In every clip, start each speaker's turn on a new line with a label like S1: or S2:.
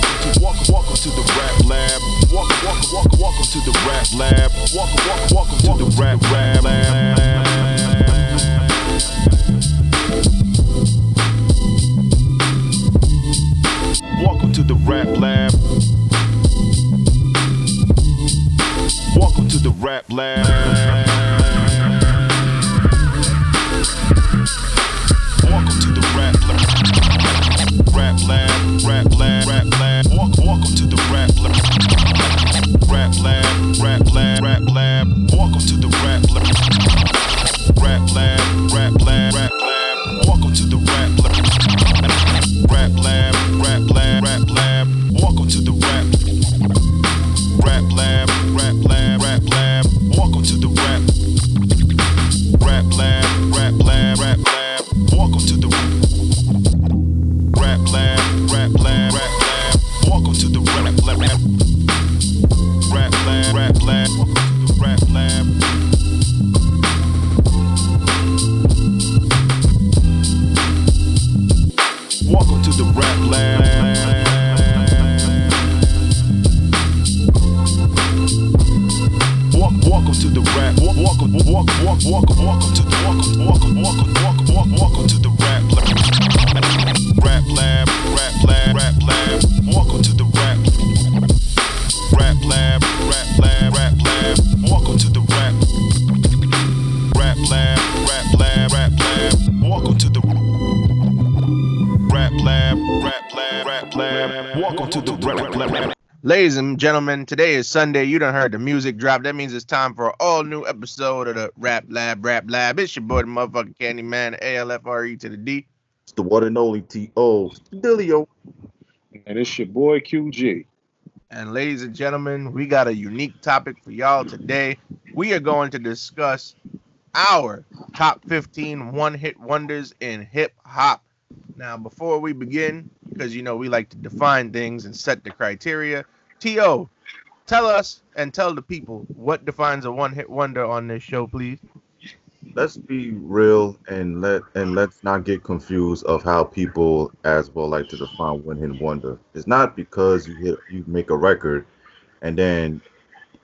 S1: Welcome, welcome to the rap lab. Welcome, welcome, welcome, welcome to the rap lab. Welcome, welcome, welcome to the rap rap lab. Welcome to the rap lab. Welcome to the rap lab. Welcome to the rap lab. Rap lab, rap lab, rap lab. Welcome, welcome to the rap lab. Rap lab, rap lab, rap lab. Welcome to the rap lab. Rap lab, rap lab, rap lab. Welcome to the rap lab. Rap lab, rap lab, rap lab. Welcome to the rap. Rap lab, rap lab, rap lab. Welcome to the rap. Rap lab, rap lab, rap lab. Welcome to the rap lab, rap lab, rap lab. Welcome to the rap lab, rap rap lab, rap lab. Welcome to the rap lab. Welcome to the rap lab. Walk, welcome to the rap. Walk, welcome, walk, walk, welcome, welcome to the welcome, welcome, welcome, welcome, welcome, welcome to the rap lab. Rap lab, rap lab, rap lab. Welcome to the rap. Rap lab, rap lab, rap lab. Welcome to the rap. Rap lab, rap lab, rap lab. Welcome to the rap lab, rap lab, rap lab. Welcome to the rap lab.
S2: Ladies and gentlemen, today is Sunday. You done heard the music drop. That means it's time for an all new episode of the Rap Lab Rap Lab. It's your boy, the motherfucking Candyman, ALFRE E to the D.
S3: It's the one and only T.O. Delio.
S4: And it's your boy QG.
S2: And ladies and gentlemen, we got a unique topic for y'all today. We are going to discuss our top 15 one hit wonders in hip hop. Now, before we begin, because you know we like to define things and set the criteria, T.O., tell us and tell the people what defines a one hit wonder on this show, please.
S3: Let's be real and let and let's not get confused of how people as well like to define one hit wonder. It's not because you hit you make a record and then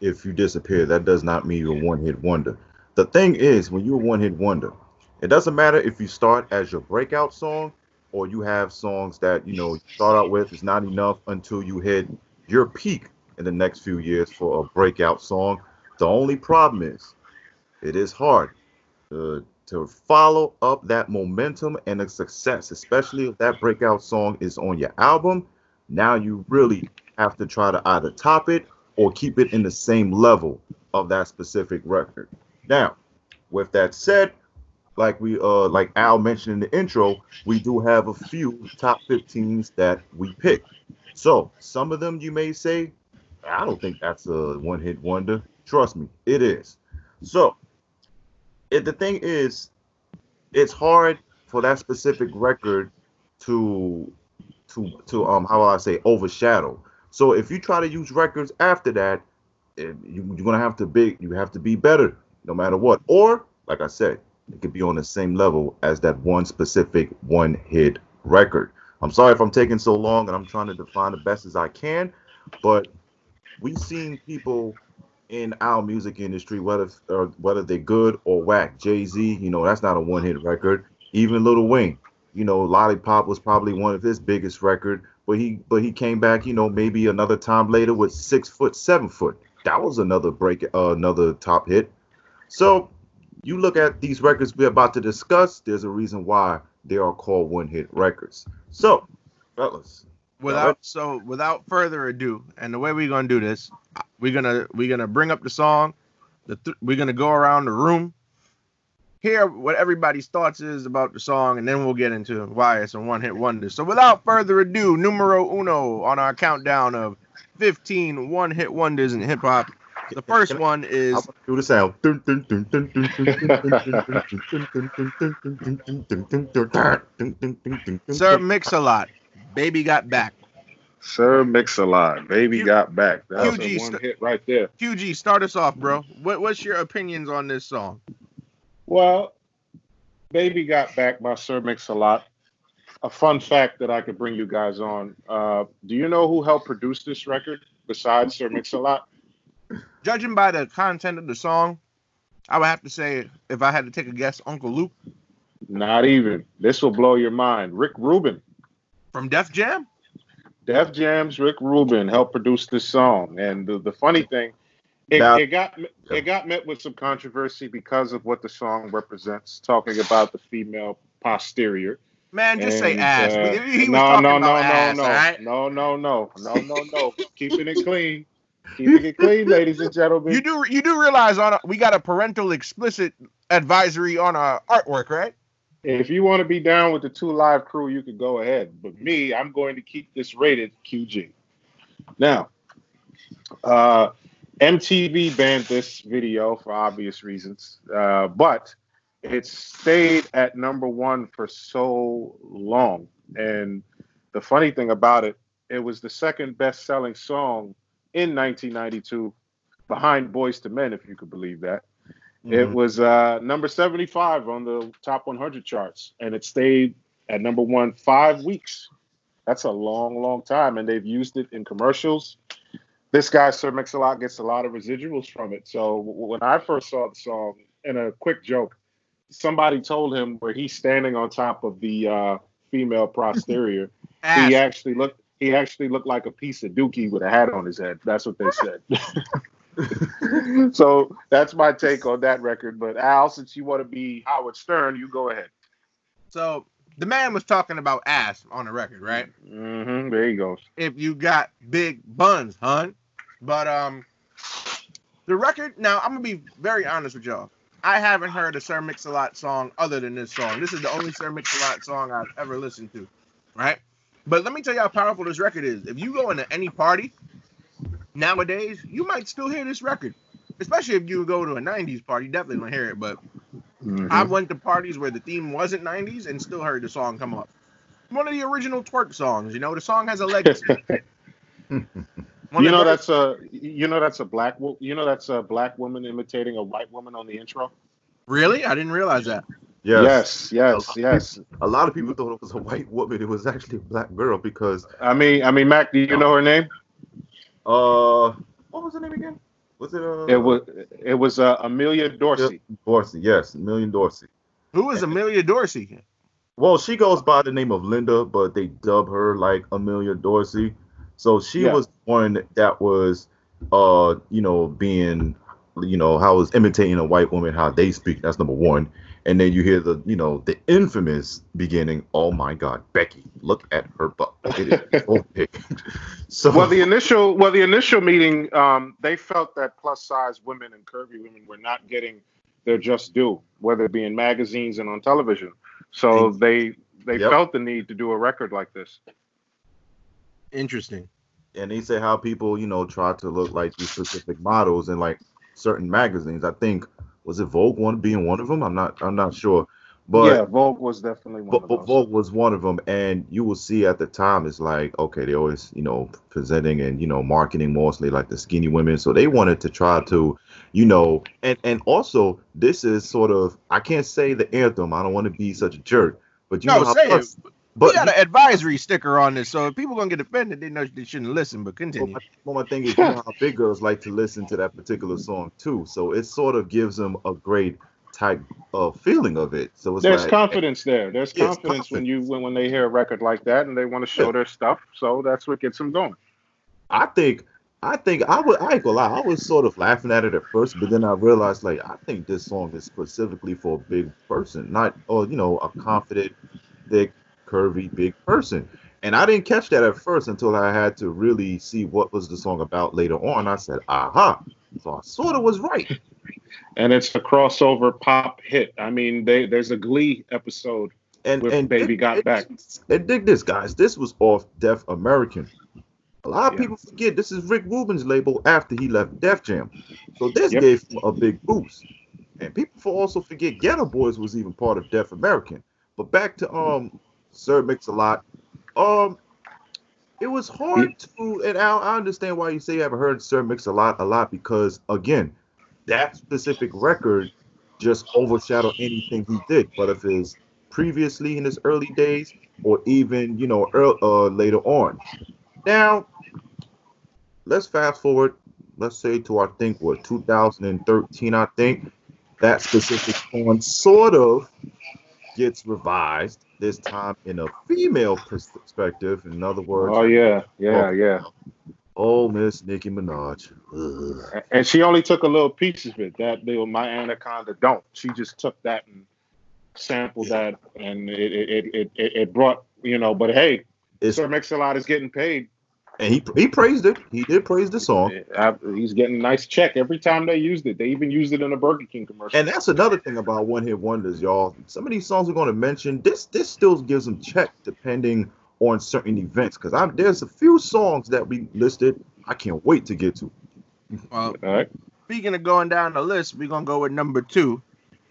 S3: if you disappear, that does not mean you're a one hit wonder. The thing is, when you're a one hit wonder, it doesn't matter if you start as your breakout song or you have songs that you know you start out with is not enough until you hit your peak in the next few years for a breakout song. The only problem is it is hard uh, to follow up that momentum and a success, especially if that breakout song is on your album. Now you really have to try to either top it or keep it in the same level of that specific record. Now, with that said, like we uh like Al mentioned in the intro, we do have a few top 15s that we pick. So some of them you may say, I don't think that's a one-hit wonder. Trust me, it is. So it, the thing is, it's hard for that specific record to to to um how will I say overshadow. So if you try to use records after that, it, you, you're gonna have to be you have to be better no matter what. Or like I said, it could be on the same level as that one specific one hit record. I'm sorry if I'm taking so long and I'm trying to define the best as I can, but we've seen people in our music industry, whether or whether they're good or whack. Jay Z, you know, that's not a one hit record. Even Little Wayne, you know, Lollipop was probably one of his biggest record, but he but he came back, you know, maybe another time later with six foot, seven foot. That was another break, uh, another top hit. So you look at these records we're about to discuss. There's a reason why they are called one hit records. So, fellas,
S2: without so without further ado and the way we're gonna do this we're gonna we're gonna bring up the song the th- we're gonna go around the room hear what everybody's thoughts is about the song and then we'll get into why it's a one-hit wonder so without further ado numero uno on our countdown of 15 one-hit wonders in hip-hop the first
S3: Can I-
S2: one is
S3: I'll do the sound.
S2: sir mix a lot baby got back
S4: Sir Mix-a-Lot, Baby
S2: Q-
S4: Got Back. That's
S2: QG
S4: a one
S2: st-
S4: hit right there.
S2: qg start us off bro what, what's your opinions on this song
S4: Well, Baby Got Back by Sir Mix-a-Lot a fun fact that I could bring you guys on. Uh, do you know who helped produce this record besides Sir Mix-a-Lot?
S2: Judging by the content of the song, I would have to say, if I had to take a guess, Uncle Luke
S4: Not even. This will blow your mind. Rick Rubin,
S2: from Def Jam.
S4: Def Jam's Rick Rubin helped produce this song, and the, the funny thing, it,
S3: Now-
S4: it got it got met with some controversy because of what the song represents, talking about the female posterior.
S2: Man, just say
S4: And,
S2: ass.
S4: uh,
S2: He- he was
S4: no,
S2: talking
S4: no,
S2: about
S4: no,
S2: ass,
S4: no,
S2: all right?
S4: no, no, no, no, no, no, no. Keeping it clean, keeping it clean, ladies and gentlemen.
S2: You do you do realize on we got a parental explicit advisory on our artwork, right?
S4: if you want to be down with the two live crew, you could go ahead. But me, I'm going to keep this rated QG. Now, uh, MTV banned this video for obvious reasons, uh, but it stayed at number one for so long. And the funny thing about it, it was the second best selling song in 1992 behind Boys to Men, if you could believe that.
S3: Mm-hmm.
S4: It was uh, number 75 on the top 100 charts, and it stayed at number one five weeks. That's a long, long time, and they've used it in commercials. This guy, Sir Mix-a-Lot, gets a lot of residuals from it. So w- when I first saw the song, in a quick joke, somebody told him where he's standing on top of the uh, female posterior.
S2: Ass.
S4: He actually looked. He actually looked like a piece of dookie with a hat on his head. That's what they said. so that's my take on that record. But Al, since you want to be Howard Stern, you go ahead.
S2: So the man was talking about ass on the record, right?
S4: Mm-hmm, there you go.
S2: If you got big buns, hun. But um, the record. Now I'm gonna be very honest with y'all. I haven't heard a Sir Mix-a-Lot song other than this song. This is the only Sir Mix-a-Lot song I've ever listened to, right? But let me tell you how powerful this record is. If you go into any party nowadays, you might still hear this record. Especially if you go to a '90s party, you definitely gonna hear it. But
S4: Mm-hmm.
S2: I went to parties where the theme wasn't 90s and still heard the song come up. One of the original twerk songs, you know, the song has a legacy. One
S4: you
S2: of
S4: know
S2: the-
S4: that's a you know that's a black wo- you know that's a black woman imitating a white woman on the intro.
S2: really? I didn't realize that.
S3: Yes.
S4: yes, yes. yes.
S3: A lot of people thought it was a white woman. It was actually a black girl because
S4: I mean, I mean, Mac, do you know her name?
S3: uh, what was her name again? Was it uh?
S4: It was it was uh, Amelia Dorsey.
S3: Dorsey. Yes, Million Dorsey.
S2: Who is Amelia Dorsey?
S3: Well, she goes by the name of Linda, but they dub her like Amelia Dorsey. So she
S4: Yeah.
S3: was the one that was, uh, you know, being, you know, how was imitating a white woman how they speak. That's number one. And then you hear the, you know, the infamous beginning. Oh my God, Becky, look at her butt. It is so big. so
S4: Well, the initial well the initial meeting, um, they felt that plus size women and curvy women were not getting their just due, whether it be in magazines and on television. So they they
S3: Yep.
S4: felt the need to do a record like this.
S2: Interesting.
S3: and they say how people, you know, try to look like these specific models in like certain magazines. I think was it Vogue one being one of them. I'm not. I'm not sure. But
S4: yeah, Vogue was definitely one
S3: but,
S4: of
S3: but
S4: those.
S3: Vogue was one of them, and you will see at the time it's like okay, they always you know presenting and you know marketing mostly like the skinny women, so they wanted to try to, you know, and and also this is sort of I can't say the anthem. I don't want to be such a jerk, but you
S2: no,
S3: know how
S2: say it.
S3: plus-
S2: we
S3: But
S2: got an advisory sticker on this, so if people gonna get offended, they know they shouldn't listen. But
S3: well,
S2: continue.
S3: my, well, my thing is, you know how big girls like to listen to that particular song too, so it sort of gives them a great type of feeling of it. So it's
S4: There's
S3: like,
S4: confidence there. There's
S3: Yes,
S4: confidence when you when, when they hear a record like that and they want to show
S3: Yeah.
S4: their stuff. So that's what gets them going.
S3: I think I think I would I ain't gonna lie, I was sort of laughing at it at first, but then I realized like I think this song is specifically for a big person, not or you know, a confident, thick, curvy, big person. And I didn't catch that at first until I had to really see what was the song about later on. I said, aha. So I sort of was right.
S4: And it's a crossover pop hit. I mean, they there's a Glee episode
S3: And
S4: With
S3: and
S4: Baby Got Back.
S3: And dig this, guys. This was off Deaf American. A lot of
S4: Yeah.
S3: people forget this is Rick Rubin's label after he left Def Jam. So this
S4: Yep.
S3: gave him a big boost. And people for- also forget Ghetto Boys was even part of Deaf American. But back to um Sir Mix a lot. Um it was hard to and I, I understand why you say you haven't heard Sir Mix a lot a lot because again, that specific record just overshadowed anything he did. But if his previously in his early days, or even you know earl uh, later on. Now, let's fast forward. Let's say to I think what 2013. I think that specific porn sort of gets revised this time in a female perspective. In other words,
S4: Oh yeah, yeah,
S3: Oh.
S4: yeah.
S3: oh Miss Nicki Minaj. Ugh.
S4: A- And she only took a little piece of it. That they were my anaconda. Don't. She just took that and sampled that, and it it, it it it it brought you know. But hey,
S3: It's,
S4: Sir Mix-a-Lot is getting paid.
S3: and he he praised it. He did praise the song.
S4: I- he's getting a nice check every time they used it. They even used it in a Burger King commercial.
S3: And that's another thing about one hit wonders, y'all. Some of these songs we're going to mention, this this still gives them check depending on certain events. Because I'm there's a few songs that we listed. I can't wait to get to.
S2: Well,
S4: All right.
S2: speaking of going down the list, we're gonna go with number two,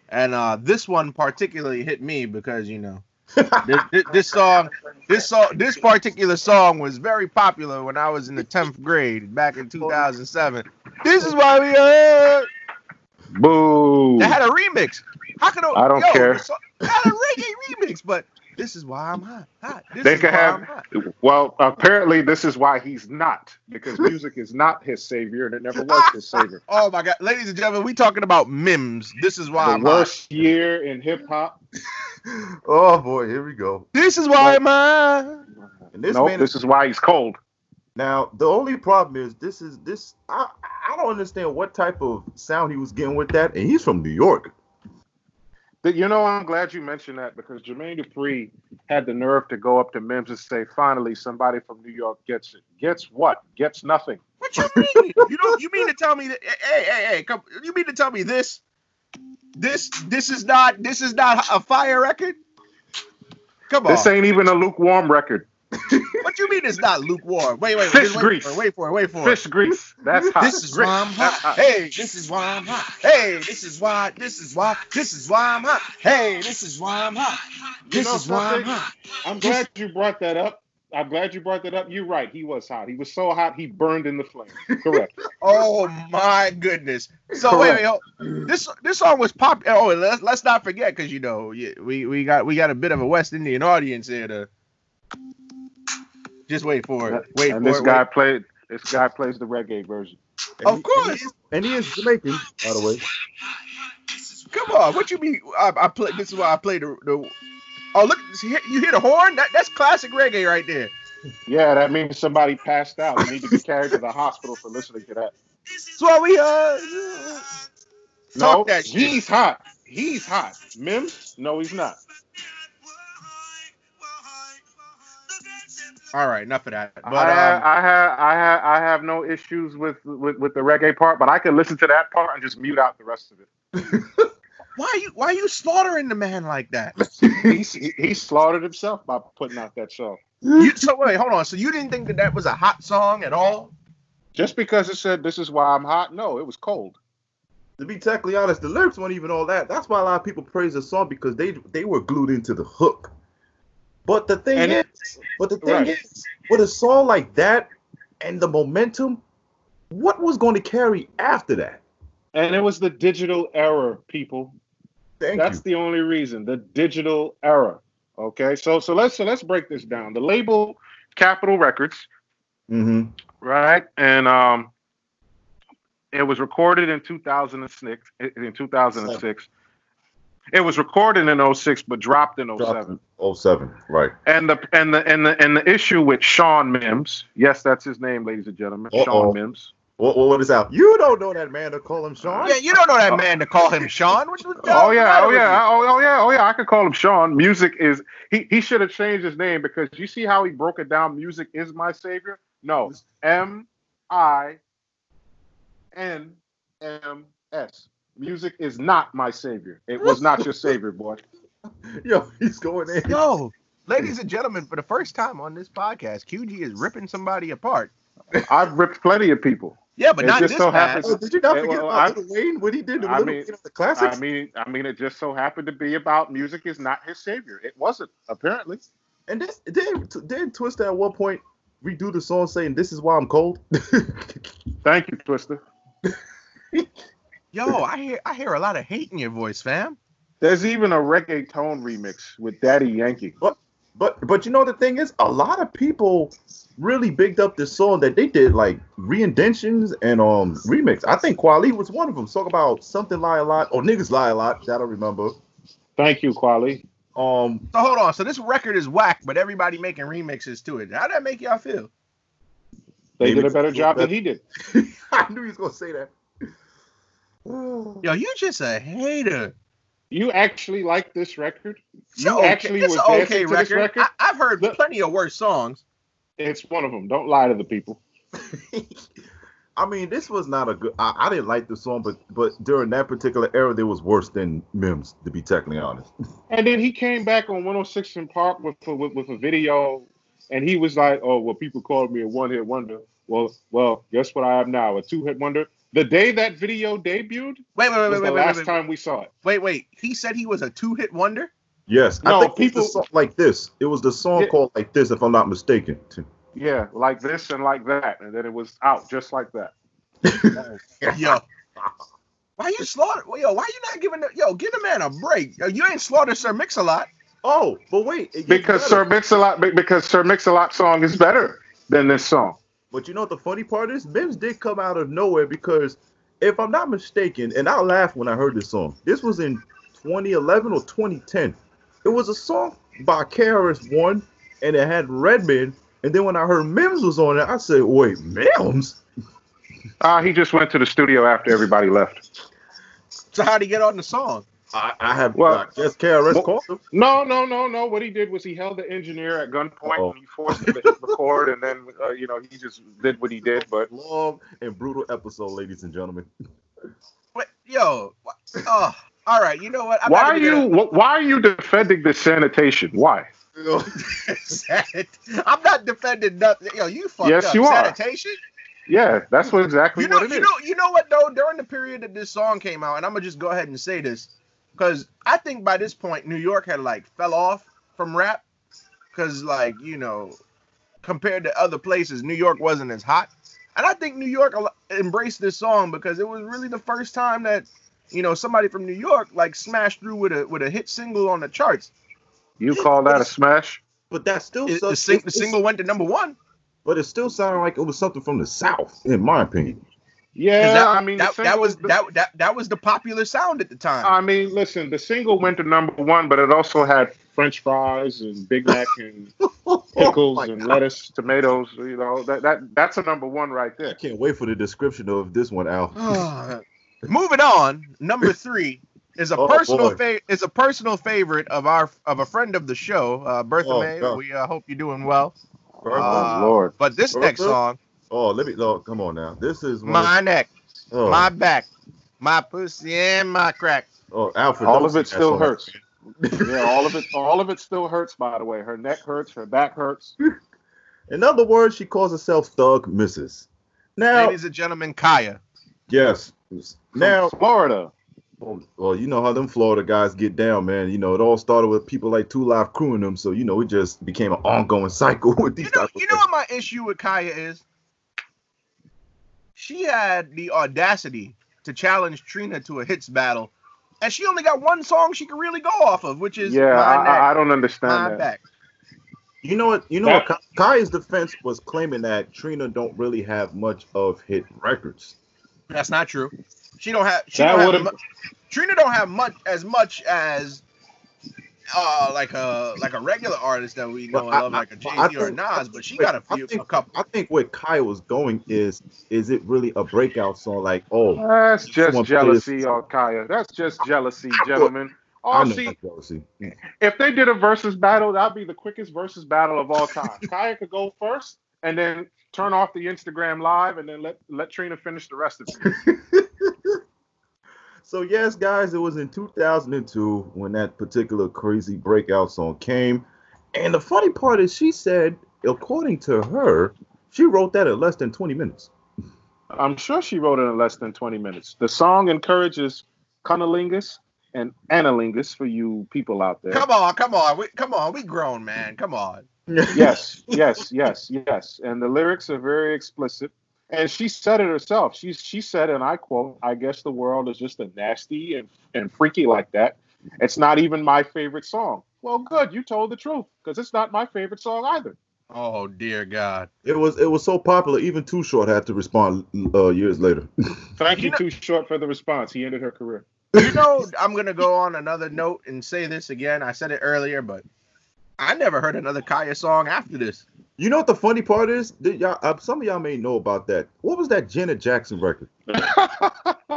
S2: and uh, this one particularly hit me because you know this, this, this song, this song, this particular song was very popular when I was in the tenth grade back in 2007. This is why we uh,
S4: Boo.
S2: they had a remix. How could
S4: I don't
S2: yo,
S4: care.
S2: the song- they had a reggae remix, but this is why I'm hot. hot. This
S4: They
S2: is
S4: could
S2: why
S4: have-
S2: I'm hot.
S4: Well, apparently this is why he's not, because music is not his savior, and it never was his savior.
S2: Oh my god, ladies and gentlemen, we talking about Mims. This is why
S4: The
S2: I'm hot.
S4: worst year in hip hop.
S3: oh boy, here we go.
S2: This is why I'm hot.
S3: And this
S4: Nope,
S3: man
S4: this is why he's cold.
S3: now the only problem is this is this I I don't understand what type of sound he was getting with that. And he's from New York.
S4: But You know, I'm glad you mentioned that because Jermaine Dupri had the nerve to go up to Mims and say, "Finally, somebody from New York gets it. Gets what? Gets nothing."
S2: What you mean? you don't. You mean to tell me that? Hey, hey, hey! Come, you mean to tell me this? This, this is not. This is not a fire record. Come on.
S4: This ain't even a lukewarm record.
S2: what you mean it's not lukewarm? Wait, wait, wait.
S4: Fish
S2: just wait
S4: grease.
S2: For it, wait for it. Wait for
S4: Fish grease. That's
S2: it.
S4: hot.
S2: This is
S4: Grease,
S2: why I'm
S4: that's
S2: hot. Hey, this is why I'm hot. Hey, this is why. This is why. This is why I'm hot. Hey, this is why I'm hot.
S4: You
S2: This
S4: know
S2: is why I'm
S4: something?
S2: hot.
S4: I'm glad you brought that up. I'm glad you brought that up. You're right. He was hot. He was so hot he burned in the flame. Correct.
S2: Oh my goodness! So wait, wait, hold- this this song was pop. Oh, and let's let's not forget because you know yeah, we we got we got a bit of a West Indian audience here. To just wait for it. Wait
S4: and
S2: for
S4: this
S2: it.
S4: guy played. This guy plays the reggae version.
S2: wait. Of
S3: And he
S2: course.
S3: is, and he is Jamaican, by the way.
S2: Come on. What you mean? I, I play. This is why I play the. the oh look! see, here- You hear the horn? That, that's classic reggae right there.
S4: Yeah, that means somebody passed out. You need to be carried to the hospital for listening to that.
S2: That's why we uh.
S4: No,
S2: Talk that shit.
S4: he's hot. He's hot. Mims? No, he's not.
S2: All right, enough of that. But
S4: I, have,
S2: um,
S4: I have, I have, I have no issues with, with with the reggae part, but I could listen to that part and just mute out the rest of it.
S2: why you why you slaughtering the man like that?
S4: He's, he, he slaughtered himself by putting out that song.
S2: You, so wait, hold on. So you didn't think that that was a hot song at all?
S4: Just because it said this is why I'm hot, no, it was cold.
S3: to be technically honest, the lyrics weren't even all that. That's why a lot of people praise the song because they they were glued into the hook. But the thing
S4: And
S3: is,
S4: it-
S3: but the thing
S4: right.
S3: is, with a song like that and the momentum, what was going to carry after that?
S4: And it was the digital error, people.
S3: Thank
S4: That's
S3: you.
S4: the only reason. The digital error. Okay, so so let's so let's break this down. The label, Capitol Records,
S3: Mm-hmm.
S4: right? And um, it was recorded in 2006. In 2006, it was recorded in 06, but dropped in 07.
S3: Oh seven, right?
S4: And the and the and the and the issue with Sean Mims, yes, that's his name, ladies and gentlemen,
S3: Uh-oh.
S4: Sean Mims.
S3: What what, what is out? You don't know that man to call him Sean.
S2: Yeah, you don't know that man to call him Sean. What- what the
S4: Oh
S2: hell's the
S4: yeah,
S2: matter
S4: oh
S2: with
S4: yeah, oh, oh yeah, oh yeah. I could call him Sean. Music is he. He should have changed his name because you see how he broke it down. Music is my savior. No, M I N M S. Music is not my savior. It was not your savior, boy.
S3: Yo, he's going
S2: you?
S3: in.
S2: Yo, ladies and gentlemen, for the first time on this podcast, QG is ripping somebody apart.
S4: I've ripped plenty of people.
S2: Yeah, but
S4: It
S2: not
S4: just
S2: this
S4: so
S2: bad.
S4: happens-
S3: Oh, did you not
S4: Yeah,
S3: forget
S4: well,
S3: about
S4: I-
S3: Little Wayne? What he did to
S4: I
S3: Little
S4: mean-
S3: Wayne on
S4: I
S3: the classics,
S4: mean, I mean, it just so happened to be about music is not his savior. It wasn't apparently.
S3: and this did did Twista at one point redo the song saying "This is why I'm cold."
S4: Thank you, Twister.
S2: Yo, I hear I hear a lot of hate in your voice, fam.
S4: There's even a reggaeton remix with Daddy Yankee.
S3: But but you know the thing is, a lot of people really bigged up this song that they did like reindentions and um remix. I think Kwali was one of them. Talk about something lie a lot or niggas lie a lot. I don't remember.
S4: Thank you, Quali.
S3: Um,
S2: So hold on. So this record is whack, but everybody making remixes to it. How that make y'all feel?
S4: They
S3: Maybe
S4: did a better
S3: it's
S4: job than
S3: better.
S4: he did.
S3: I knew he was gonna say that.
S2: Yo, you just a hater.
S4: You actually like this record?
S2: You
S4: actually
S2: this
S4: was
S2: a
S4: dancing to this record?
S2: I, have heard
S4: Look-
S2: plenty of worse songs.
S4: It's one of them. Don't lie to the people.
S3: I mean, this was not a good. I, I didn't like the song, but but during that particular era, there was worse than Mims, to be technically honest.
S4: And then he came back on 106 in Park with with, with a video, and he was like, "Oh, well, people called me a one hit wonder. Well, well, guess what I am now? A two hit wonder." The day that video debuted
S2: Wait, wait, wait,
S4: was
S2: wait,
S4: the
S2: wait,
S4: last
S2: wait, wait,
S4: time we saw it.
S2: wait, wait. He said he was a two-hit wonder.
S3: Yes,
S4: No,
S3: I think people
S4: people-
S3: song like this. It was the song
S4: Yeah.
S3: called like this, if I'm not mistaken. too.
S4: Yeah, like this and like that, and then it was out just like that.
S2: Yo, why you slaughter? Yo, why you not giving? The, yo, give the man a break. Yo, you ain't slaughter Sir Mix a lot.
S3: Oh, but wait, it gets
S4: Because
S3: better.
S4: Sir Mix-a-Lot, be- because Sir Mix-a-Lot song is better than this song.
S3: But you know what the funny part is? Mims did come out of nowhere because, if I'm not mistaken, and I laughed when I heard this song. This was in 2011 or 2010. It was a song by KRS One, and it had Redman. And then when I heard Mims was on it, I said, "Wait, Mims?
S4: Uh, he just went to the studio after everybody left.
S2: So how'd he get on the song?
S3: I, I have
S4: Well-
S3: I guess KRS
S4: Well-
S3: called him."
S4: No, no, no, no. What he did was he held the engineer at gunpoint
S3: Uh-oh.
S4: and he forced him to hit record, and then uh, you know he just did what he did. But
S3: long and brutal episode, ladies and gentlemen.
S2: What? Yo, wha- oh, all right. You know what?
S4: why
S2: not
S4: are
S2: even
S4: you
S2: gonna-
S4: wh- why are you defending the sanitation? Why?
S2: I'm not defending nothing. Yo, you fucked
S4: Yes,
S2: up.
S4: you are.
S2: Sanitation.
S4: Yeah, that's what exactly
S2: you know,
S4: what it
S2: you
S4: is.
S2: know, you know what though? During the period that this song came out, and I'm gonna just go ahead and say this, because I think by this point New York had like fell off from rap, because like you know, compared to other places, New York wasn't as hot, and I think New York a lo- embraced this song because it was really the first time that you know somebody from New York like smashed through with a with a hit single on the charts.
S4: You call that a smash?
S3: But that still
S2: It-
S3: sucks.
S2: the, sing- the
S3: It's-
S2: single went to number one.
S3: but it still sounded like it was something from the South, in my opinion.
S4: Yeah,
S2: 'Cause that,
S4: I mean the
S2: that, that
S4: single-
S2: was
S4: the-
S2: that, that that was the popular sound at the time.
S4: I mean, listen, the single went to number one, but it also had French fries and Big Mac and pickles
S3: Oh my
S4: and
S3: God.
S4: lettuce, tomatoes. You know that that that's a number one right
S3: I
S4: there.
S3: can't wait for the description of this one, Al.
S2: Oh. Ah. Moving on, number three is a
S3: Oh,
S2: personal
S3: boy.
S2: fa- is a personal favorite of our of a friend of the show, uh, Bertha
S3: Oh,
S2: May.
S3: God.
S2: We uh, hope you're doing well.
S4: oh
S2: Uh,
S4: Lord,
S2: But this next
S3: Bertha?
S2: song,
S3: oh, let me. Oh, come on now. This is one of-
S2: my neck,
S3: oh,
S2: my back, my pussy, and my crack.
S3: oh, Alfred.
S4: all
S3: don't
S4: of it
S3: sing that
S4: still
S3: song.
S4: hurts. yeah, all of it, all of it still hurts. By the way, her neck hurts, her back hurts.
S3: In other words, she calls herself Thug Mrs. Now,
S2: Ladies and gentlemen, Kaya.
S3: yes. Now,
S4: Now, Florida.
S3: well, you know how them Florida guys get down, man. You know, it all started with people like Two Live crewing them, so you know it just became an ongoing cycle with these
S2: You know,
S3: type of
S2: you know what my issue with Kaya is? She had the audacity to challenge Trina to a hits battle, and she only got one song she could really go off of, which is
S4: Yeah,
S2: my neck,
S4: I, I, I don't understand
S2: my
S4: that.
S2: back.
S3: You know what? You know
S4: That-
S3: what? Ka- Kai's defense was claiming that Trina don't really have much of hit records.
S2: That's not true. She don't have. She
S4: That
S2: don't have
S4: would've-
S2: mu- Trina don't have much as much as uh like a like a regular artist that we know
S3: Well, I-
S2: and love,
S3: I-
S2: like a Jay
S3: I
S2: Z or a
S3: think-
S2: Nas, but she
S3: wait,
S2: got a
S3: I
S2: few
S3: think-
S2: a couple.
S3: I think where Kai was going is, is it really a breakout song? Like, oh,
S4: That's just
S3: Someone
S4: jealousy,
S3: please.
S4: on Kaya. That's just jealousy,
S3: I- I-
S4: gentlemen.
S3: I
S4: All
S3: know
S4: she,
S3: that's jealousy.
S4: if they did a versus battle, that'd be the quickest versus battle of all time. Kaya could go first and then turn off the Instagram live and then let, let Trina finish the rest of it.
S3: So yes, guys, it was in 2002 when that particular crazy breakout song came, and the funny part is, she said, according to her, she wrote that in less than 20 minutes.
S4: I'm sure she wrote it in less than 20 minutes. The song encourages cunnilingus and analingus for you people out there.
S2: Come on, come on, we, come on, we grown man, come on.
S4: Yes, yes, yes, yes. And the lyrics are very explicit. And she said it herself. She she said, and I quote, "I guess the world is just a nasty and, and freaky like that. It's not even my favorite song. Well, good. You told the truth because it's not my favorite song either.
S2: Oh dear God.
S3: It was it was so popular. Even Too Short had to respond uh, years later.
S4: Thank you,
S2: You know-
S4: Too Short, for the response. He ended her career.
S2: You know, I'm gonna go on another note and say this again. I said it earlier, but I never heard another Kaya song after this.
S3: You know what the funny part is? Did y'all, uh, some of y'all may know about that. What was that Janet Jackson record?
S4: that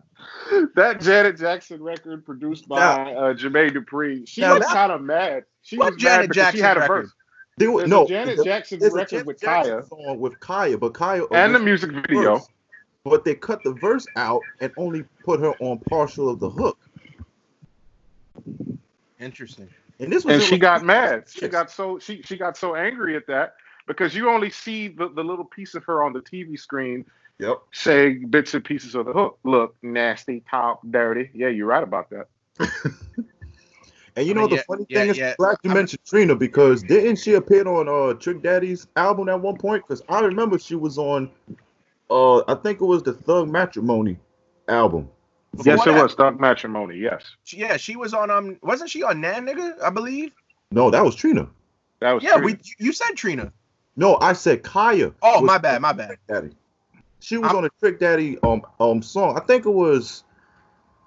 S4: Janet Jackson record produced by
S3: Now-
S4: uh, Jermaine Dupri. She
S3: Now
S4: was
S3: that-
S4: kind of mad. She
S2: What
S4: was
S2: Janet
S4: mad because
S2: Jackson
S4: she had a
S2: record?
S4: verse.
S3: They were,
S4: There's
S3: no,
S4: a Janet
S3: there's a-
S4: Jackson
S3: there's a
S4: record
S3: Janet
S4: with
S3: Jackson
S4: Kaya
S3: song with Kaya, but Kaya
S4: and the
S3: originally
S4: music
S3: verse,
S4: video.
S3: but they cut the verse out and only put her on partial of the hook.
S2: Interesting.
S3: And this was
S4: and
S3: it
S4: she
S3: was-
S4: got mad. She
S3: Yes.
S4: got so she she got so angry at that because you only see the, the little piece of her on the TV screen
S3: Yep.
S4: saying bits and pieces of the hook. Look, nasty, top, dirty. Yeah, you're right about that.
S3: And you
S2: I
S3: know
S2: mean,
S3: the
S2: yeah,
S3: funny
S2: yeah,
S3: thing is,
S2: yeah.
S3: glad you mentioned Trina because didn't she appear on uh Trick Daddy's album at one point? Because I remember she was on, uh, I think it was the Thug Matrimony album.
S2: Before
S4: yes, it
S2: that-
S4: was Thug Matrimony. Yes,
S2: She, yeah, she was on um wasn't she on Nan Nigga, I believe?
S3: No, that was Trina.
S4: that was
S2: Yeah,
S4: Trina.
S2: we you said Trina.
S3: No, I said Kaya.
S2: Oh,
S3: was
S2: my bad, my bad.
S3: Trick Daddy. She was
S2: I'm-
S3: on a Trick Daddy um um song. I think it was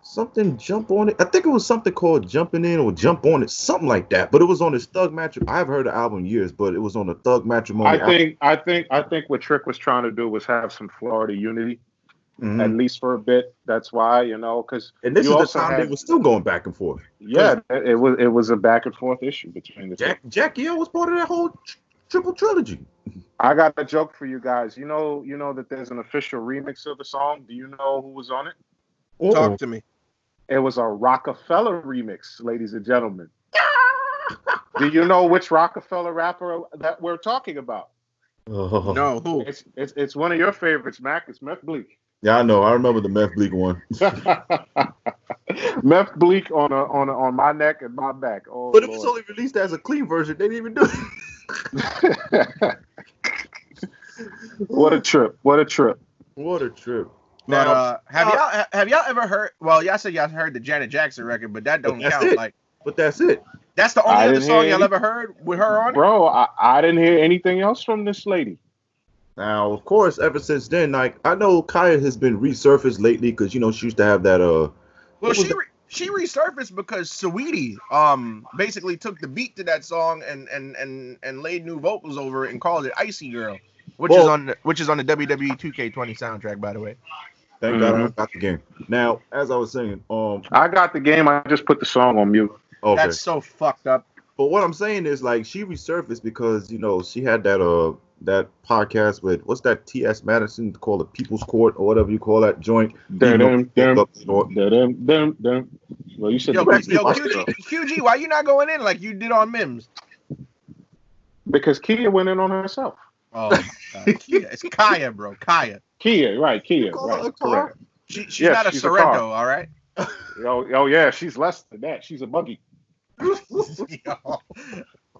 S3: something jump on it. I think it was something called Jumping In or Jump On It, something like that. But it was on this Thug Matrimony. I've heard the album in years, but it was on the Thug Matrimony.
S4: I
S3: album.
S4: think I think I think what Trick was trying to do was have some Florida unity
S3: Mhm.
S4: at least for a bit. That's why you know because
S3: And this
S4: You
S3: is
S4: also
S3: the time
S4: had-
S3: they were still going back and forth.
S4: yeah, it, it was it was a back and forth issue between the two.
S3: Jack Jackie O was part of that whole tr- triple trilogy.
S4: I got a joke for you guys. You know you know that there's an official remix of the song. Do you know who was on it?
S2: Talk to me.
S4: It was a Rockefeller remix, ladies and gentlemen. Do you know which Rockefeller rapper that we're talking about?
S3: Oh.
S2: No, who?
S4: It's it's, it's one of your favorites, Mac. It's Meth Bleak.
S3: Yeah, I know. I remember the Meth Bleak one.
S4: Meth Bleak on a, on a, on my neck and my back. Oh,
S3: But it was
S4: Lord.
S3: only released as a clean version. They didn't even do it.
S4: what a trip! What a trip!
S3: What a trip. um,
S2: But
S4: Now-
S2: uh, have y'all ha- have y'all ever heard? Well, y'all said y'all heard the Janet Jackson record, but that don't
S3: That's
S2: count.
S3: it.
S2: Like
S3: But that's it.
S2: that's the
S4: I
S2: only other
S4: didn't
S2: song
S4: hear
S2: y'all
S4: any-
S2: ever heard with her on it.
S4: Bro, I, I didn't hear anything else from this lady.
S3: Now, of course, ever since then, like I know Kaya has been resurfaced lately because you know she used to have that uh
S2: Well,
S3: What was
S2: she re- she resurfaced because Sweetie um basically took the beat to that song and and and and laid new vocals over it and called it Icy Girl, which is
S3: Well-
S2: on the, which is on the E WWE 2K20 soundtrack, by the way.
S3: thank God I got the game. Now, as I was saying, um
S4: I got the game. I just put the song on mute.
S3: okay.
S2: That's so fucked up.
S3: But what I'm saying is like she resurfaced because you know she had that uh that podcast with what's that T.S. Madison called the People's Court or whatever you call that joint.
S4: Dum, dum,
S3: Or-
S4: dum, dum, dum. Well, you said
S2: Yo,
S4: the
S2: Q-
S4: beat
S2: yo
S4: was
S2: QG,
S4: though.
S2: QG, why you not going in like you did on Mims?
S4: because Kia went in on herself.
S2: Oh, my God. Kia- it's Kaya, bro, Kaya.
S4: Kia, right? Kia,
S3: Call her
S4: right?
S3: a car?
S4: correct.
S2: She, she's
S4: Yes,
S2: not a
S4: she's a car.
S2: Sorrento, all right.
S4: Oh, oh yeah, she's less than that. She's a buggy.
S2: yo,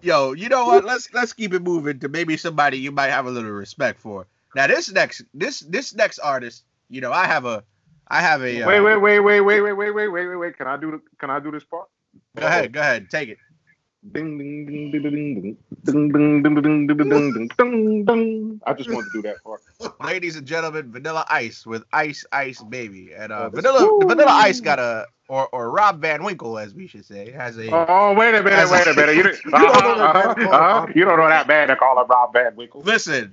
S2: yo, you know what? Let's let's keep it moving to maybe somebody you might have a little respect for. Now this next this this next artist, you know, I have a I have a uh,
S4: Wait, wait, wait, wait, wait, wait, wait, wait, wait, wait, wait. Can I do the, Can I do this part?
S2: Go ahead, go ahead, take it.
S4: Ding ding ding ding ding ding ding ding ding ding ding ding ding ding ding. I just wanted to do that part.
S2: Ladies and gentlemen, Vanilla Ice with Ice Ice Baby, and uh,
S4: Oh, this-
S2: Vanilla
S4: Woo!
S2: Vanilla Ice got a or or Rob Van Winkle, as we should say, has a
S4: Oh, wait a minute, wait a minute. You, didn't-
S3: You don't know that
S4: uh-huh,
S3: bad to call
S4: uh-huh.
S3: Rob-
S4: You don't know that bad to call him Rob Van Winkle.
S2: listen.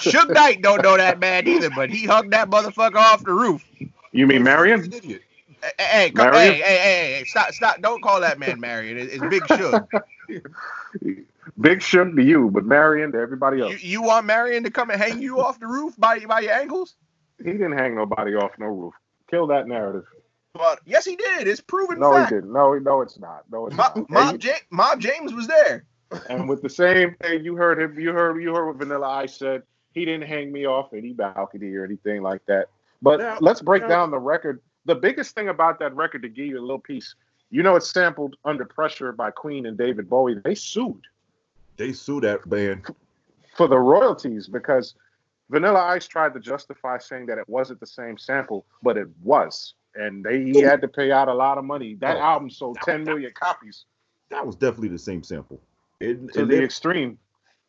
S2: Suge Knight don't know that man either, but he hung that motherfucker off the roof.
S4: You mean
S3: He's
S4: Marion?
S3: an idiot.
S2: Hey, hey, come, hey,
S4: Marion?
S2: hey, hey, hey, stop, stop! Don't call that man Marion. It- It's Big Suge.
S4: Big shouldn't be you, but Marion to everybody else.
S2: You, you want Marion to come and hang you off the roof by by your ankles?
S4: He didn't hang nobody off no roof. Kill that narrative.
S2: But yes, he did. It's proven
S4: No, he
S2: fact.
S4: didn't. No, no, it's not. No, it's not.
S2: Mob, Mob, ja- Mob James was there.
S4: And with the same thing, you heard him. You heard. You heard what Vanilla Ice said. He didn't hang me off any balcony or anything like that. But
S3: Now-
S4: let's break
S3: now-
S4: down the record. The biggest thing about that record, to give you a little piece, you know, it's sampled under pressure by Queen and David Bowie. They sued
S3: They sue that band.
S4: for the royalties because Vanilla Ice tried to justify saying that it wasn't the same sample, but it was, and they he had to pay out a lot of money. That
S3: Oh.
S4: album sold 10 million copies.
S3: that was definitely the same sample. It,
S4: to
S3: it-
S4: the
S3: it-
S4: extreme.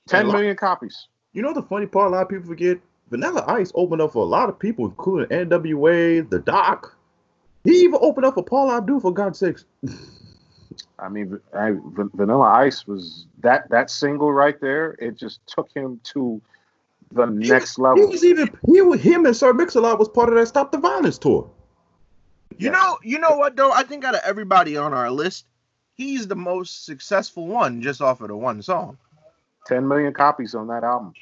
S4: Ten
S3: lot.
S4: million copies.
S3: you know the funny part? A lot of people forget Vanilla Ice opened up for a lot of people, including NWA, The Doc. He even opened up for Paul Abdul for God's sakes.
S4: I mean, I, Van- Vanilla Ice was that that single right there. It just took him to the next
S3: He
S4: level.
S3: was even he was, him and Sir Mix-a-Lot was part of that Stop the Violence tour.
S2: You
S4: Yeah.
S2: know, you know what though? I think out of everybody on our list, he's the most successful one just off of the one song.
S4: Ten million copies on that album.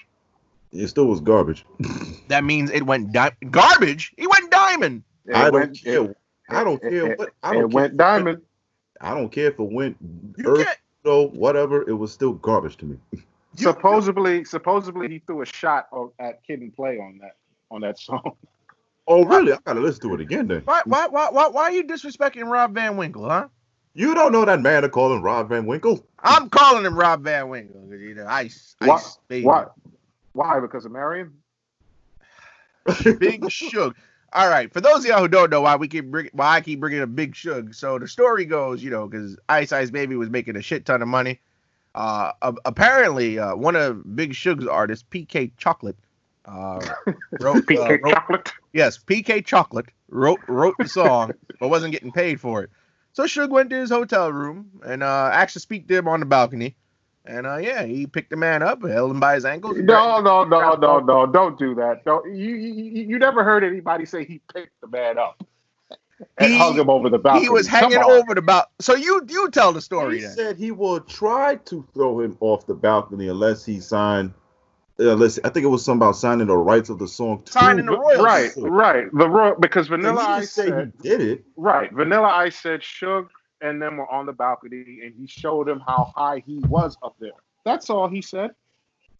S3: It still was garbage.
S2: That means it went di- garbage. He went diamond.
S4: It
S3: I
S4: went-
S3: don't care.
S4: It,
S3: I don't
S4: it-
S3: care
S4: it-
S3: what I
S4: it
S3: don't care.
S4: went diamond.
S3: I don't care if it went
S2: You
S3: earth,
S2: can't.
S3: though, whatever. It was still garbage to me.
S2: You,
S4: supposedly, supposedly he threw a shot o- at Kid and Play on that on that song.
S3: Oh really? I gotta listen to it again then.
S2: why, why, why, why, why are you disrespecting Rob Van Winkle, huh?
S3: You don't know that man to call him Rob Van Winkle.
S2: I'm calling him Rob Van Winkle. 'cause, You know, ice,
S4: Why-
S2: ice, baby.
S4: Why? Why? Because of Marion.
S2: Big Shug. All right, for those of y'all who don't know why we keep bring, why I keep bringing up Big Shug, so the story goes, you know, because Ice Ice Baby was making a shit ton of money. Uh, a- apparently, uh, one of Big Shug's artists, PK Chocolate, uh, wrote, uh,
S4: PK
S2: wrote-
S4: Chocolate.
S2: yes, PK Chocolate wrote wrote the song, but wasn't getting paid for it. So Shug went to his hotel room and uh, asked to speak to him on the balcony, and uh, yeah, he picked the man up, held him by his ankles.
S4: No, no, no, no, no! Don't do that. Don't you? You, you- you never heard anybody say he picked the man up and
S2: He-
S4: hung him over the balcony.
S2: he was
S4: Come
S2: hanging
S4: on.
S2: over the bal. So you you tell the story
S3: He
S2: then.
S3: said he will try to throw him off the balcony unless he signed. Unless I think it was something about signing the rights of the song. to-
S2: Signing the royalties.
S4: Right, right. The royal because
S3: He
S4: Vanilla
S3: didn't
S4: Ice
S3: say
S4: said,
S3: he did it.
S4: right. Vanilla Ice said Suge and them were on the balcony, and he showed him how high he was up there. That's all he said.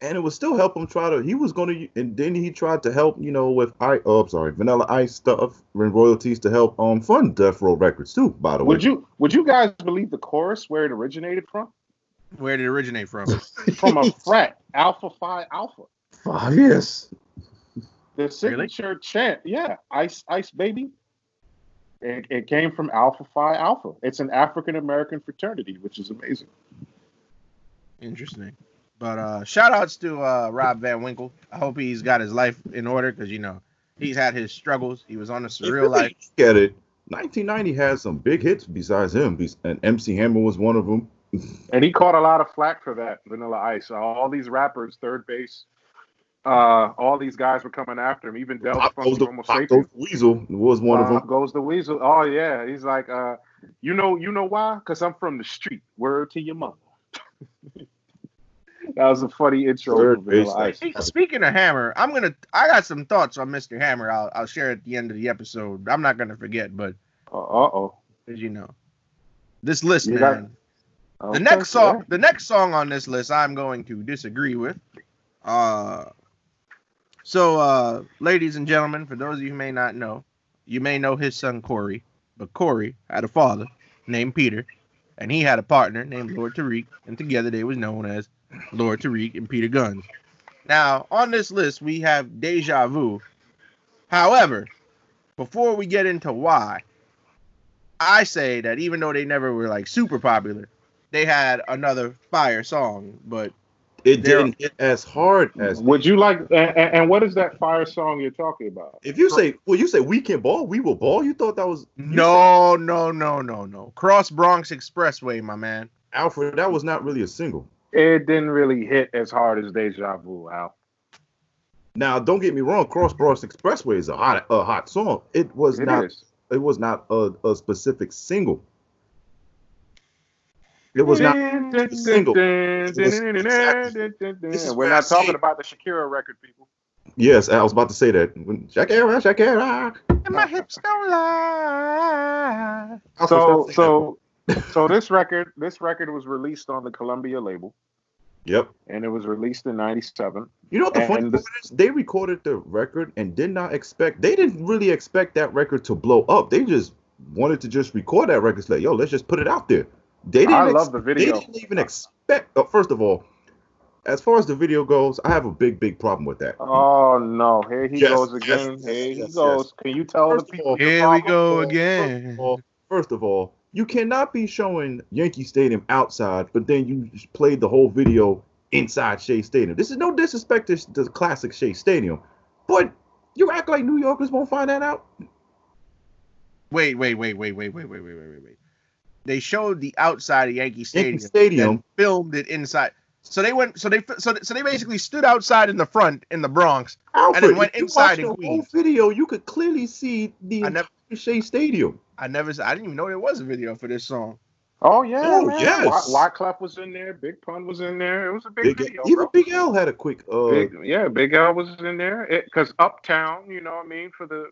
S3: and it would still help him try to. He was going to, and then he tried to help, you know, with I. Oh, I'm sorry, Vanilla Ice stuff and royalties to help um fund Death Row Records too. By the way,
S4: Would you Would you guys believe the chorus where it originated from?
S2: Where did it originate from?
S4: From a frat, Alpha Phi Alpha. Ah,
S3: Five years.
S4: The
S2: Really?
S4: signature chant, yeah, Ice Ice Baby. It, it came from Alpha Phi Alpha. It's an African American fraternity, which is amazing.
S2: Interesting. But uh shout outs to uh Rob Van Winkle. I hope he's got his life in order because you know he's had his struggles. He was on the
S3: If you
S2: surreal life.
S3: Look at it. 1990 had some big hits besides him, bes- and MC Hammer was one of them.
S4: And he caught a lot of flack for that, Vanilla Ice. All these rappers, third base, uh, all these guys were coming after him. Even Del
S3: Pop
S4: from
S3: Goes the,
S4: Homo
S3: Pop
S4: Sapien.
S3: Goes the Weasel was one of
S4: Uh,
S3: them.
S4: goes the weasel. Oh yeah, he's like, uh, you know, you know why? Because I'm from the street. Word to your mama. that was a funny intro. for
S3: Third base,
S4: Vanilla Ice.
S2: Hey, Speaking of Hammer, I'm gonna I got some thoughts on Mr. Hammer. I'll I'll share at the end of the episode. I'm not gonna forget, but
S4: Uh oh.
S2: as you know, this list,
S4: You got-
S2: man. the next song, the next song on this list, I'm going to disagree with. Uh, so, uh, ladies and gentlemen, for those of you who may not know, you may know his son Corey, but Corey had a father named Peter, and he had a partner named Lord Tariq, and together they was known as Lord Tariq and Peter Guns. Now, on this list, we have Deja Vu. However, before we get into why, I say that even though they never were like super popular, they had another fire song, but
S3: It
S2: There-
S3: didn't hit as hard as.
S4: Would you like? And, and and what is that fire song you're talking about?
S3: If you say, well, you say we can ball, we will ball. You thought that was you
S2: no, no, no, no, no. Cross Bronx Expressway, my man.
S3: said, Alfred. That was not really a single.
S4: It didn't really hit as hard as Deja Vu. Al.
S3: Now, don't get me wrong, Cross Bronx Expressway is a hot a hot song. It was
S4: It
S3: not
S4: is.
S3: it was not a, a specific single. It was not a single. It was- This is
S4: We're
S3: where I
S4: not
S3: say-
S4: talking about the Shakira record, people.
S3: yes, I was about to say that. When Shakira, Shakira.
S2: And my hips don't lie.
S3: I was
S4: so
S3: about to say
S4: so so this record this record was released on the Columbia label
S3: that. Yep.
S4: and it was released in 97
S3: You know what the funny
S4: And-
S3: part is? They recorded the record and did not expect they didn't really expect that record to blow up. They just wanted to just record that record. It's Like, yo, let's just put it out there. They didn't
S4: I love the video.
S3: They didn't even expect uh, first of all, as far as the video goes, I have a big, big problem with that.
S4: oh no here he
S3: Yes,
S4: goes
S3: yes,
S4: again
S3: yes,
S4: here he
S3: yes,
S4: goes
S3: yes.
S4: can you tell
S3: First
S4: the
S3: of
S4: people
S3: all-
S4: your
S2: Here we
S4: problem?
S2: go
S3: First
S2: again.
S3: of all- first of all, You cannot be showing Yankee Stadium outside, but then you just played the whole video inside Shea Stadium. This is no disrespect to the classic Shea Stadium, but you act like New Yorkers won't find that out.
S2: Wait, wait, wait, wait, wait, wait, wait, wait, wait, wait, wait. They showed the outside of Yankee Stadium,
S3: Yankee Stadium,
S2: and filmed it inside. So they went. So they. So, so they basically stood outside in the front in the Bronx.
S3: Alfred.
S2: went
S3: if you
S2: inside
S3: watch
S2: in
S3: the whole
S2: Queens.
S3: video, you could clearly see the
S2: I never.
S3: entire Shea Stadium.
S2: I never. s- I didn't even know there was a video for this song.
S4: Oh yeah,
S3: Oh,
S4: man.
S3: yes.
S4: Lot, Lot Clap was in there. Big Pun was in there. It was a big,
S3: Big-
S4: video.
S3: even
S4: bro.
S3: Big L had a quick. Uh,
S4: Big, yeah, Big L was in there because Uptown, you know what I mean. For the,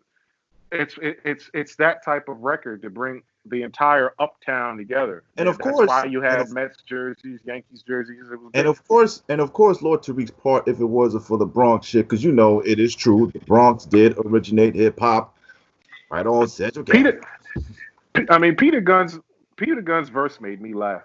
S4: it's it, it's it's that type of record to bring the entire Uptown together.
S3: And of
S4: That's
S3: course-
S4: why you had
S3: and of-
S4: Mets jerseys, Yankees jerseys. It was
S3: And of course, and of course, Lord Tariq's part, if it wasn't for the Bronx shit, because you know it is true, the Bronx did originate hip hop. Right on, Cedric.
S4: Peter. P- I mean, Peter Guns. Peter Guns' verse made me laugh.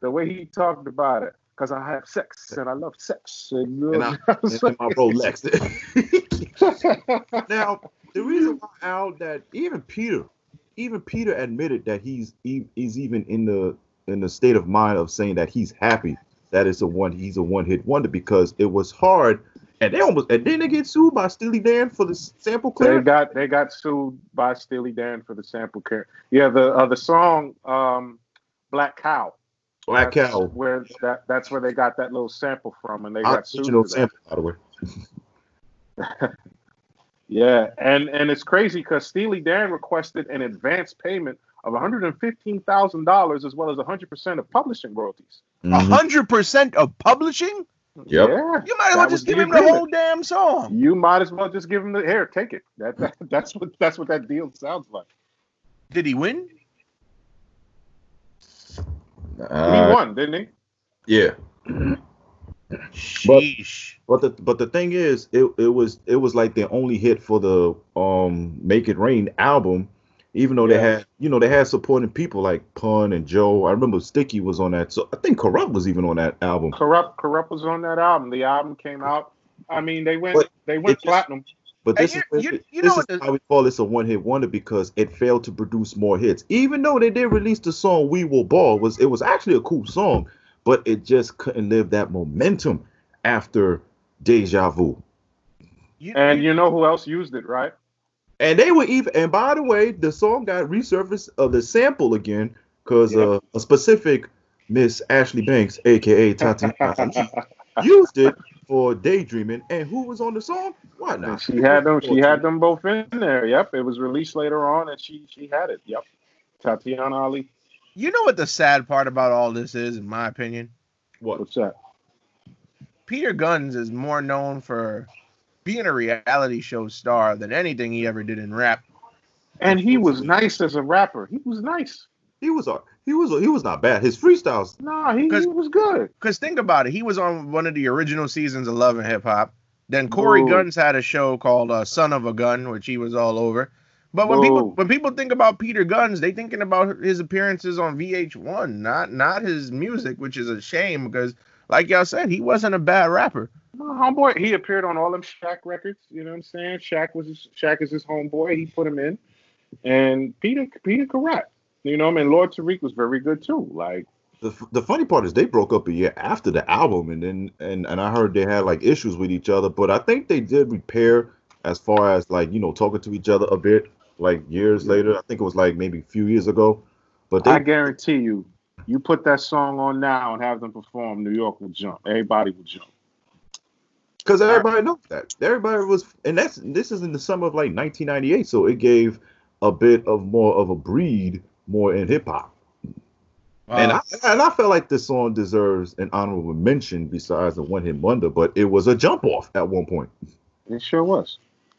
S4: The way he talked about it, because I have sex and I love sex. And,
S3: And I-
S4: I was
S3: and and my Rolex.
S4: like-
S3: now, the reason why Al that even Peter, even Peter admitted that he's he, he's even in the in the state of mind of saying that he's happy that it's a one he's a one hit wonder because it was hard and they almost and then they get sued by Steely Dan for the sample
S4: They
S3: clear.
S4: got they got sued by Steely Dan for the sample care. Yeah, the uh, the song um, "Black Cow."
S3: Black
S4: That's
S3: Cow
S4: Where that that's where they got that little sample from, and they got sued.
S3: original
S4: for that.
S3: sample by the way.
S4: Yeah, and and it's crazy because Steely Dan requested an advance payment of one hundred and fifteen thousand dollars, as well as one hundred percent of publishing royalties.
S2: A
S3: Mhm.
S2: hundred percent of publishing.
S4: Yeah.
S3: Yep.
S2: You might as
S4: That
S2: well
S4: was
S2: just give
S4: the
S2: him the
S4: agreement.
S2: whole damn song.
S4: You might as well just give him the here, take it. That, that that's what that's what that deal sounds like.
S2: Did he win?
S4: he
S3: Uh,
S4: won, didn't he?
S3: yeah.
S2: Sheesh.
S3: But the but the thing is, it, it was it was like their only hit for the um Make It Rain album, even though they
S4: Yeah.
S3: had you know they had supporting people like Pun and Joe. I remember Sticky was on that. So I think Corrupt was even on that album.
S4: Corrupt Corrupt was on that album. The album came out. I mean, they went
S3: But
S4: they went
S3: it just-
S4: platinum.
S3: But
S2: And
S3: this is
S2: you- you- you
S3: this
S2: know
S3: is
S2: what the-
S3: why we call this a one hit wonder because it failed to produce more hits. Even though they did release the song "We Will Ball," was it was actually a cool song, but it just couldn't live that momentum after Deja Vu.
S2: You,
S4: And you know who else used it, right?
S3: And they were even. And by the way, the song got resurfaced of the sample again because
S4: Yeah.
S3: uh, a specific Miss Ashley Banks, aka Tati, uh, used it for daydreaming. And who was on the song? Why
S4: And
S3: not?
S4: she had them. She had them both in there. Yep, it was released later on, and she she had it. Yep, Tatiana Ali.
S2: you know what the sad part about all this is, in my opinion.
S3: What?
S4: What's that?
S2: Peter Guns is more known for being a reality show star than anything he ever did in rap.
S4: And he was nice as a rapper. He was nice.
S3: He was. a- He was. a- He was not bad. His freestyles.
S4: Nah, he,
S2: Because-
S4: he was good.
S2: Because think about it, he was on one of the original seasons of Love and Hip Hop. Then Corey
S4: Whoa.
S2: Guns had a show called uh, Son of a Gun, which he was all over. But when people
S4: Whoa.
S2: when people think about Peter Guns, they thinking about his appearances on VH1, not not his music, which is a shame because, like y'all said, he wasn't a bad rapper.
S4: No, homeboy, he appeared on all them Shaq records. You know what I'm saying? Shaq was his, Shaq is his homeboy. He put him in, and Peter Peter Karat. You know, what I mean, Lord Tariq was very good too. Like,
S3: The, f- the funny part is they broke up a year after the album, and then and and I heard they had like issues with each other, but I think they did repair as far as like you know talking to each other a bit like years later. I think it was like maybe a few years ago, but they
S4: I guarantee you, you put that song on now and have them perform, New York will jump. Everybody will jump.
S3: Because everybody knows that. Everybody was, and that's this is in the summer of like 1998, so it gave a bit of more of a breed more in hip hop. and I
S2: Uh,
S3: and I felt like this song deserves an honorable mention besides the one hit wonder, but it was a jump off at one point.
S4: It sure was.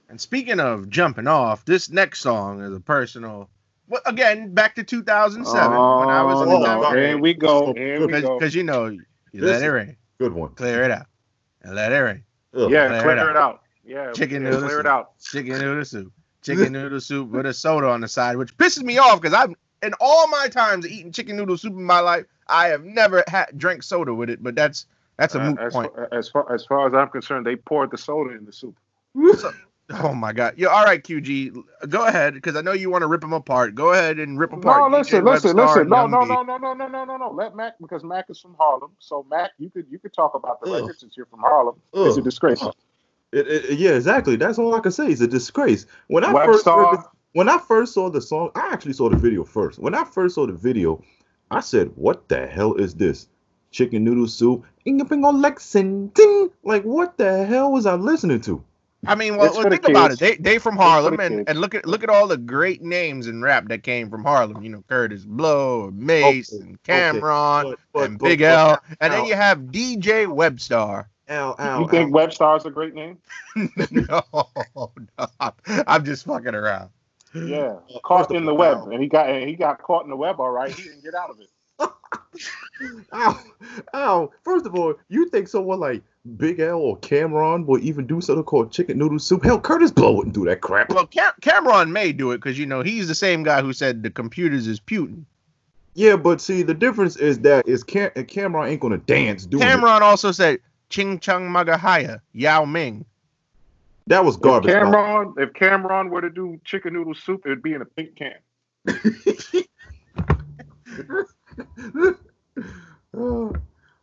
S2: And speaking of jumping off, this next song is a personal. Well, again, back to 2007 when I was in
S4: Oh,
S2: the
S3: no.
S2: Diamond
S4: Here we go. Here we go.
S2: because you know you let
S3: Listen.
S2: it rain,
S3: Good one.
S2: clear it out, and let it rain.
S3: Ugh.
S4: Yeah,
S2: Clear it
S4: clear it out. Yeah,
S2: Chicken
S4: yeah,
S2: noodles.
S4: Clear it out.
S2: Chicken noodle soup, chicken noodle soup with a soda on the side, which pisses me off because I've in all my times of eating chicken noodle soup in my life, I have never had drank soda with it. But that's that's a
S4: Uh,
S2: moot
S4: as,
S2: point.
S4: Far, as far as far as I'm concerned, they poured the soda in the soup.
S2: Oh my God! Yeah, all right, QG, go ahead because I know you want to rip them apart. Go ahead and rip apart.
S4: No, listen,
S2: DJ
S4: listen,
S2: Webstar
S4: listen.
S2: and
S4: No,
S2: Young
S4: no,
S2: D.
S4: no, no, no, no, no, no, no. Let Mac because Mac is from Harlem. So Mac, you could you could talk about the
S3: Ugh.
S4: record since you're from Harlem. It's a
S3: Ugh.
S4: disgrace.
S3: Ugh. It- it- yeah, exactly. That's all I can say. It's a disgrace. When I first heard
S4: Webstar,
S3: the, when I first saw the song, I actually saw the video first. When I first saw the video, I said, "What the hell is this? Chicken noodle soup? Inga bingo Lexington? Like what the hell was I listening to?"
S2: I mean, well,
S4: It's
S2: well,
S4: for the
S2: think about it.
S4: kids.
S2: They they from
S4: for the
S2: Harlem, and,
S4: kids.
S2: and look at look at all the great names in rap that came from Harlem. You know, Curtis Blow, Mace,
S3: Okay,
S2: and Cameron,
S3: But- but-
S2: and
S3: but-
S2: Big
S3: but-
S2: L, and then
S3: Al-
S2: you have DJ Webstar.
S3: Al, Al,
S4: you think
S3: Al.
S4: Webstar's a great name?
S2: no, no, I'm just fucking around.
S4: Yeah,
S3: Well, first
S4: caught
S3: of
S4: in the
S3: all,
S4: web,
S3: Al.
S4: and he got and he got caught in the web. All right, he didn't get out of it.
S3: Ow, ow. First of all, you think someone like Big L or Cameron will even do something called chicken noodle soup? Hell, Curtis Blow wouldn't do that crap.
S2: Well, Cam- Cameron may do it because you know he's the same guy who said the computers is Putin.
S3: Yeah, but see, the difference is that is Cam- Cameron ain't gonna dance doing it.
S2: Cameron also said Ching Chung Magahaya, Yao Ming.
S3: That was
S4: If
S3: garbage. Al.
S4: Cameron, if Cameron were to do chicken noodle soup, it'd be in a pink can.
S3: Uh,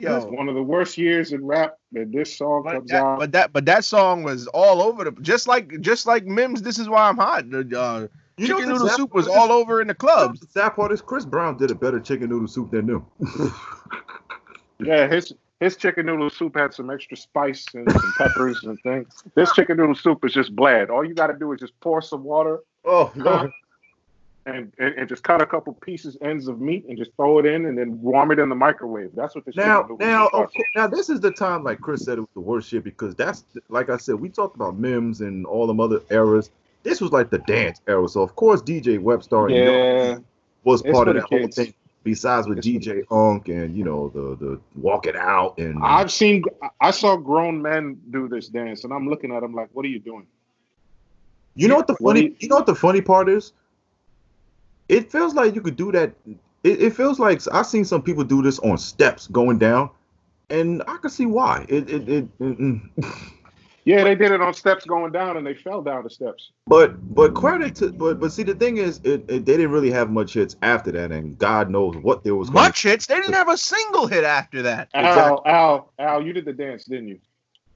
S4: That's one of the worst years in rap. And this song
S2: But
S4: comes
S2: that,
S4: out.
S2: but that but that song was all over the just like just like Mims. This is why I'm hot. The, Uh,
S3: you know
S2: chicken
S3: the
S2: noodle
S3: sad
S2: soup was
S3: part is-
S2: all over in the clubs.
S3: The sad part is Chris Brown did a better chicken noodle soup than them.
S4: Yeah, his his chicken noodle soup had some extra spice and some peppers and things. This chicken noodle soup is just bland. All you got to do is just pour some water
S3: oh
S4: Lord. and, and and just cut a couple pieces ends of meat and just throw it in and then warm it in the microwave. That's what this
S3: Now,
S4: chicken noodle
S3: now,
S4: soup was.
S3: of cour- now, this is the time, like Chris said, it was the worst shit because that's like I said, we talked about Mims and all them other eras. This was like the dance era, so of course DJ Webstar and Young
S4: Yeah,
S3: D was
S4: it's
S3: part
S4: for
S3: of
S4: the
S3: that whole
S4: kids.
S3: thing. Besides with
S4: It's for the
S3: DJ Unk and you know the the walking out and
S4: I've seen. I saw grown men do this dance, and I'm looking at them like, "What are you doing?"
S3: you know what the
S4: What do
S3: funny
S4: you-
S3: you know what the funny part is. It feels like you could do that. It, it feels like I've seen some people do this on steps going down, and I can see why. It it it. mm, mm.
S4: Yeah, they did it on steps going down, and they fell down the steps.
S3: But but credit to but but see the thing is it, it they didn't really have much hits after that and God knows what there was
S2: Much hits. They didn't have a single hit after that.
S4: Al, Al, Al, you did the dance, didn't you?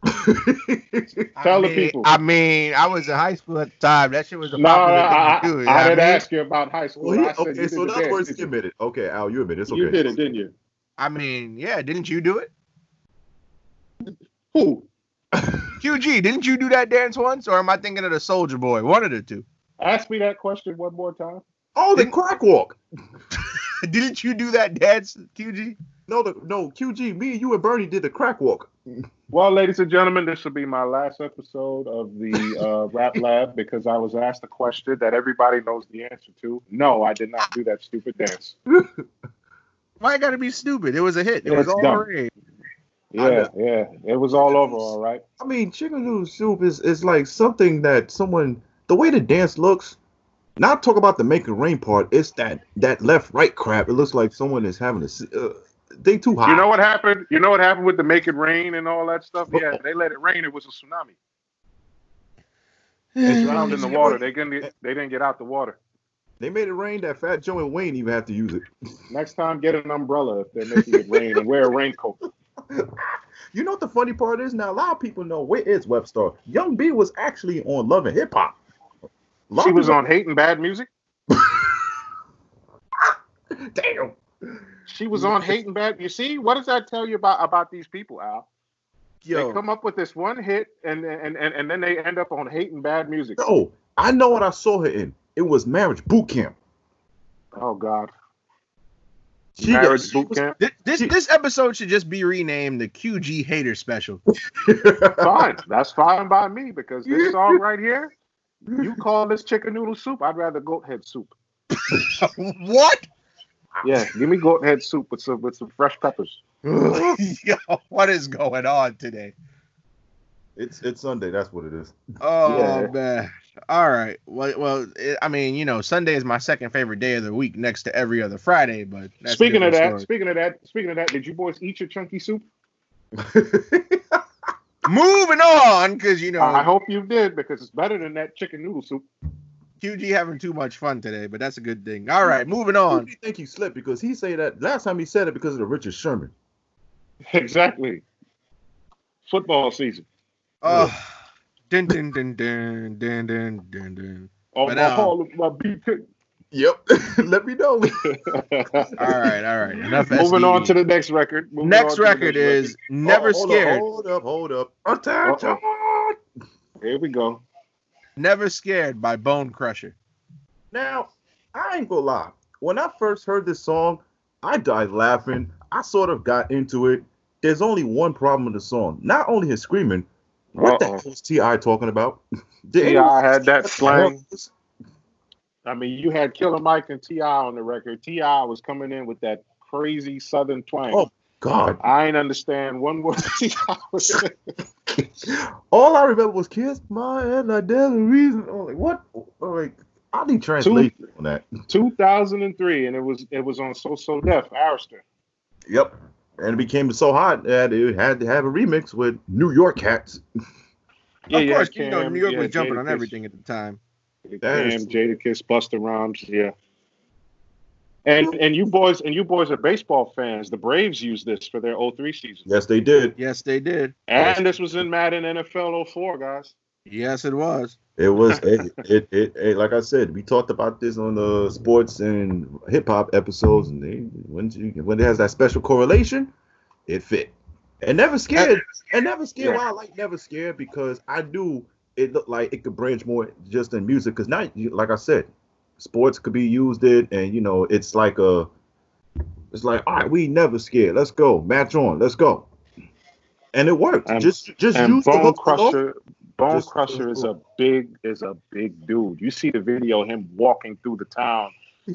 S3: Going.
S4: Tell
S2: I
S4: the
S2: mean,
S4: people.
S2: I mean, I was in high school at the time. That shit was a
S4: No,
S2: popular
S4: I, I,
S2: thing to do.
S4: I didn't
S2: mean?
S4: ask you about high school.
S3: well, he,
S4: I said
S3: okay,
S4: you
S3: so
S4: did
S3: in
S4: the
S3: other
S4: dance,
S3: words, he
S4: didn't
S3: admitted. Okay, Al, you admit it. it's
S4: you?
S3: okay.
S4: You did it, didn't you?
S2: I mean, yeah, didn't you do it?
S4: Who?
S2: QG, didn't you do that dance once? Or am I thinking of the Soldier Boy? One of the two.
S4: Ask me that question one more time.
S3: Oh, the crack walk.
S2: didn't you do that dance, QG?
S3: No, the, no, QG, me, you and Bernie did the crack walk.
S4: Well, ladies and gentlemen, this will be my last episode of the uh, Rap Lab because I was asked a question that everybody knows the answer to. No, I did not do that stupid dance.
S2: Why I gotta be stupid? It was a hit. It
S4: Yeah,
S2: was
S4: it's
S2: all
S4: dumb.
S2: rage.
S4: Yeah, yeah, it was all over. All right.
S3: I mean, chicken noodle soup is is like something that someone the way the dance looks. Not talk about the make it rain part. It's that that left right crap. It looks like someone is having a s- uh, they too high.
S4: You know what happened? You know what happened with the make it rain and all that stuff? Yeah, they let it rain. It was a tsunami.
S3: Mm-hmm.
S4: They drowned in the water. They didn't. Get, they didn't get out the water.
S3: They made it rain that Fat Joe and Wayne even have to use it.
S4: Next time, get an umbrella if they're making it rain and wear a raincoat.
S3: You know what the funny part is? Now a lot of people know where is Webstar. Young B was actually on Love and Hip Hop. A lot
S4: She
S3: of
S4: was
S3: people-
S4: on hating bad music.
S3: Damn.
S4: She was on hating bad. You see, what does that tell you about about these people, Al? They
S3: Yo,
S4: come up with this one hit and and and, and then they end up on hating bad music.
S3: yo, I know what I saw her in. It was Marriage Boot Camp.
S4: Oh God,
S3: She got-
S4: marriage
S3: she
S4: boot
S3: was-
S4: camp.
S2: This, this this episode should just be renamed the QG Hater Special.
S4: Fine, that's fine by me because this song right here. You call this chicken noodle soup? I'd rather goat head soup.
S2: what?
S4: Yeah, give me goat head soup with some with some fresh peppers.
S2: Yo, what is going on today?
S3: it's it's Sunday. That's what it is.
S2: Oh
S4: Yeah.
S2: man. All right. Well, well, it, I mean, you know, Sunday is my second favorite day of the week, next to every other Friday. But that's a
S4: speaking
S2: different
S4: of that,
S2: story.
S4: speaking of that, speaking of that, did you boys eat your chunky soup?
S2: Moving on, because you know
S4: I hope you did because it's better than that chicken noodle soup.
S2: QG having too much fun today, but that's a good thing. All right, moving on.
S3: you think he slipped? Because he say that last time he said it because of the Richard Sherman.
S4: Exactly. Football season.
S2: Uh, dun, dun, dun, dun, dun, dun, dun, dun.
S4: Oh,
S2: But,
S4: my
S2: uh,
S4: hall of my BK.
S3: Yep. Let me know.
S2: All right, all right. Enough
S4: Moving on
S2: SDE.
S4: to the next record. Moving on
S2: next
S4: to the
S2: record is Never
S3: Oh, hold up,
S2: Scared.
S3: Hold up, hold up. Attention.
S4: record. Here we go.
S2: Never Scared by Bone Crusher.
S3: Now, I ain't gonna lie. When I first heard this song, I died laughing. I sort of got into it. There's only one problem with the song. Not only his screaming, what
S4: Uh-oh.
S3: the hell is T.I. talking about? Did
S4: T.I.
S3: anyone
S4: had
S3: see
S4: that
S3: what the
S4: slang.
S3: hell was-
S4: I mean, you had Killer Mike and T.I. on the record. T.I. was coming in with that crazy southern twang.
S3: Oh. God.
S4: I ain't understand one word T.I. was saying.
S3: All I remember was Kiss My Head Like There's a Reason. I'm like, what? I'm like, I need translation on that.
S4: 2003, and it was it was on So So Def, Arister.
S3: Yep. And it became so hot that it had to have a remix with New York Cats.
S2: of
S4: you
S2: course,
S4: had
S2: you know
S4: Cam,
S2: New York
S4: you
S2: was
S4: had
S2: jumping on
S4: Jadakiss.
S2: everything at the time.
S3: That
S4: Cam,
S3: is-
S4: Jadakiss, Buster Rhymes, yeah. And and you boys and you boys are baseball fans. The Braves used this for their 03 season.
S3: Yes, they did.
S2: Yes, they did.
S4: And this was in Madden NFL 04, guys.
S2: Yes, it was.
S3: It was it, it, it, it like I said, we talked about this on the sports and hip hop episodes, and they, when you, when it has that special correlation, it fit. And never scared, and never scared. Why I like never scared because I knew it looked like it could branch more just in music. Because now, you- like I said, sports could be used it, and you know, it's like a, it's like all right, we never scared. Let's go, match on, let's go, and it worked.
S4: And-
S3: just just
S4: And
S3: use the
S4: Bone
S3: hook alone.
S4: Crusher, Bone
S3: Just-
S4: Crusher is a big is a big dude. You see the video him walking through the town,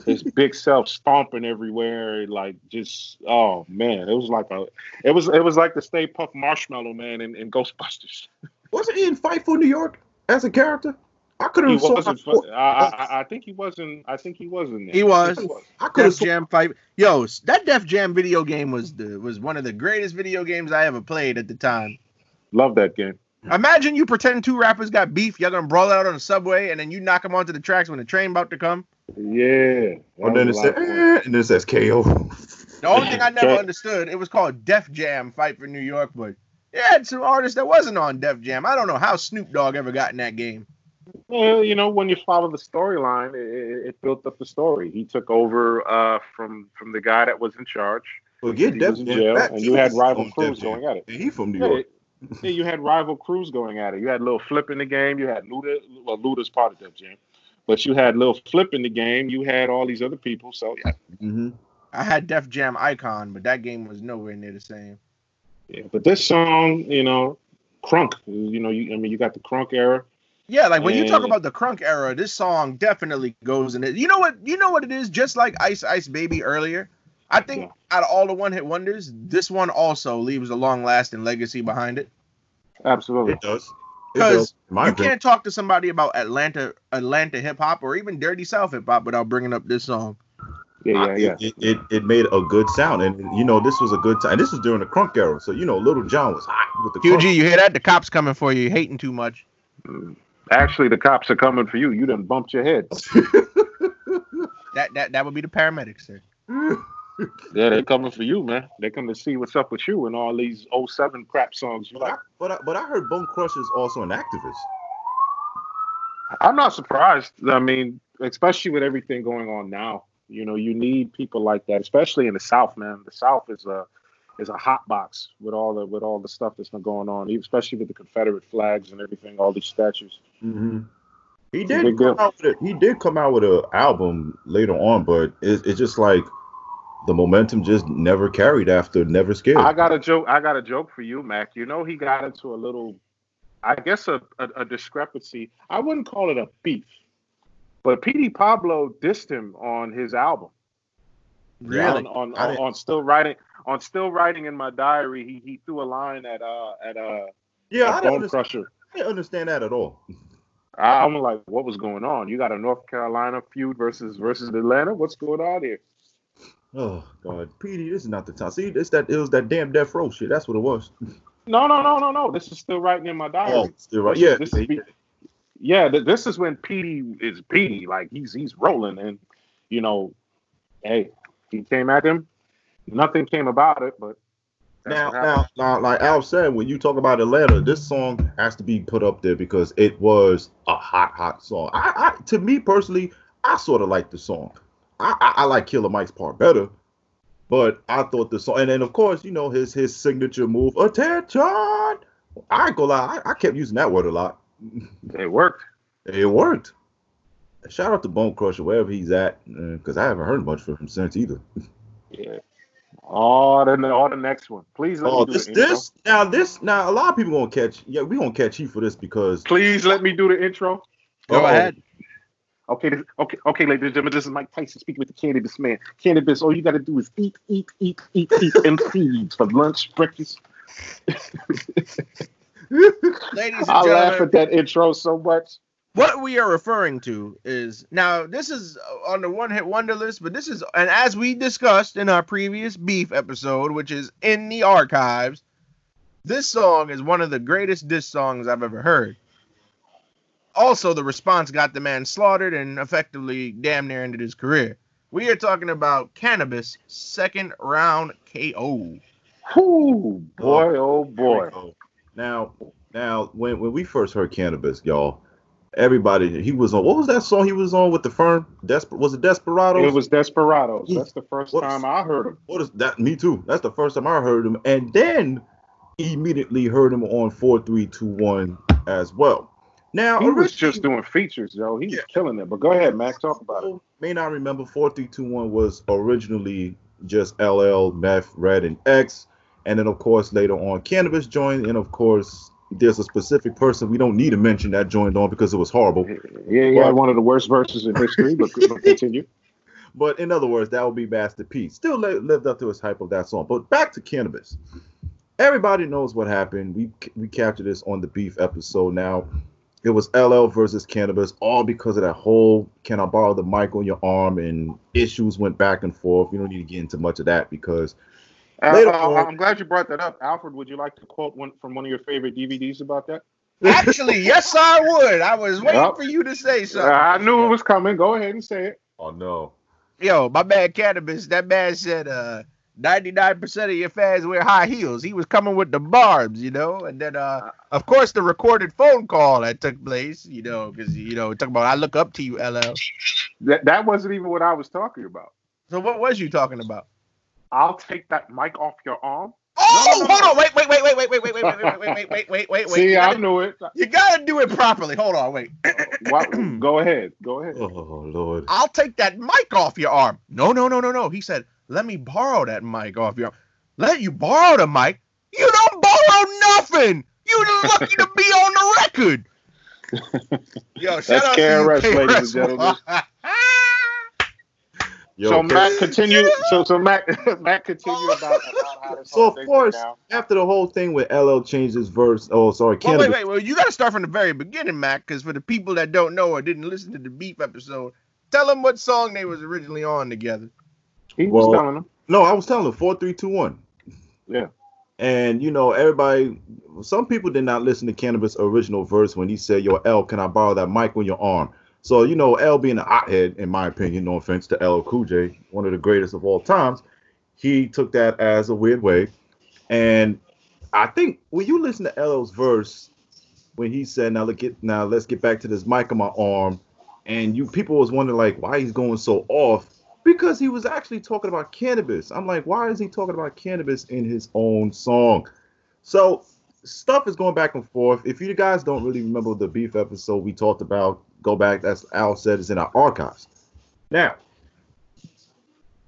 S4: his big self stomping everywhere, like just oh man, it was like a it was it was like the Stay Puff Marshmallow Man in, in Ghostbusters.
S3: Wasn't he in Fightful New York as a character? I could
S4: He
S3: have sworn.
S4: wasn't. fu- I, I, I think he wasn't. I think he wasn't.
S2: He was.
S3: I could have
S2: Def
S3: sworn.
S2: Jam fight. Yo, s- that Def Jam video game was the was one of the greatest video games I ever played at the time.
S4: Love that game.
S2: Imagine you pretend two rappers got beef, y'all gonna brawl out on the subway, and then you knock them onto the tracks when the train about to come.
S4: Yeah.
S3: And then it said, eh, and then it says KO.
S2: The only thing I never
S4: Right.
S2: understood, it was called Def Jam Fight for New York, but it had some artists that wasn't on Def Jam. I don't know how Snoop Dogg ever got in that game.
S4: Well, you know, when you follow the storyline, it, it- it built up the story. He took over uh, from from the guy that was in charge.
S3: Forget
S4: He
S3: Def
S4: was in
S3: Jam.
S4: jail,
S3: Fat
S4: and
S3: Joe
S4: you had
S3: was on
S4: rival
S3: Def
S4: crews
S3: Jam.
S4: going at it.
S3: And he from New
S4: Yeah,
S3: York.
S4: yeah, you had rival crews going at it. You had Lil Flip in the game. You had Luda. Well, Luda's part of Def Jam, but you had Lil Flip in the game. You had all these other people. So yeah,
S3: hmm
S2: I had Def Jam Icon, but that game was nowhere near the same.
S4: yeah. but this song, you know, crunk. You know, you, I mean, you got the crunk era.
S2: Yeah, like when you talk
S4: Yeah.
S2: about the crunk era, this song definitely goes in it. You know what? You know what it is? Just like Ice Ice Baby earlier, I think out of all the one hit wonders, this one also leaves a long lasting legacy behind it.
S4: Absolutely.
S3: It does. It
S2: 'Cause
S3: does. in My
S2: you
S3: opinion.
S2: can't talk to somebody about Atlanta Atlanta hip hop or even Dirty South hip hop without bringing up this song.
S4: Yeah, yeah, yeah.
S3: It, it it made a good sound, and you know this was a good time. This was during the crunk era, so you know Little John was hot with the crunk.
S2: QG, you hear that? The cops coming for you, you hating too much.
S4: Actually, the cops are coming for you. You done bumped your head.
S2: That that that would be the paramedics, sir.
S4: Yeah, they're coming for you, man. They're coming to see what's up with you and all these 07 crap songs. You
S3: But I,
S4: like.
S3: but I, but I heard Bone Crusher's also an activist.
S4: I'm not surprised. I mean, especially with everything going on now, you know, you need people like that, especially in the South, man. The South is a is a hot box with all the with all the stuff that's been going on, even- especially with the Confederate flags and everything, all these statues.
S3: hmm He
S4: a big
S3: did
S4: deal.
S3: come out with a, he did come out with an album later on, but it, it's just like the momentum just never carried after Never Scared.
S4: I got a joke. I got a joke for you, Mac. You know, he got into a little, I guess, a, a, a discrepancy. I wouldn't call it a beef, but P.D. Pablo dissed him on his album.
S2: Really?
S4: on on,
S3: I
S4: on,
S3: didn't-
S4: on still writing on still writing in my diary. He he threw a line at uh at uh
S3: yeah, I
S4: at
S3: didn't,
S4: Bone
S3: understand,
S4: Crusher.
S3: I didn't understand that at all.
S4: I, I'm like, what was going on? You got a North Carolina feud versus versus Atlanta. What's going on here?
S3: Oh God, PD, this is not the time. See, it's that it was that damn Death Row shit. That's what it was.
S4: No, no, no, no, no. This is still writing in my diary.
S3: Oh, still right. Yeah,
S4: This
S3: they-
S4: is, yeah, th- this is when PD is PD. Like he's he's rolling, and you know, hey, he came at him. Nothing came about it, but that's
S3: Now,
S4: what happened.
S3: now, now, like Al said, when you talk about Atlanta, this song has to be put up there because it was a hot, hot song. I, I to me personally, I sort of like the song. I, I, I like Killer Mike's part better, but I thought the song, and then of course, you know his his signature move, attention. I ain't gonna lie, I, I kept using that word a lot.
S4: it worked.
S3: It worked. Shout out to Bone Crusher wherever he's at, because I haven't heard much from him since either.
S4: Yeah. Oh, then the, oh, the next one. Please let
S3: Oh,
S4: me do
S3: this,
S4: the intro.
S3: this, now, this, now, a lot of people gonna catch. Yeah, we gonna catch heat for this because
S4: Please let me do the intro.
S2: Go
S3: Oh,
S2: ahead.
S4: Okay, this, okay, okay, ladies and gentlemen, this is Mike Tyson speaking with the cannabis man. Cannabis, all you gotta do is eat, eat, eat, eat, eat, and feed for lunch, breakfast.
S2: Ladies
S4: I
S2: and
S4: laugh
S2: gentlemen,
S4: at that intro so much.
S2: what we are referring to is now this is on the one hit wonder list, but this is and as we discussed in our previous beef episode, which is in the archives, this song is one of the greatest diss songs I've ever heard. Also, the response got the man slaughtered and effectively damn near ended his career. We are talking about cannabis second round KO.
S4: Whew, boy, oh boy.
S3: Now, now, when when we first heard cannabis, y'all, everybody, he was on. What was that song he was on with the firm? Desper was it Desperado?
S4: It was Desperados.
S3: Yeah.
S4: That's the first
S3: What-
S4: time I heard him.
S3: What is that? Me too. That's the first time I heard him, and then immediately heard him on four, three, two, one as well. Now,
S4: He was
S3: originally-
S4: just doing features, yo. He was
S3: Yeah.
S4: killing it. But go ahead, Mac, talk about it.
S3: People May not remember 4321 was originally just LL, Meth, Red, and X. And then, of course, later on, Cannabis joined. And of course, there's a specific person we don't need to mention that joined on because it was horrible.
S4: Yeah, yeah,
S3: Well-
S4: one of the worst verses in history, but, but continue.
S3: But in other words, that would be Master P. Still li- lived up to his hype of that song. But back to Cannabis. Everybody knows what happened. We we captured this on the Beef episode. Now, it was LL versus Cannabis, all because of that whole "Can I borrow the mic on your arm?" and issues went back and forth. We don't need to get into much of that because
S4: Uh,
S3: Later
S4: uh,
S3: on.
S4: I'm glad you brought that up. Alfred, would you like to quote one from one of your favorite DVDs about that?
S2: Actually, yes, I would. I was waiting
S4: Yep.
S2: for you to say something.
S4: Uh, I knew it was coming. Go ahead and say it.
S3: oh no,
S2: Yo, my bad cannabis. That man said uh 99% of your fans wear high heels. He was coming with the barbs, you know. And then uh of course the recorded phone call that took place, you know, because you know, talking about I look up to you, LL.
S4: That, that wasn't even what I was talking about.
S2: So what was you talking about?
S4: I'll take that mic off your arm.
S2: Oh,
S4: no, no.
S2: hold on, wait, wait, wait, wait, wait, wait, wait, wait, wait, wait, wait, wait, wait, wait, wait.
S4: See,
S2: you,
S4: I
S2: gotta,
S4: knew it.
S2: you gotta do it properly. Hold on, wait.
S4: Why- go ahead. Go ahead.
S3: oh lord,
S2: I'll take that mic off your arm. No, no, no, no, no. He said, let me borrow that mic off your arm. Let you borrow the mic? You don't borrow nothing. You lucky to be on the record. Yo, shout
S4: That's
S2: out
S4: KRS,
S2: to you,
S4: ladies and
S2: KRS.
S4: gentlemen.
S3: Yo,
S4: so
S3: Can-
S4: Matt continue. So so Matt Matt continue about, about how this
S3: So,
S4: whole
S3: of
S4: thing
S3: course-
S4: went down.
S3: after the whole thing with LL changed his verse. Oh, sorry,
S2: Well,
S3: Cannabis.
S2: wait, wait, well, you gotta start from the very beginning, Mac, because for the people that don't know or didn't listen to the beef episode, tell them what song they was originally on together.
S4: He was
S3: Well-
S4: telling him.
S3: No, I was telling him four, three, two, one.
S4: Yeah.
S3: And you know, everybody, some people did not listen to Cannabis' original verse when he said, "Yo, L, can I borrow that mic on your arm?" So you know, L being an hothead, in my opinion, no offense to L Cool J, one of the greatest of all times, he took that as a weird way. And I think when you listen to LL's verse, when he said, "Now look at now, let's get back to this mic on my arm," and you people was wondering like why he's going so off because he was actually talking about cannabis. I'm like, why is he talking about cannabis in his own song? So stuff is going back and forth. If you guys don't really remember the beef episode we talked about, go back. That's Al said is in our archives. Now,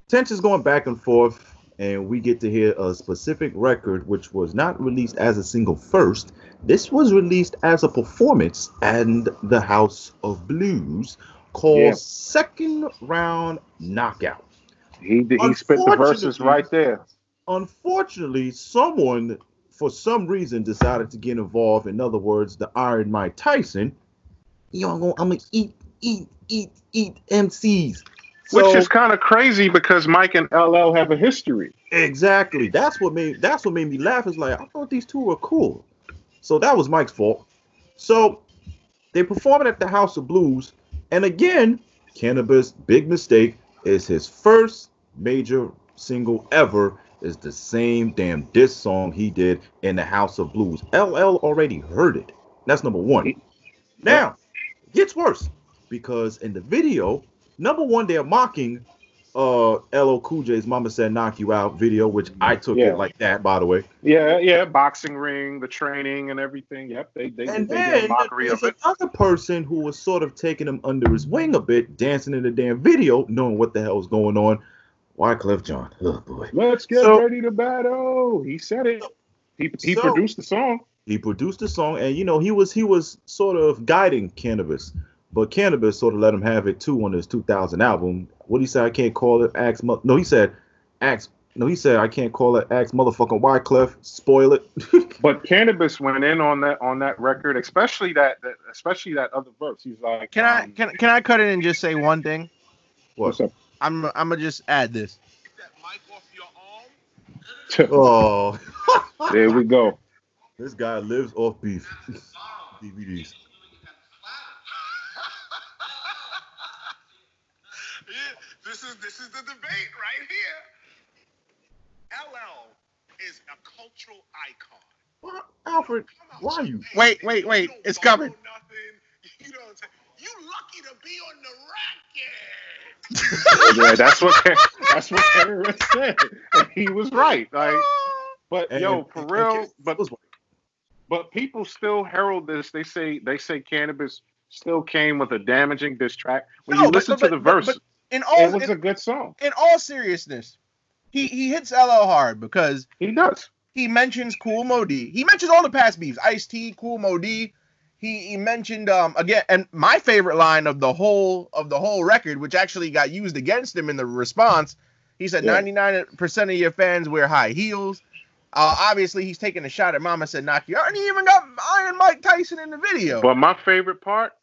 S3: tension's going back and forth, and we get to hear a specific record which was not released as a single first. This was released as a performance and the House of Blues called
S4: Yeah.
S3: Second Round Knockout.
S4: He did, he spit the verses
S3: Unfortunately-
S4: right there.
S3: Unfortunately, someone for some reason decided to get involved. In other words, the Iron Mike Tyson. Yo, I'm gonna, I'm gonna eat, eat, eat, eat MCs.
S4: Which
S3: So-
S4: is kind of crazy because Mike and LL have a history.
S3: Exactly. That's what made that's what made me laugh. Is like I thought these two were cool. So that was Mike's fault. So they performing at the House of Blues, and again, Cannabis Big Mistake is his first major single ever. Is the same damn diss song he did in the House of Blues. LL already heard it. That's number one. Now, it gets worse because in the video, number one, they're mocking uh LL Cool J's "Mama Said Knock You Out" video, which I took
S4: Yeah.
S3: it like that, by the way.
S4: Yeah, yeah, boxing ring, the training, and everything. Yep, they they, they
S3: and
S4: did a
S3: then
S4: mockery
S3: there's
S4: of it.
S3: another person who was sort of taking him under his wing a bit, dancing in the damn video, knowing what the hell was going on. Wyclef John, oh boy,
S4: Let's get
S3: So-
S4: ready to battle. He said it. He he
S3: So-
S4: produced the song.
S3: he produced the song, and you know he was he was sort of guiding Cannabis, but Cannabis sort of let him have it too on his 2000 album. What he said, I can't call it Axe. Mo- no, he said Axe. No, he said I can't call it Axe motherfucking Wyclef. Spoil it.
S4: But cannabis went in on that on that record, especially that, that especially that other verse. He's like,
S2: Can I
S4: um,
S2: can can I cut in and just say one thing?
S4: what's up?
S2: I'm I'm gonna just add this.
S3: oh.
S4: There we go.
S3: This guy lives off beef. DVDs.
S1: Yeah, this is this is the debate right here. LL is a cultural icon.
S3: Why- Alfred, why are you?
S2: Wait, wait, wait,
S1: You don't
S2: it's coming.
S1: borrow nothing. You don't. You lucky to be on the racket.
S4: Yeah, that's what Ken- that's what Cannabis said. And he was right. Like, but
S3: And-
S4: yo,
S3: and-
S4: for
S3: and-
S4: real.
S3: and-
S4: but
S3: was-
S4: but people still herald this. They say they say cannabis still came with a damaging diss track. When
S2: No,
S4: you
S2: but-
S4: listen
S2: but-
S4: to the
S2: but-
S4: verse,
S2: but In
S4: it
S2: all
S4: was
S2: in,
S4: a good song.
S2: in all seriousness, he he hits LL hard because
S4: He does.
S2: he mentions Cool Modi. He mentions all the past beefs, Ice T, Cool Modi. He he mentioned um again, and my favorite line of the whole of the whole record, which actually got used against him in the response. He said
S4: Yeah.
S2: ninety nine percent of your fans wear high heels. Uh, obviously, he's taking a shot at Mama said knock you out, and he even got Iron Mike Tyson in the video.
S4: But my favorite part,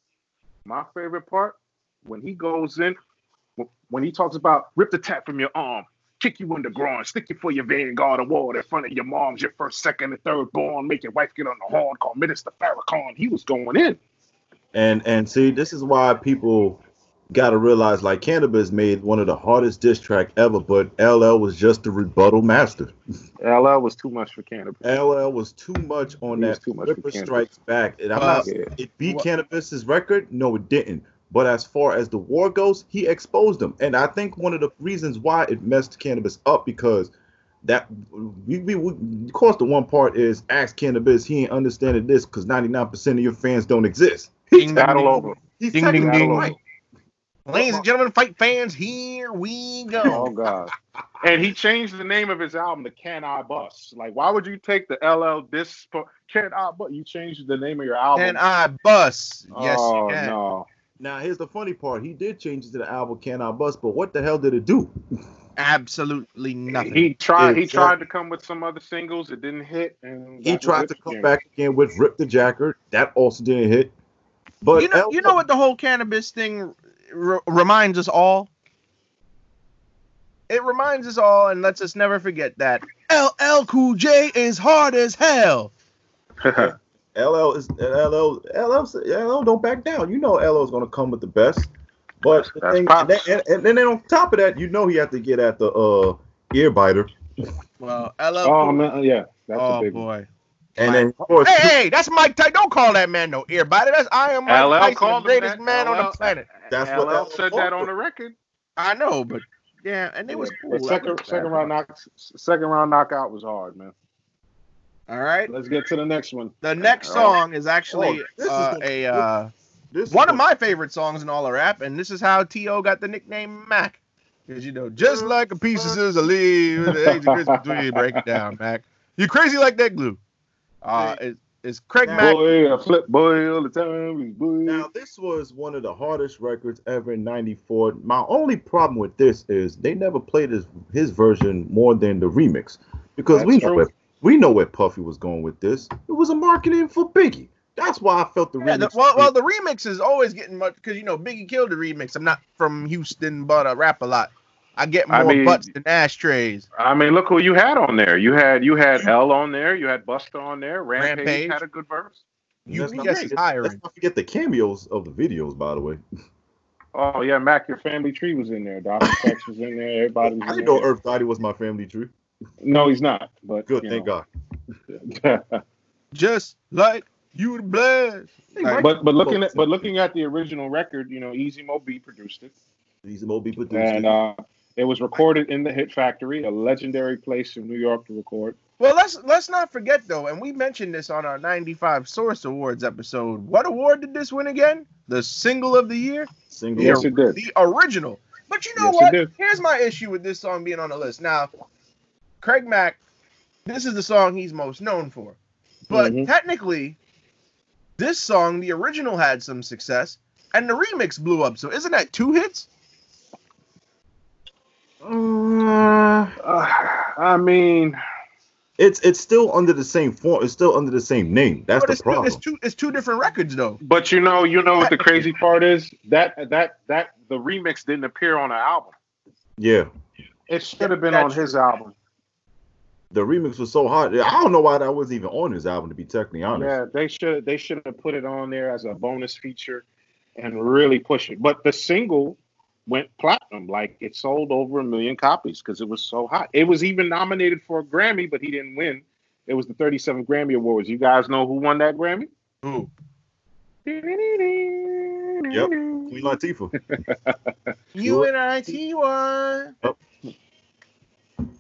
S4: my favorite part, when he goes in, wh- when he talks about rip the tap from your arm, kick you in the groin, stick you for your vanguard award in front of your mom's, your first, second, and third born, make your wife get on the horn, call Minister Farrakhan. He was going in.
S3: And and see, this is why people gotta realize like cannabis made one of the hardest diss track ever, but LL was just the rebuttal master.
S4: LL was too much for cannabis.
S3: LL was too much on
S4: He was
S3: that
S4: too much for
S3: Ripper
S4: Cannabis. Uh,
S3: Strikes Back. And I'm
S2: Well,
S3: not
S4: Yeah.
S3: it beat
S2: Wha-
S3: Cannabis's record? No, it didn't. But as far as the war goes, he exposed them. And I think one of the reasons why it messed Cannabis up because that we, we, we of course the one part is ask Cannabis he ain't understanding this because 99% of your fans don't exist.
S2: Ding, ding,
S4: Battle
S2: ding.
S4: over.
S3: He's
S2: Ding, ding,
S3: technically
S4: ding.
S3: right.
S2: Ladies and gentlemen, fight fans, here we go.
S4: Oh God. And he changed the name of his album to Can I Bust? Like, why would you take the LL this Can I Bust? You changed the name of your album.
S2: Can I bus? Yes,
S4: oh
S2: you can.
S4: no.
S3: Now here's the funny part. He did change it to the album Can I Bust, but what the hell did it do?
S2: Absolutely nothing.
S4: He tried. He
S3: Exactly.
S4: tried to come with some other singles. It didn't hit. And
S3: He
S4: that was
S3: tried
S4: it
S3: to
S4: for
S3: come
S4: him.
S3: back again with Rip the Jacker. That also didn't hit. But
S2: you know, you
S3: LL
S2: know what the whole cannabis thing r- reminds us all. It reminds us all and lets us never forget that LL Cool J is hard as hell.
S3: LL is LL LL LL don't back down. You know LL is gonna come with the best. But the
S4: That's
S3: thing, and,
S4: props.
S3: then, and, and then on top of that, you know he had to get at the uh ear biter.
S2: Well, LL.
S4: oh
S2: Cool-
S4: man, yeah, that's a
S2: oh
S4: big one.
S2: boy.
S3: And then of course
S2: Hey, hey, that's Mike Tyson. Don't call that man no earbody. That's Iron Mike
S4: LL
S2: Tyson,
S4: called
S2: the
S4: him
S2: greatest
S4: that.
S2: man on
S4: LL
S2: the planet.
S3: That's
S4: LL
S3: what LL
S4: said that on the record.
S2: I know, but yeah, and it was
S4: Yeah,
S2: cool.
S4: but second, second round knock, second round knockout was hard, man.
S2: All right.
S4: Let's get to the next one.
S2: The next
S4: Oh.
S2: song is actually
S3: Oh, this is
S2: uh,
S3: gonna-
S2: a uh,
S3: this
S2: one of
S3: was-
S2: my favorite songs in all of rap, and this is how T.O. got the nickname Mac. Because, you know, just like a piece of scissors, a leave, the age of Christmas tree, break it down, Mac. You crazy like that glue. Uh, it's, it's Craig
S3: Now-
S2: Mac.
S4: Boy, I flip boy all the time. we Boy.
S3: Now this was one of the hardest records ever in '94. My only problem with this is they never played his his version more than the remix, because we
S4: That's
S3: know
S4: true.
S3: where, we know where Puffy was going with this. It was a marketing for Biggie. That's why I felt the
S2: Yeah, the,
S3: remix.
S2: well, well, the remix is always getting much because you know Biggie killed the remix. I'm not from Houston, but I rap a lot. I get more
S4: I mean-
S2: butts than ashtrays.
S4: I mean, look who you had on there. You had you had L on there. You had Busta on there. Rampage,
S2: Rampage.
S4: had a good verse.
S3: And let's not
S2: UPS is
S3: forget-
S2: hiring.
S3: Let's not forget the cameos of the videos, by the way.
S4: Oh yeah, Mac, your family tree was in there. Dr. Sachs was in there. Everybody
S3: I
S4: was in
S3: didn't know
S4: there.
S3: Earth Dottie was my family tree.
S4: No, he's not. But
S3: Good, thank God.
S4: God.
S2: Just like you the blast.
S3: Right.
S4: but but looking at but looking at the original record, you know, Easy Mo B produced it,
S3: These Moby produced
S4: and
S3: it.
S4: uh, it was recorded in the Hit Factory, a legendary place in New York to record.
S2: Well, let's let's not forget though, and we mentioned this on our '95 Source Awards episode. What award did this win again? The single of the year,
S3: single.
S4: Yes, it did.
S2: the original. But you know
S4: Yes, it
S2: what?
S4: did.
S2: Here's my issue with this song being on the list. Now, Craig Mack, this is the song he's most known for, but
S4: Mhm.
S2: technically, this song, the original, had some success, and the remix blew up. So isn't that two hits?
S3: Uh,
S4: Uh, I mean,
S3: it's it's still under the same form. It's still under the same name. That's
S2: But
S3: the
S2: it's, two,
S3: problem.
S2: it's two. It's two different records though.
S4: but you know, you know what the crazy part is that that that the remix didn't appear on the album.
S3: yeah,
S4: It should have been
S2: That's
S4: on his album.
S3: the remix was so hot. I don't know why that was even on his album. To be technically honest,
S4: Yeah, they should they should have put it on there as a bonus feature and really push it. But the single went platinum, like it sold over a million copies because it was so hot. It was even nominated for a Grammy, but he didn't win. It was the 37th Grammy Awards. You guys know who won that Grammy?
S2: Ooh.
S3: Yep. Queen Latifah.
S2: You and I T one.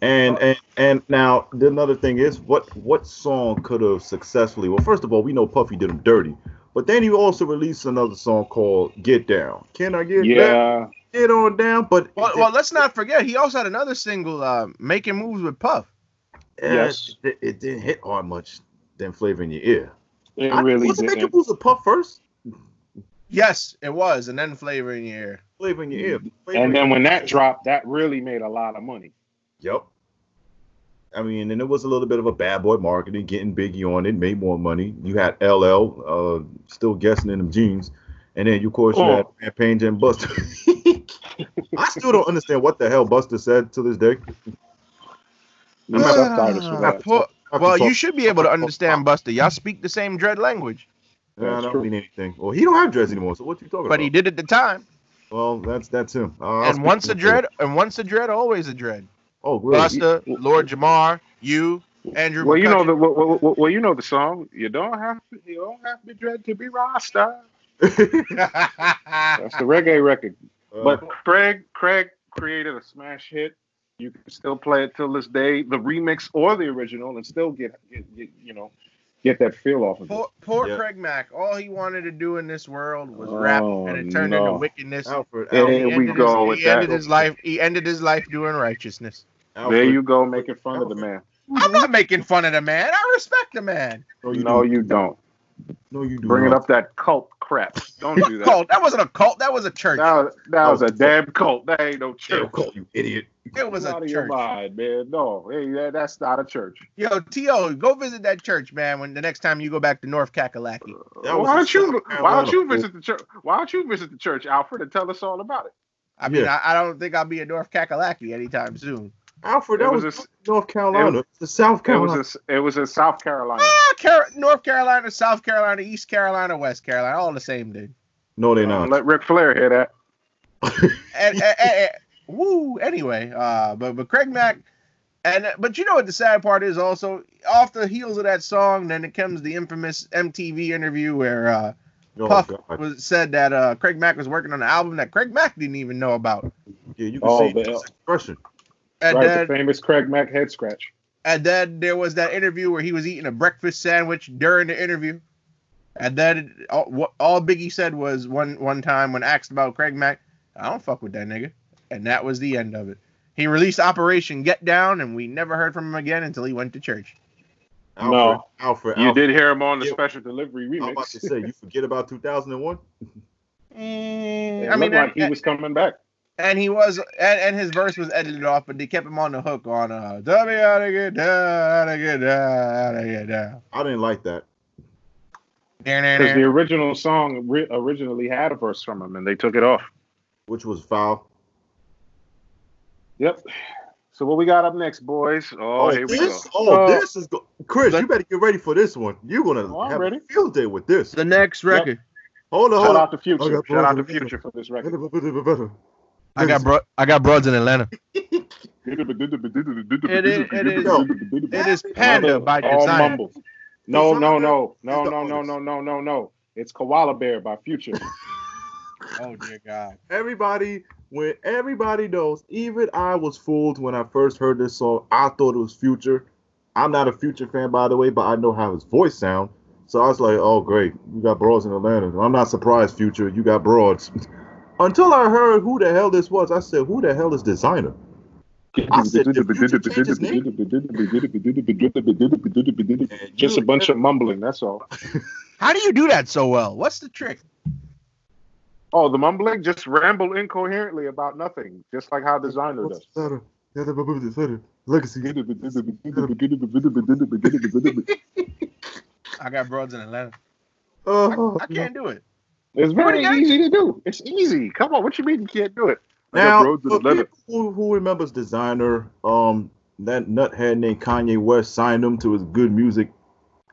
S3: and and and now the another thing is what what song could have successfully? Well, first of all, we know Puffy did him dirty, but then he also released another song called "Get Down." Can I get down?
S4: Yeah.
S3: Get on down, but
S2: Well, well, let's not forget he also had another single, uh, "Making Moves with Puff."
S3: eh,
S4: Yes.
S3: it, it didn't hit hard much. Than flavor in your ear.
S4: It
S3: I-
S4: really
S3: wasn't
S4: didn't.
S3: making moves a puff first.
S2: Yes, it was, and then Flavor in Your Ear.
S3: Flavor in your ear. Flavor in
S4: And
S3: Your
S4: then when that dropped, that really made a lot of money.
S3: Yep. I mean, and it was a little bit of a bad boy marketing, getting Biggie on it, made more money. You had LL uh, still guessing in them jeans, and then of course you
S4: Oh.
S3: had Rampage and Buster. I still don't understand what the hell Buster said to this day.
S4: I'm not
S2: Ah,
S4: subtitles for that.
S2: poor-
S3: I
S2: well,
S3: can
S2: you
S3: talk-
S2: should be able to understand Buster. Y'all speak the same dread language,
S3: I
S4: That's
S3: don't
S4: true.
S3: mean anything. Well, he don't have dreads anymore. So what you talking about?
S2: but he did at the time.
S3: Well, that's that's him. Uh, I'll
S2: And
S3: speak
S2: once a
S3: to him.
S2: dread, and once a dread, always a dread.
S3: Oh, really?
S2: Buster, Lord Jamar, you, Andrew.
S4: Well, you know
S2: McCutcheon.
S4: the well, well, well, you know the song. You don't have to, you don't have to dread to be Rasta.
S3: Uh,
S4: That's the reggae record. But Craig, Craig created a smash hit. You can still play it till this day, the remix or the original, and still get, get, get you know, get that feel off of it.
S2: poor, poor
S3: Yeah.
S2: Craig Mack. All he wanted to do in this world was
S4: Oh,
S2: rap, and it turned
S4: no.
S2: into wickedness.
S3: Alfred,
S4: It
S3: Alfred,
S4: ain't- Here we
S2: ended
S4: go
S2: his,
S4: with
S2: he
S4: that.
S2: ended his life. He ended his life doing righteousness.
S3: Alfred,
S4: There you go, making fun of the man.
S2: I'm not making fun of the man. I respect the man.
S3: No, you
S4: No,
S3: do.
S4: you don't.
S3: No, you do.
S4: Bringing
S3: not.
S4: up that cult crap. Don't do that.
S2: Cult. That wasn't a cult. That was a church.
S4: That, that was a damn cult. That ain't no
S3: They'll
S4: church.
S3: call you idiot.
S2: it was
S4: Out
S2: a
S4: of your
S2: church.
S4: mind, man. No, hey, that, that's not a church.
S2: Yo, T.O., go visit that church, man, when the next time you go back to North Kakalaki.
S3: That was
S4: why
S3: a
S4: don't you?
S3: South
S4: Why don't you
S3: Carolina
S4: visit the church? Why don't you visit the church, Alfred, and tell us all about it?
S2: I mean,
S3: Yeah.
S2: I, I don't think I'll be in North Kakalaki anytime soon.
S3: Alfred,
S4: It
S3: that
S4: was
S3: was,
S4: a s-
S3: North Carolina. the South
S4: It was
S3: Carolina.
S4: in, it was in South Carolina.
S2: Ah, Car- North Carolina, South Carolina, East Carolina, West Carolina, all the same, dude.
S3: no, they're
S4: Don't
S3: not.
S4: Let Ric Flair hear that.
S2: and, and, and- and- woo. Anyway, uh, but but Craig Mack, and but you know what the sad part is also off the heels of that song, then it comes the infamous MTV interview where uh,
S3: Oh,
S2: Puff
S3: God.
S2: was said that uh, Craig Mack was working on an album that Craig Mack didn't even know about,
S3: Yeah, you can
S4: Oh,
S3: see
S4: the
S3: his
S4: hell.
S3: expression.
S2: and
S4: right,
S2: then
S4: the famous Craig Mack head scratch.
S2: and then there was that interview where he was eating a breakfast sandwich during the interview, and then all, what, all Biggie said was one one time when asked about Craig Mack, I don't fuck with that nigga, and that was the end of it. He released Operation Get Down, and we never heard from him again until he went to church.
S3: Alfred,
S4: No.
S3: Alfred,
S4: You
S3: Alfred.
S4: did hear him on the
S3: Yeah.
S4: special delivery
S3: I'm about to
S4: remix.
S3: say, you forget about 2001?
S2: Mm,
S4: It
S2: I mean,
S4: looked Eh, like
S2: and-
S4: he was coming back.
S2: and he was and, and his verse was edited off, but they kept him on the hook on uh "Tell me how to get down, how to get down, how to get down."
S3: I didn't like that.
S4: Because the original song ri- originally had a verse from him, and they took it off.
S3: which was foul.
S4: Yep. So what we got up next, boys? Oh, here we go.
S3: this, oh,
S4: Uh,
S3: this is go- Chris. you better get ready for this one. You're gonna
S4: Oh, I'm
S3: have
S4: ready.
S3: a field day with this.
S2: The next record.
S3: Hold on,
S4: Shout
S3: hold on.
S4: out to Future.
S3: Okay,
S4: Shout out to
S3: oh. boys,
S4: Future for this record.
S2: I got bro- I got broads in Atlanta.
S4: It
S2: is- it is- It is Panda by
S4: All
S2: design.
S4: mumble. No,
S3: Design
S4: no, no, no,
S3: is
S4: no,
S3: the
S4: no,
S3: artist.
S4: no, no, no, no. It's Koala Bear by Future.
S2: Oh dear God.
S3: Everybody, when everybody knows, even I was fooled when I first heard this song. I thought it was Future. I'm not a Future fan, by the way, but I know how his voice sound. So I was like, oh great, you got broads in Atlanta. I'm not surprised, Future. You got broads. Until I heard who the hell this was, I said, who the hell is designer?
S4: Just a bunch of mumbling, that's all.
S2: How do you do that so well? What's the trick?
S4: Oh, the mumbling? Just ramble incoherently about nothing, just like how designer does.
S3: Legacy.
S4: It's
S2: I got broads in Atlanta.
S3: Oh,
S2: I can't do it.
S4: very easy to do. It's easy. Come on, what you mean you can't do it? I got
S3: Now,
S4: roads in
S3: for
S4: Atlanta.
S3: people who, who remembers designer, um, that nuthead named Kanye West signed him to his good music,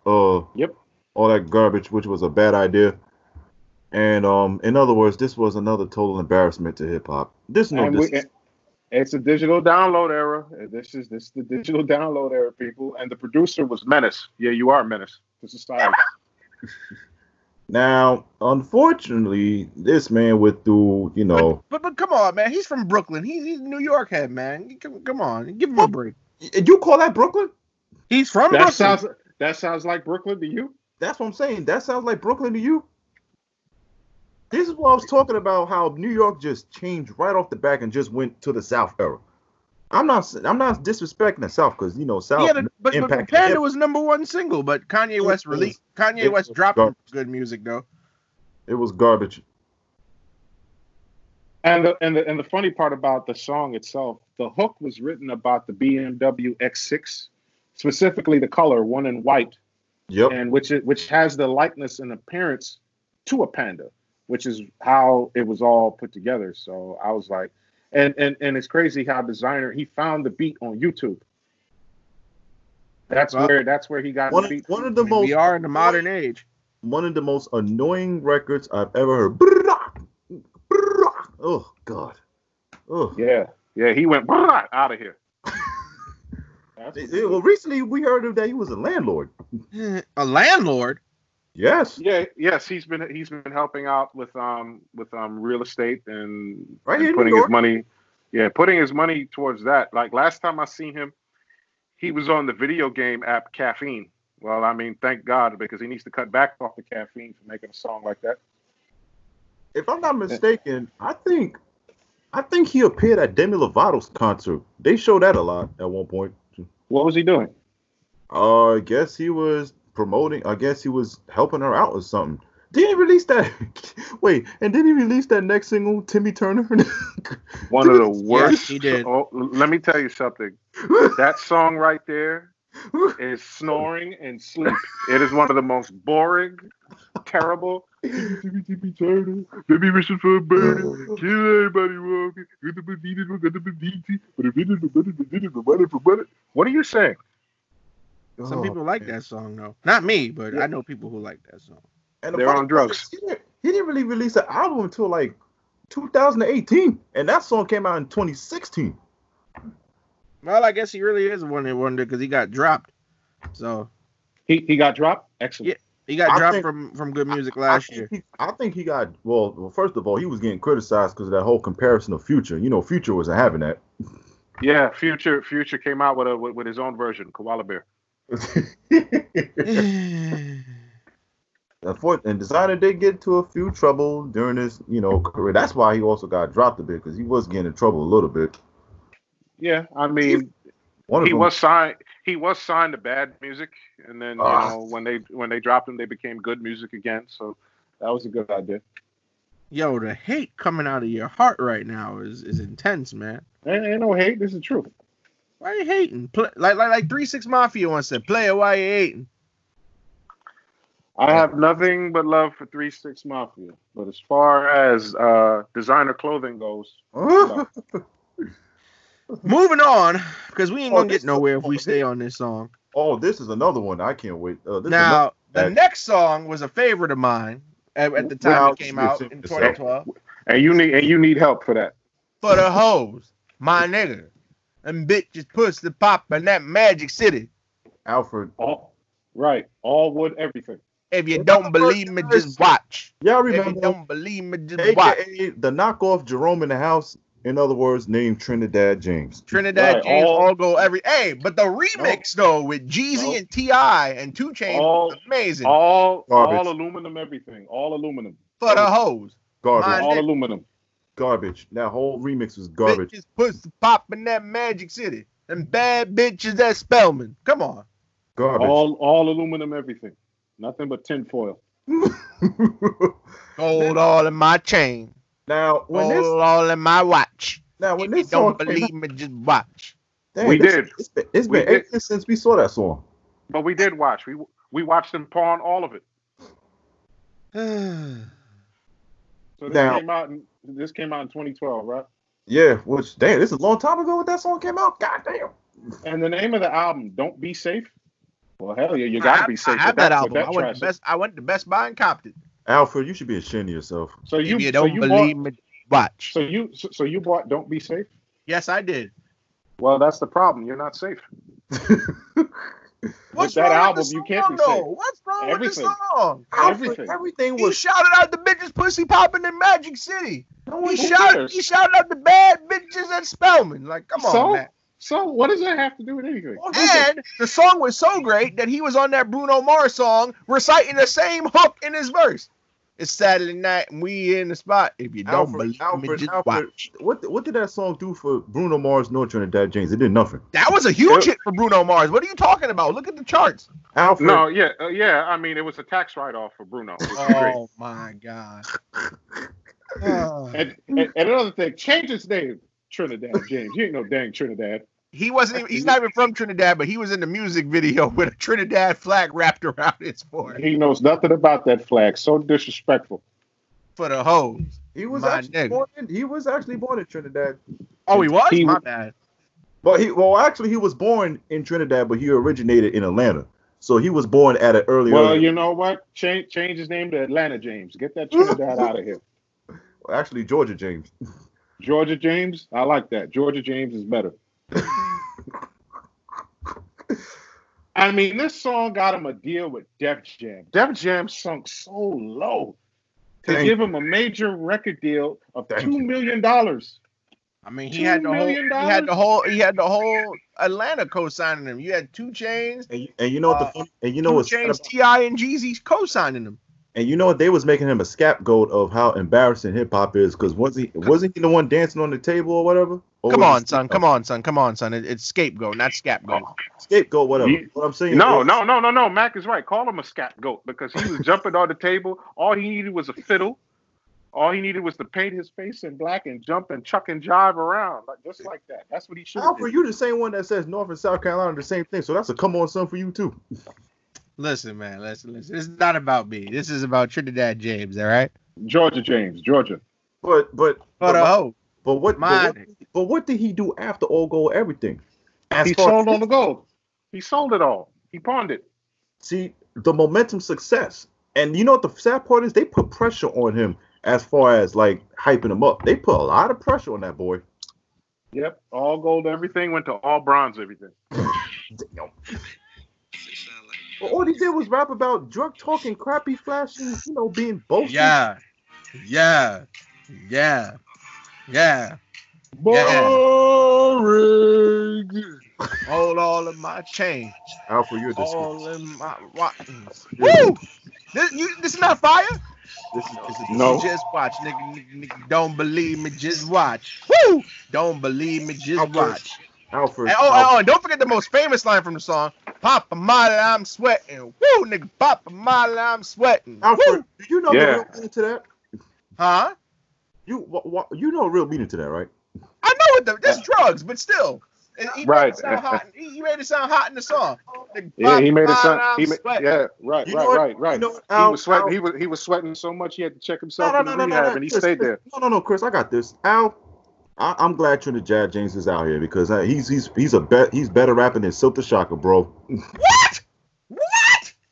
S3: uh,
S4: Yep.
S3: all that garbage, which was a bad idea. And um, in other words, this was another total embarrassment to hip hop. This no,
S4: And
S3: dis-
S4: we- it's a digital download era. This is this is the digital download era, people. And the producer was Menace. Yeah, you are Menace to society.
S3: now, unfortunately, this man went through, you know,
S2: But but come on, man. He's from Brooklyn. He's he's a New York head, man. Come, come on, give him a break.
S3: Y- you call that Brooklyn?
S2: He's from
S4: That
S2: Brooklyn.
S4: sounds that sounds like Brooklyn to you.
S3: That's what I'm saying. That sounds like Brooklyn to you. This is what I was talking about. How New York just changed right off the back and just went to the South era. I'm not. s- I'm not disrespecting the South because you know South.
S2: yeah, the, but, but
S3: impacted
S2: Panda
S3: hip-
S2: was number one single, but Kanye
S3: It
S2: West
S3: was-
S2: released Kanye
S3: it
S2: West
S3: was
S2: dropped
S3: garbage.
S2: good music though.
S3: it was garbage.
S4: And the, and the and the funny part about the song itself, the hook was written about the BMW X6, specifically the color one in white,
S3: Yep.
S4: and which is, which has the likeness and appearance to a panda, which is how it was all put together. So I was like, and and and it's crazy how designer he found the beat on YouTube. That's
S2: Well,
S4: where that's where he got
S3: one
S4: the
S3: of-
S4: beat.
S3: one of
S2: I
S3: the
S2: mean,
S3: most
S2: we are in the modern age.
S3: one of the most annoying records I've ever heard. Brrrah, brrrah. Oh God. Oh.
S4: yeah yeah he went out of here. That's what-
S3: Well, recently we heard of that he was a landlord.
S2: Eh, a landlord.
S3: Yes.
S4: Yeah, yes, he's been he's been helping out with um with um real estate and,
S3: Right
S4: and
S3: here in
S4: putting
S3: New
S4: his
S3: York.
S4: money, yeah, putting his money towards that. Like last time I seen him, he was on the video game app Caffeine. Well, I mean, thank God because he needs to cut back off the caffeine for making a song like that.
S3: if I'm
S4: Eh.
S3: not mistaken, I think I think he appeared at Demi Lovato's concert. They show that a lot at one point.
S4: What was he doing?
S3: Uh, I guess he was promoting. I guess he was helping her out or something. Did he release that? Wait, and did he release that next single, Timmy Turner?
S4: One of the
S3: Yes,
S4: worst.
S2: he did.
S4: Oh, l- let me tell you something. That song right there is snoring and sleep. It is one of the most boring, terrible.
S3: Timmy Turner.
S4: Maybe we should for a burner.
S3: Oh.
S4: Kill everybody walking. Good to be needed, we're gonna be needy. But if it is about it, it is about it, about it. What are you saying?
S2: Some
S3: Oh,
S2: people like
S3: man.
S2: that song though. Not me, but
S4: Yeah.
S2: I know people who like that song.
S3: And the
S4: They're
S3: funny
S4: on
S3: part
S4: drugs.
S3: is He didn't, he didn't really release an album until like 2018, and that song came out in 2016.
S2: Well, I guess he really is a one hit wonder because he got dropped. So
S4: He he got dropped? Excellent.
S2: he got
S3: I
S2: dropped
S3: think-
S2: from from good music
S3: I
S2: last
S3: think
S2: year.
S3: he- I think he got well. well first of all, he was getting criticized because of that whole comparison of Future. You know, Future wasn't having that.
S4: Yeah, Future Future came out with a with, with his own version, Koala Bear.
S3: Unfor- and designer did get into a few trouble during his, you know, career. That's why he also got dropped a bit because he was getting in trouble a little bit.
S4: Yeah, I mean
S3: One of
S4: he
S3: them,
S4: was signed he was signed to bad music and then you
S3: Ah.
S4: know when they when they dropped him they became good music again. So that was a good idea.
S2: Yo, the hate coming out of your heart right now is is intense, man.
S4: Ain't, ain't no hate, this is true.
S2: Why you hating? Pla like like like three six mafia once said, "Player, why you hating?"
S4: I have nothing but love for Three Six Mafia, but as far as uh, designer clothing goes, no.
S2: Moving on, because we ain't
S3: Oh,
S2: gonna
S3: this-
S2: get nowhere if
S3: oh,
S2: we
S3: this-
S2: stay on this song.
S3: Oh, this is another one. I can't wait. Uh, this is another-
S2: Now, the
S3: that-
S2: next song was a favorite of mine at, at the time
S3: Well,
S2: it came out
S3: it's-
S2: in
S3: it's-
S2: 2012.
S4: and you need and you need help for that.
S2: For the hoes, my nigga, and bitches pussy pop in that Magic City.
S3: Alfred.
S4: All right, all wood, everything.
S2: If you
S3: What
S2: don't
S3: the
S2: believe
S3: fuck
S2: me,
S3: is
S2: just watch.
S3: Y'all
S2: If you
S3: remember
S2: don't believe me, just watch.
S3: AKA the knockoff Jerome in the house? In other words, named Trinidad James.
S2: Trinidad
S4: Right,
S2: James,
S4: all-
S2: all, go every. Hey, but the remix though with Jeezy
S4: No.
S2: and Ti and Two Chainz
S4: All-
S2: was amazing.
S4: All
S3: Garbage.
S4: all aluminum, everything. All aluminum.
S2: for the hoes,
S3: Garbage.
S2: Mine-
S4: All aluminum.
S3: Garbage. That whole remix was garbage.
S2: bitches pussy pop in that Magic City, and bad bitches at Spellman. Come on.
S3: Garbage.
S4: All all aluminum, everything. Nothing but tinfoil.
S2: Gold all in my chain.
S3: now, when
S2: gold
S3: this
S2: all in my watch.
S3: now
S2: If
S3: when
S2: Oh, you
S3: this song
S2: don't
S3: came
S2: believe me, just watch.
S3: Damn,
S4: We
S3: this-
S4: did.
S3: It's been, it's
S4: We
S3: been
S4: did.
S3: ages since we saw that song.
S4: But we did watch. We we watched them pawn all of it. So this
S3: Now-
S4: came out in this came out in 2012, right?
S3: Yeah, which damn, this is a long time ago when that song came out. God damn.
S4: And the name of the album, Don't Be Safe. Well, hell yeah, you gotta
S2: I,
S4: be safe.
S2: I have
S4: with that,
S2: that album.
S4: with that
S2: I went
S4: trash.
S2: to best. I went to Best Buy and copped it.
S3: Alfred, you should be ashamed of yourself.
S4: So you,
S2: if you
S4: so
S2: don't
S4: you
S2: believe
S4: bought,
S2: me, watch.
S4: so you so so you bought Don't Be Safe.
S2: Yes, I did.
S4: Well, that's the problem. You're not safe.
S2: What's
S4: that
S2: wrong
S4: album,
S2: with this
S4: you
S2: song,
S4: can't be
S2: though?
S4: safe.
S2: What's wrong
S4: Everything.
S2: with the song?
S3: Alfred,
S4: Everything.
S3: everything
S2: He
S3: was
S2: shouted out the bitches pussy popping in Magic City.
S3: no
S2: He
S3: one
S4: who
S2: shouted.
S4: cares?
S2: He shouted out the bad bitches at Spellman. Like, come on,
S4: So?
S2: man.
S4: So what does that have to do with anything?
S2: And the song was so great that he was on that Bruno Mars song reciting the same hook in his verse. It's Saturday night and we in the spot. If you don't
S3: Alfred,
S2: believe me,
S3: Alfred,
S2: just
S3: Alfred.
S2: watch.
S3: what what did that song do for Bruno Mars nor Trinidad James? It did nothing.
S2: That was a huge
S4: Yeah.
S2: hit for Bruno Mars. What are you talking about? Look at the charts.
S3: Alfred
S4: No, yeah, uh, yeah. I mean, it was a tax write-off for Bruno. It was great.
S2: Oh my god. Ah.
S4: And, and, and another thing, change his name, Trinidad James. You ain't no dang Trinidad.
S2: he wasn't even, he's not even from Trinidad, but he was in the music video with a Trinidad flag wrapped around his forehead
S4: He knows nothing about that flag. So disrespectful.
S2: for the hoes.
S3: he was
S2: My
S3: actually
S2: nigga.
S3: born in, he was actually born in Trinidad.
S2: Oh, he was?
S4: He-
S2: my bad.
S3: But he well actually he was born in Trinidad, but he originated in Atlanta. So he was born at an earlier
S4: Well, you know what? Change change his name to Atlanta James. Get that Trinidad out of here.
S3: actually Georgia James.
S4: Georgia James. I like that. Georgia James is better. I mean, this song got him a deal with Def Jam. Def Jam sunk so low to
S3: Thank
S4: give him a major record deal of
S3: Thank
S4: two million dollars.
S2: I mean, he
S4: Two
S2: had the whole, he
S4: million
S2: had the
S4: dollars?
S2: whole, he had the whole Atlanta co-signing him. You had two chains,
S3: And you, and you know what the
S2: Uh,
S3: funny, and you
S2: you
S3: know
S2: know, two
S3: what's sad
S2: chains,
S3: about-
S2: Ti and Jeezy co-signing him.
S3: and you know what they was making him a scapegoat of how embarrassing hip hop is because was he wasn't he the one dancing on the table or whatever? Or
S2: Come
S3: was
S2: on,
S3: it
S2: son.
S3: scapegoat?
S2: Come on, son. Come on, son. It, it's scapegoat, not scapegoat.
S3: scapegoat whatever.
S4: You-
S3: what I'm saying?
S4: No,
S3: is-
S4: no, no, no, no. Mac is right. Call him a scapegoat because he was jumping on the table. All he needed was a fiddle. All he needed was to paint his face in black and jump and chuck and jive around, like just like that. That's what he should have
S3: Alfred,
S4: did.
S3: you the same one that says North and South Carolina are the same thing, so that's a come on son for you too.
S2: Listen, man. Listen, listen. This is not about me. This is about Trinidad James. All right.
S4: Georgia James, Georgia.
S3: But but
S2: For
S3: but,
S4: uh,
S2: the hoe.
S3: but what, but what
S2: Mine.
S3: but what did he do after all goal everything? As
S4: He
S3: far-
S4: sold all the gold. He sold it all. He pawned it.
S3: see the momentum success. And you know what the sad part is? They put pressure on him as far as like hyping him up. They put a lot of pressure on that boy.
S4: Yep. All gold, everything went to all bronze, everything.
S3: Damn. Well, all he did was rap about drug talking, crappy flashing, you know, being
S4: oh,
S3: boastful.
S2: Yeah. Yeah. Yeah. Yeah. Yeah.
S4: Boring.
S2: Hold all of my chain.
S3: Alfred, you're this.
S2: All in my rottens. Woo! This, you, this is not fire.
S3: This is, this is
S4: No.
S2: Just watch, nigga, nigga, nigga. Don't believe me. Just watch. Woo! Don't believe me. Just
S3: Alfred.
S2: watch.
S3: Alfred.
S2: And, oh,
S3: Alfred.
S2: oh, and don't forget the most famous line from the song: "Papa Molly, I'm sweating." Woo, nigga, Papa Molly, I'm sweating.
S3: Alfred,
S2: Woo.
S3: do you know
S4: Yeah.
S3: the real meaning to that?
S2: huh?
S3: You wha wha- you know the real meaning to that, right?
S2: I know what the that's drugs, but still, And he made
S4: Right.
S2: it sound hot. He he made it sound hot in the song. The
S4: Yeah, he made it
S2: five
S4: sound.
S2: rounds
S4: He made,
S2: sweat.
S4: yeah, right,
S2: You know
S4: right,
S2: what-
S4: right, right.
S2: you know what?
S4: he
S2: Al-
S4: was sweating.
S2: Al-
S4: He was he was sweating so much he had to check himself
S3: No, no,
S4: in
S3: no,
S4: the
S3: no,
S4: rehab,
S3: no,
S4: and he
S3: Chris,
S4: stayed
S3: Chris,
S4: there.
S3: No, no, no, Chris, I got this. Al, I, I'm glad Trinidad Jad James is out here because uh, he's he's he's a bet he's better rapping than Silk the Shocker, bro.
S2: What? What?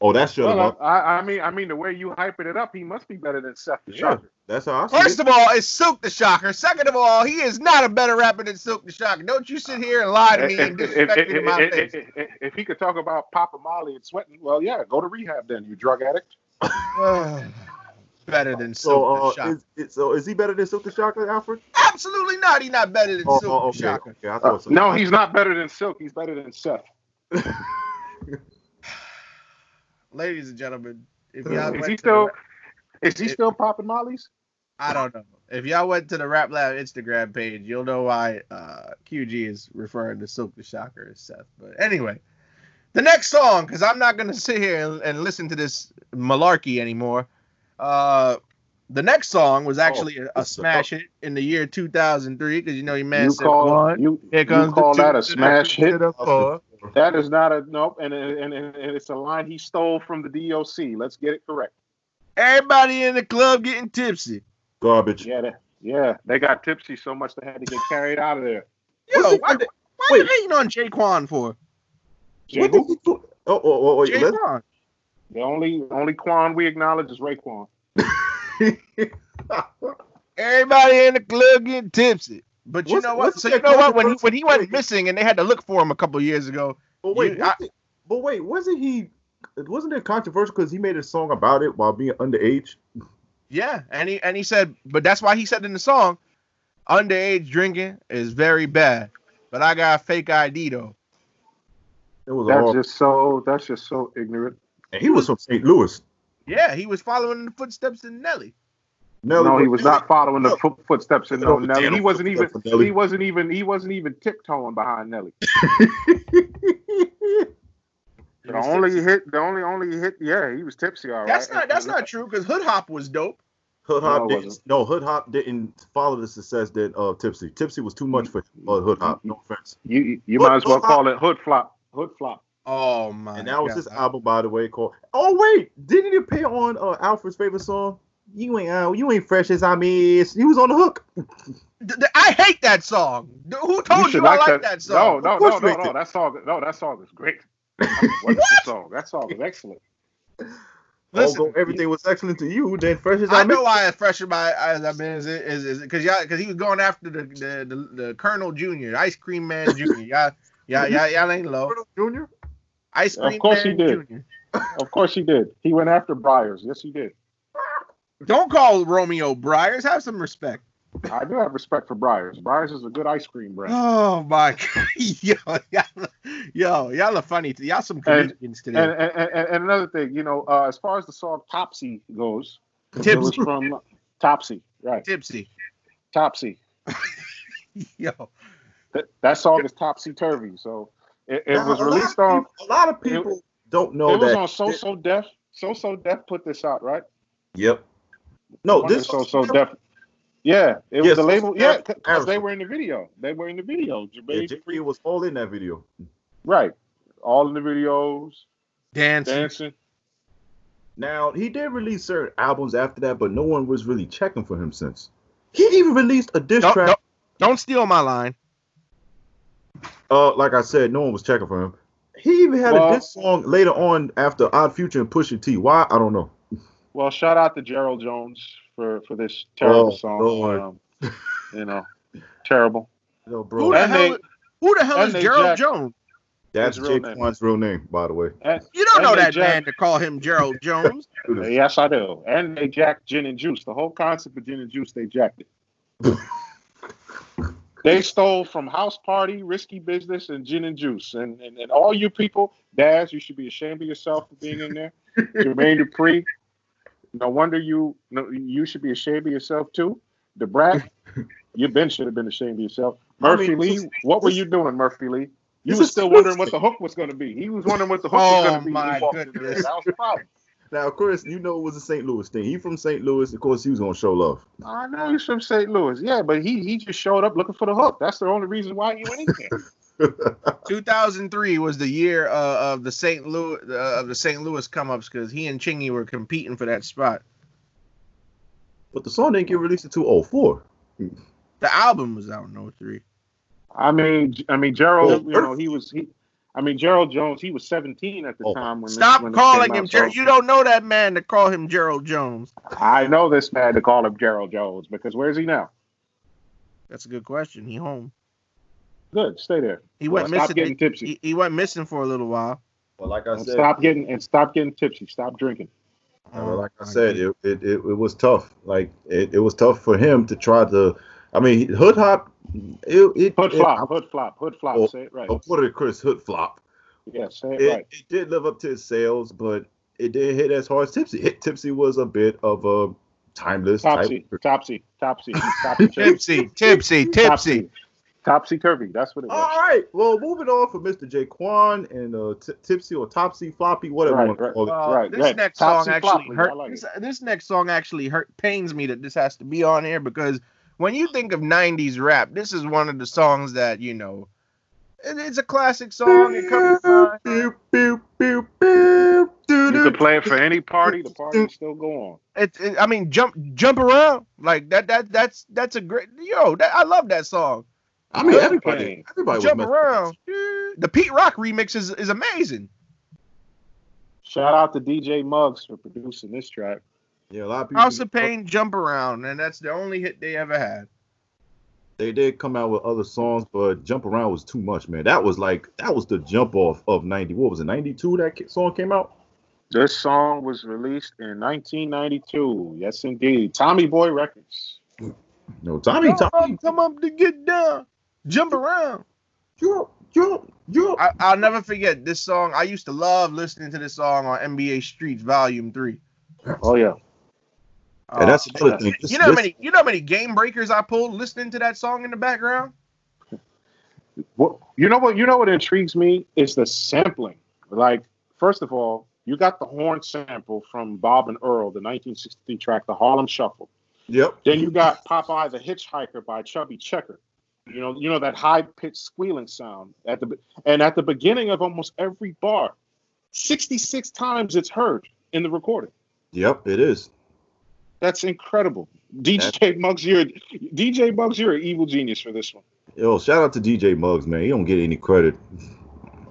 S3: Oh, that's your
S4: Well, uh, I, I mean, I mean, the way you hyping it up, he must be better than Seth the
S3: Yeah.
S4: Shocker.
S3: That's how I see
S2: First
S3: it.
S2: of all, it's Silk the Shocker. Second of all, he is not a better rapper than Silk the Shocker. Don't you sit here and lie to me
S4: If,
S2: and
S4: if-
S2: disrespect me to
S4: if-
S2: my
S4: if-
S2: face.
S4: if- if- if he could talk about Papa Molly and sweating, well, yeah, go to rehab then, you drug addict.
S2: better than
S3: so,
S2: Silk the
S3: uh,
S2: Shocker.
S3: is, is, so is he better than Silk the Shocker, Alfred?
S2: Absolutely not. He's not better than
S3: Oh,
S2: Silk
S3: oh,
S2: the
S3: okay,
S2: Shocker. Uh,
S3: okay, I thought so.
S4: no, he's not better than Silk. He's better than Seth.
S2: Ladies and gentlemen, if
S3: Is
S2: y'all
S4: he
S2: went to the
S4: still-
S2: rap-
S4: Is he
S2: It-
S4: still popping Molly's?
S2: I don't know. If y'all went to the Rap Lab Instagram page, you'll know why uh, QG is referring to Silk the Shocker as Seth. But anyway, the next song, because I'm not going to sit here and, and listen to this malarkey anymore. Uh, the next song was actually a, a
S3: Oh, this is a-
S2: smash hit in the year 2003, because you know your man
S4: you
S2: said
S4: call
S2: one.
S4: you,
S2: Here
S4: you
S2: comes
S4: call
S2: the two,
S4: that a
S2: to the
S4: smash
S2: three, to
S4: hit?
S2: the four.
S4: That is not a nope, and, and and and it's a line he stole from the DOC. Let's get it correct.
S2: Everybody in the club getting tipsy.
S3: Garbage.
S4: Yeah, they, yeah, they got tipsy so much they had to get carried out of there.
S2: Yo,
S3: What's it-
S2: why, they- why you hating on Jaquan for?
S4: Jay,
S3: What did he do? Oh, oh, oh wait, let's,
S2: Jaquan.
S4: the only only Quan we acknowledge is Raekwon.
S2: Everybody in the club getting tipsy. But you
S3: What's-
S2: know what?
S3: what's
S2: So
S3: the
S2: you know what? When he
S3: controversy?
S2: when he went missing and they had to look for him a couple years ago,
S3: but oh, wait,
S2: You-
S3: wasn't- but wait, wasn't he? Wasn't it controversial because he made a song about it while being underage?
S2: yeah, and he and he said, but that's why he said in the song, underage drinking is very bad. But I got a fake ID though.
S3: It was
S4: That's
S3: all.
S4: just so that's just so ignorant.
S3: and he was from St. Louis.
S2: Yeah, he was following in the footsteps of Nelly.
S3: Nelly
S4: no, he
S3: was-
S4: was not following the fo- footsteps of
S3: No,
S4: no, Nelly. He
S3: Nelly.
S4: wasn't even
S3: Nelly.
S4: he wasn't even he wasn't even tiptoeing behind Nelly.
S2: He
S4: The
S2: was
S4: only
S2: tipsy.
S4: hit the only only hit yeah, he was tipsy all right.
S2: That's not that's not true because Hood Hop was dope.
S3: Hood
S4: No,
S3: Hop
S4: it
S3: didn't.
S4: wasn't.
S3: No, Hood Hop didn't follow the success that uh, Tipsy. Tipsy was too much for uh, Hood Hop. No offense.
S4: You you
S3: Hood-
S4: might as well
S3: hood flop.
S4: call it hood flop. Hood flop.
S2: Oh my!
S3: And that was
S2: God.
S3: his album, by the way, called. Oh wait, didn't it appear on uh, Alfred's favorite song? You ain't uh, you ain't fresh as I'm is. He was on the hook.
S2: D- d- I hate that song. D- Who told
S4: should
S2: you, I like that, song?
S4: No,
S3: Of
S4: no, no,
S3: course you
S4: no,
S3: liked
S4: no.
S3: it.
S4: That song, no, that song is great. That's a wonderful song. That song is excellent.
S2: Listen,
S3: Although everything was excellent to you, then fresh as
S2: I
S3: I'm. Is-
S2: know why it's fresh in my eyes. I mean, is is is because y'all because he was going after the the, the, the Colonel Junior, Ice Cream Man Junior. Y'all, y'all, y'all, y'all ain't low.
S3: Junior.
S2: Ice
S4: Of
S2: Cream
S4: course
S2: Man
S4: he did.
S2: Junior.
S4: Of course he did. He went after Briars. Yes, he did.
S2: Don't call Romeo Briars. Have some respect.
S4: I do have respect for Briars. Briars is a good ice cream brand.
S2: Oh my god, yo, y'all, yo, y'all are funny. Y'all some
S4: And-
S2: comedians
S4: And,
S2: today.
S4: and, and, and another thing, you know, uh, as far as the song Topsy goes, it was
S2: Tipsy,
S4: from Topsy, right?
S2: tipsy,
S4: Topsy.
S2: yo.
S4: That, that song is Topsy Turvy. So it, it
S3: Now,
S4: was
S3: a lot of
S4: released on.
S3: people- A lot of
S4: it-
S3: people don't know
S4: It was
S3: that.
S4: on So So Def. So So Def put this out, right?
S3: Yep. No,
S4: Wonder
S3: this
S4: so so def. Yeah, it was
S3: Yeah,
S4: the
S3: So-
S4: label.
S3: yeah,
S4: Yeah, because they
S3: Harrison.
S4: were in the video. They were in the video.
S3: Yeah,
S4: Jermaine
S3: JP
S4: Dupri-
S3: was all in that video.
S4: right? All in the videos,
S2: Dance.
S4: dancing.
S3: Now he did release certain albums after that, but no one was really checking for him since. He even released a diss
S2: Don't,
S3: track.
S2: don't, don't steal my line.
S3: Uh, like I said, no one was checking for him. He even had
S4: Well-
S3: a diss song later on after Odd Future and Pusha T. Why? I don't know.
S4: Well, shout out to Gerald Jones for for this terrible
S3: Oh,
S4: song.
S3: Lord.
S4: Um, you know, terrible.
S2: Who
S3: Yo, bro,
S2: the
S4: And
S2: hell?
S4: they-
S2: is- Who the hell
S4: and
S2: is
S4: they
S2: Gerald
S4: jacked-
S2: Jones?
S3: that's
S4: his real
S3: Jay
S4: name.
S3: Quan's real name, by the way.
S4: And,
S2: You don't
S4: and
S2: know
S4: they
S2: that
S4: jacked-
S2: man to call him Gerald Jones.
S4: Uh, yes, I do. And they jacked gin and juice. The whole concept of gin and juice, they jacked it. they stole from House Party, Risky Business, and Gin and Juice. And and, and all you people, Daz, you should be ashamed of yourself for being in there. Jermaine Dupree, no wonder you no, you should be ashamed of yourself too. DeBrat, you Ben should have been ashamed of yourself.
S3: I
S4: Murphy
S3: mean,
S4: Lee,
S3: this is-
S4: what were
S3: this-
S4: you doing, Murphy Lee? You
S3: this
S4: were
S3: is
S4: still wondering what
S3: Tuesday.
S4: the hook was going to be. He was wondering what the hook
S2: Oh,
S4: was going to be. when he
S2: my
S4: walked in there.
S2: goodness.
S4: That was the problem.
S3: Now, of course, you know it was a St. Louis thing. He from St. Louis, of course, he was gonna show love.
S4: I know he's from St. Louis. Yeah, but he he just showed up looking for the hook. That's the only reason why he went in there.
S2: 2003 was the year uh, of the St. Louis uh, of the St. Louis come ups because he and Chingy were competing for that spot.
S3: But the song didn't get released until 04.
S2: The album was out in 03.
S4: I mean, I mean Gerald.
S3: Well,
S4: you know, he was he. I mean Gerald Jones. He was 17 at the
S3: Oh.
S4: time when.
S2: Stop
S4: this, when this
S2: calling
S4: came
S2: him
S4: out,
S2: Gerald.
S4: so-
S2: You don't know that man to call him Gerald Jones.
S4: I know this man to call him Gerald Jones because where's he now?
S2: That's a good question. He home.
S4: Good, stay there.
S2: He went
S4: stop
S2: missing.
S4: getting tipsy.
S2: He, he went missing for a little while.
S3: Well, like I
S4: And
S3: said,
S4: stop getting and stop getting tipsy. Stop drinking.
S3: And like
S2: Um,
S3: I said, it, it, it, it was tough. Like it, it was tough for him to try to. I mean, hood hop. It, it,
S4: Hood
S3: it-
S4: flop, hood flop, hood flop.
S3: Oh,
S4: say it right.
S3: Oh, what did Chris hood flop?
S4: Yeah, say it,
S3: It,
S4: right.
S3: it did live up to its sales, but it didn't hit as hard as Tipsy. Hit Tipsy was a bit of a timeless
S4: Topsy,
S3: type.
S4: topsy, topsy, topsy,
S2: tipsy, tipsy, tipsy.
S4: topsy turvy. That's what it was.
S2: Oh,
S3: All right. Well, moving on from Mr. Jaquan and uh, T- Tipsy or Topsy Floppy, whatever.
S4: Right,
S3: you wanna
S4: right.
S3: call it.
S2: Uh,
S4: Right,
S2: this
S4: right.
S2: next
S4: Topsy
S2: song actually
S4: floppy,
S2: hurt.
S4: I like
S2: this, this next song actually hurt. Pains me that this has to be on here because when you think of '90s rap, this is one of the songs that you know. It, it's a classic song. It comes. to mind.
S3: Boop, boop, boop, boop, doo,
S4: You
S3: doo.
S4: could play it for any party. The party would still go on.
S2: It, it- I mean, jump, jump around like that. That that's that's a great yo. That, I love that song.
S3: I mean,
S4: Good
S3: everybody,
S4: game.
S3: everybody was
S2: jump
S3: messing with
S2: around. The Pete Rock remix is is amazing.
S4: Shout out to DJ Muggs for producing this track.
S3: it. Yeah, a lot of people.
S2: House of Pain, Jump Around, and that's the only hit they ever had.
S3: They did come out with other songs, but Jump Around was too much, man. That was like that was the jump off of ninety. What was it, ninety two? That ki- song came out.
S4: This song was released in 1992. Yes, indeed. Tommy Boy Records.
S3: No, Tommy,
S2: Come
S3: Tommy,
S2: up, come up to get down, jump around.
S3: you, you, you.
S2: I, I'll never forget this song. I used to love listening to this song on NBA Streets Volume Three.
S4: Oh yeah.
S2: Uh,
S3: And that's another thing. This-
S2: you know how
S3: this-
S2: many you know how many game breakers I pulled listening to that song in the background.
S4: Well, you know what? You know what intrigues me is the sampling. Like, first of all, you got the horn sample from Bob and Earl, the 1963 track, the Harlem Shuffle.
S3: Yep.
S4: Then you got Popeye the Hitchhiker by Chubby Checker. You know, you know that high pitched squealing sound at the be- and at the beginning of almost every bar, 66 times it's heard in the recording.
S3: Yep. It is.
S4: That's incredible. DJ Muggs, you're DJ Muggs, you're an evil genius for this one.
S3: Yo, shout out to DJ Muggs, man. He don't get any credit.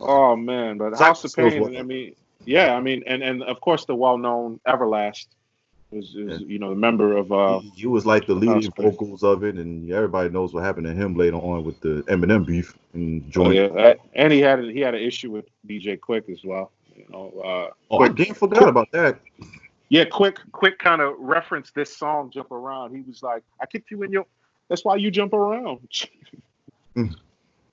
S4: Oh man, but
S3: Zach
S4: House of
S3: Steele's
S4: Pain.
S3: one.
S4: I mean, yeah, I mean, and and of course the well-known Everlast is, is you know the member of uh
S3: he, he was like the leading
S4: that's good.
S3: vocals of it, and everybody knows what happened to him later on with the Eminem beef and
S4: oh,
S3: joint.
S4: yeah, that- and he had he had an issue with DJ Quick as well. You know, uh,
S3: Oh, I damn forgot about that.
S4: yeah, Quick Quick kind of referenced this song "Jump Around." He was like, "I kicked you in your." That's why you jump around.
S3: Mm.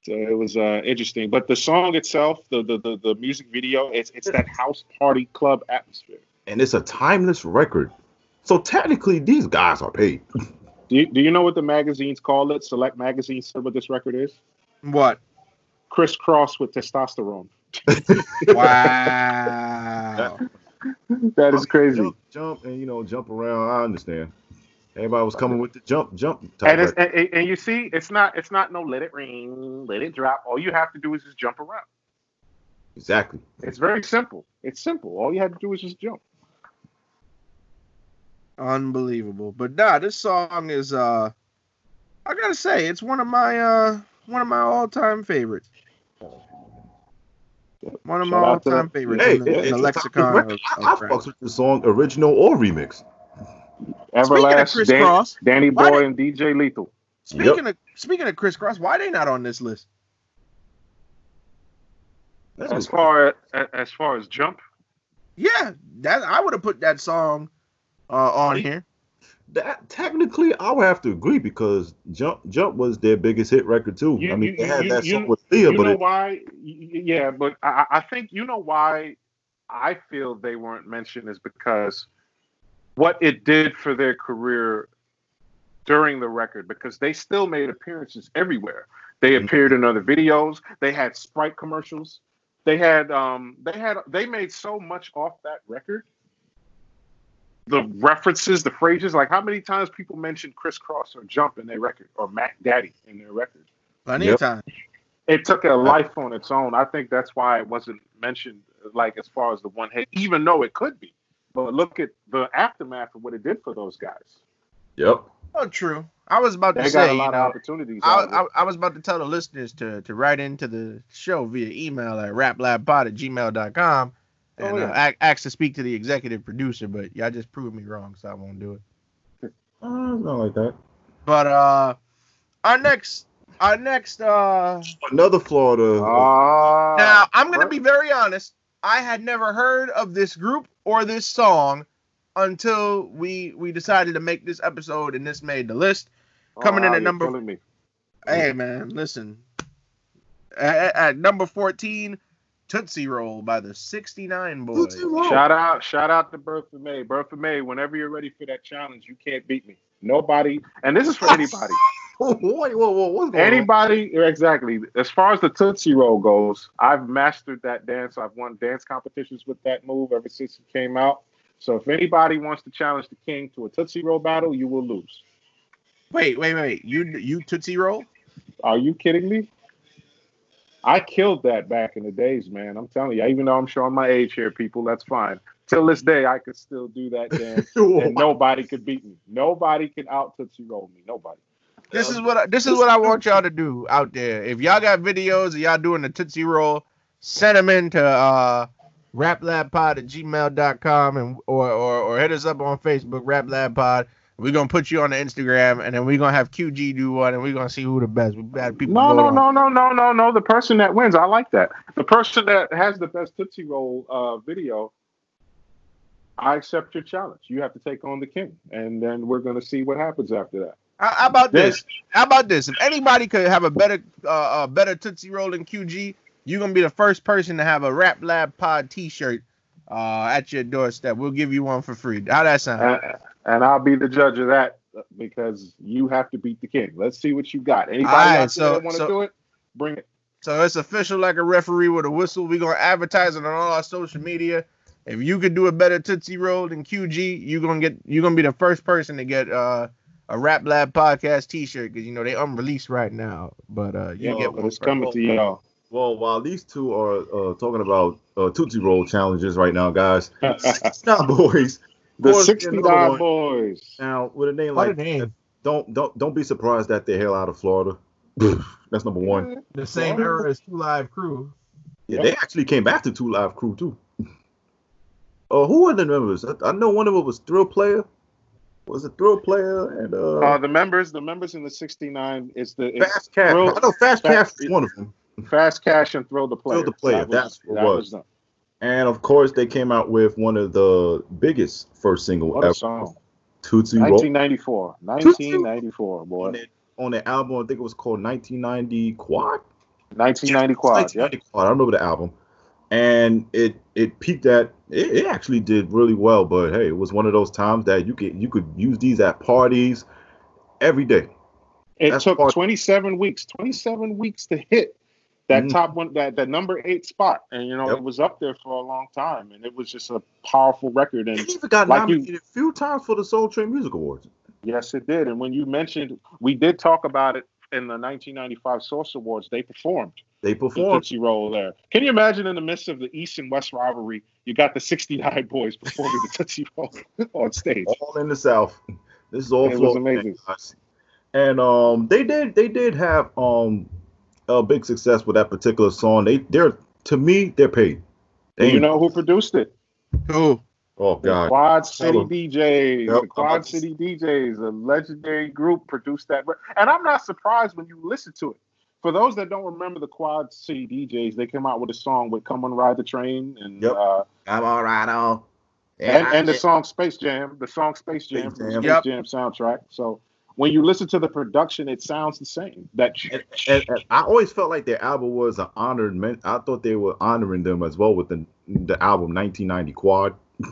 S4: So it was uh, interesting, but the song itself, the, the the the music video, it's it's that house party club atmosphere.
S3: And it's a timeless record. So technically, these guys are paid.
S4: Do you, do you know what the magazines call it? Select magazines said what this record is?
S2: What?
S4: Crisscross with testosterone.
S2: Wow.
S4: That is crazy.
S3: Jump, jump, and you know, jump around. I understand. Everybody was coming with the jump, jump. Type
S4: And, it's,
S3: record.
S4: and, and- and you see, it's not it's not no let it rain, let it drop. All you have to do is just jump around.
S3: exactly.
S4: It's very simple. It's simple. All you have to do is just jump.
S2: Unbelievable. But nah, this song is uh I gotta say, it's one of my uh one of my all time favorites. One of my
S4: Shout
S2: all
S4: out to-
S2: time favorites
S3: Hey,
S2: in the,
S3: it-
S2: in
S3: it's
S2: the
S3: a
S2: lexicon.
S3: timeless
S2: of-
S3: record. I, I
S2: of rap.
S3: fucks with the song, original or remix.
S2: Speaking of
S4: Everlast,
S2: Chris
S4: Dan,
S2: Cross,
S4: Danny
S2: why
S4: Boy,
S2: did-
S4: and DJ Lethal.
S2: speaking of speaking of Chris Cross, why they not on this list?
S3: That's
S4: As
S3: what-
S4: far as, as far as jump,
S2: Yeah, that I would have put that song uh, on here.
S3: that technically, I would have to agree because jump, jump was their biggest hit record too.
S4: You-
S3: I mean,
S4: you-
S3: they had
S4: you-
S3: that
S4: you-
S3: song with Leah,
S4: you
S3: but
S4: know
S3: it,
S4: why? Y- y- Yeah, but I, I I think you know why I feel they weren't mentioned is because what it did for their career during the record, because they still made appearances everywhere. They
S3: Mhm.
S4: appeared in other videos. They had Sprite commercials. They had um they had they made so much off that record. The references, the phrases, like how many times people mentioned crisscross or jump in their record or Mac Daddy in their record.
S2: Plenty
S3: Yep.
S2: of time.
S4: it took a life on its own. I think that's why it wasn't mentioned, like as far as the one hit, even though it could be. But look at the aftermath of what it did for those guys.
S3: Yep.
S2: Oh, true. I was about
S4: They
S2: to
S4: got
S2: say,
S4: a
S2: you
S4: lot of
S2: know,
S4: opportunities.
S2: I,
S4: out of it.
S2: I, I was about to tell the listeners to to write into the show via email at raplabpod at gmail.com and
S4: Oh, yeah.
S2: uh, ac- ask to speak to the executive producer, but y'all just proved me wrong, so I won't do it.
S3: Uh, it's not like that.
S2: But uh, our next, our next, uh,
S3: Another Florida. Uh,
S4: Ah,
S2: now I'm gonna
S4: what?
S2: be very honest. I had never heard of this group or this song until we we decided to make this episode, and this made the list. coming in at
S4: Al, ah, you're
S2: number-
S4: killing me.
S2: Hey man, listen. At, at number 14, Tootsie Roll by the 69 Boys.
S3: Tootsie Roll.
S4: Shout out, shout out to Birth of May. Birth of May, whenever you're ready for that challenge, you can't beat me. Nobody, and this is for anybody.
S3: Whoa, whoa, whoa, what's going on?
S4: anybody, exactly. As far as the Tootsie Roll goes, I've mastered that dance. I've won dance competitions with that move ever since it came out. So if anybody wants to challenge the king to a Tootsie Roll battle, you will lose.
S2: Wait, wait, wait. You you Tootsie Roll?
S4: Are you kidding me? I killed that back in the days, man. I'm telling you, even though I'm showing my age here, people, that's fine. Till this day, I could still do that dance.
S3: Whoa.
S4: and nobody could beat me. Nobody can out Tootsie Roll me. Nobody.
S2: This is what I, this is what I want y'all to do out there. If y'all got videos of y'all doing the Tootsie Roll, send them in to uh raplabpod at gmail.com and or, or or hit us up on Facebook, Rap Lab Pod. We're gonna put you on the Instagram and then we're gonna have QG do one and we're gonna see who the best. We got people.
S4: No,
S2: vote
S4: no,
S2: on.
S4: no, no, no, no, no. The person that wins, I like that. The person that has the best Tootsie Roll uh, video, I accept your challenge. You have to take on the king, and then we're going to see what happens after that.
S2: How, how about this?
S4: This,
S2: How about this? If anybody could have a better uh, a better Tootsie Roll than QG, you're gonna be the first person to have a Rap Lab Pod T-shirt uh, at your doorstep. We'll give you one for free. How that sound?
S4: and, and I'll be the judge of that because you have to beat the king. Let's see what you got. Anybody
S2: All right,
S4: out
S2: so-
S4: there that want to
S2: so-
S4: do it, bring it.
S2: so it's official, like a referee with a whistle. We're gonna advertise it on all our social media. If you could do a better Tootsie Roll than QG, you're gonna get you're gonna be the first person to get uh, a Rap Lab Podcast T-shirt because you know they unreleased right now. But uh, you
S4: Yo,
S2: get one.
S4: Oh, it's
S2: first.
S4: coming to y'all.
S3: Well, while these two are uh, talking about uh, Tootsie Roll challenges right now, guys, Stop Boys.
S4: the
S3: Course, another
S4: 69
S3: one.
S4: boys.
S3: Now, with a name
S2: What a
S3: like
S2: name!
S3: don't don't don't be surprised that they're hell out of Florida. That's number one.
S4: Mm-hmm.
S2: The same era as Two Live Crew.
S3: Yeah, they actually came back to Two Live Crew too. Uh, who are the members? I, I know one of them was Thrill Player. Was it Thrill Player and uh,
S4: Uh, the members, the members in the 69 is the it's
S3: Fast Cash?
S4: Thrill-
S3: I know Fast Cash
S4: Fast-
S3: was one of them.
S4: Fast Cash and Throw the Player.
S3: the Player,
S4: That was-
S3: that's what
S4: that
S3: was.
S4: them.
S3: And of course, they came out with one of the biggest first single
S4: What a
S3: ever,
S4: song.
S3: Tootsie Roll.
S4: 1994. 1994, boy.
S3: On the, on the album, I think it was called 1990 Quad.
S4: 1990 quad. Yep.
S3: 1990 Quad. I remember the album, and it it peaked at it, it actually did really well. But hey, it was one of those times that you could you could use these at parties every day.
S4: It
S3: That's
S4: took
S3: part-
S4: 27 weeks. 27 weeks to hit that
S3: Mhm.
S4: top one, that, that number eight spot. And, you know,
S3: Yep.
S4: it was up there for a long time. And it was just a powerful record. And
S3: It even got
S4: like you-
S3: nominated a few times for the Soul Train Music Awards.
S4: Yes, it did. And when you mentioned, we did talk about it in the 1995 Source Awards. They performed
S3: They
S4: the
S3: performed.
S4: Tootsie Roll there. Can you imagine in the midst of the East and West rivalry, you got the 69 boys performing the Tootsie Roll on stage?
S3: all in the South. This is all
S4: It was
S3: Florida,
S4: amazing.
S3: guys. And um, they did they did have um a big success with that particular song. They they're to me they're paid. They
S4: And you
S3: ain't-
S4: know who produced it?
S2: Who?
S3: oh
S4: The
S3: god,
S4: Quad City
S3: Hello.
S4: DJs.
S3: Yep,
S4: The
S3: I'm
S4: Quad
S3: about to-
S4: City DJs, a legendary group, produced that. re- And I'm not surprised when you listen to it. For those that don't remember the Quad City DJs, they came out with a song with "Come on Ride the Train" and
S3: Yep.
S4: uh,
S3: I'm all right on.
S4: and, and the song Space Jam, the song Space Jam,
S3: Space
S4: from the
S3: Jam.
S4: Space
S2: Yep.
S4: Jam soundtrack. So when you listen to the production, it sounds the same. That
S3: and, and, and I always felt like their album was an honored men. I thought they were honoring them as well with the the album 1990 Quad.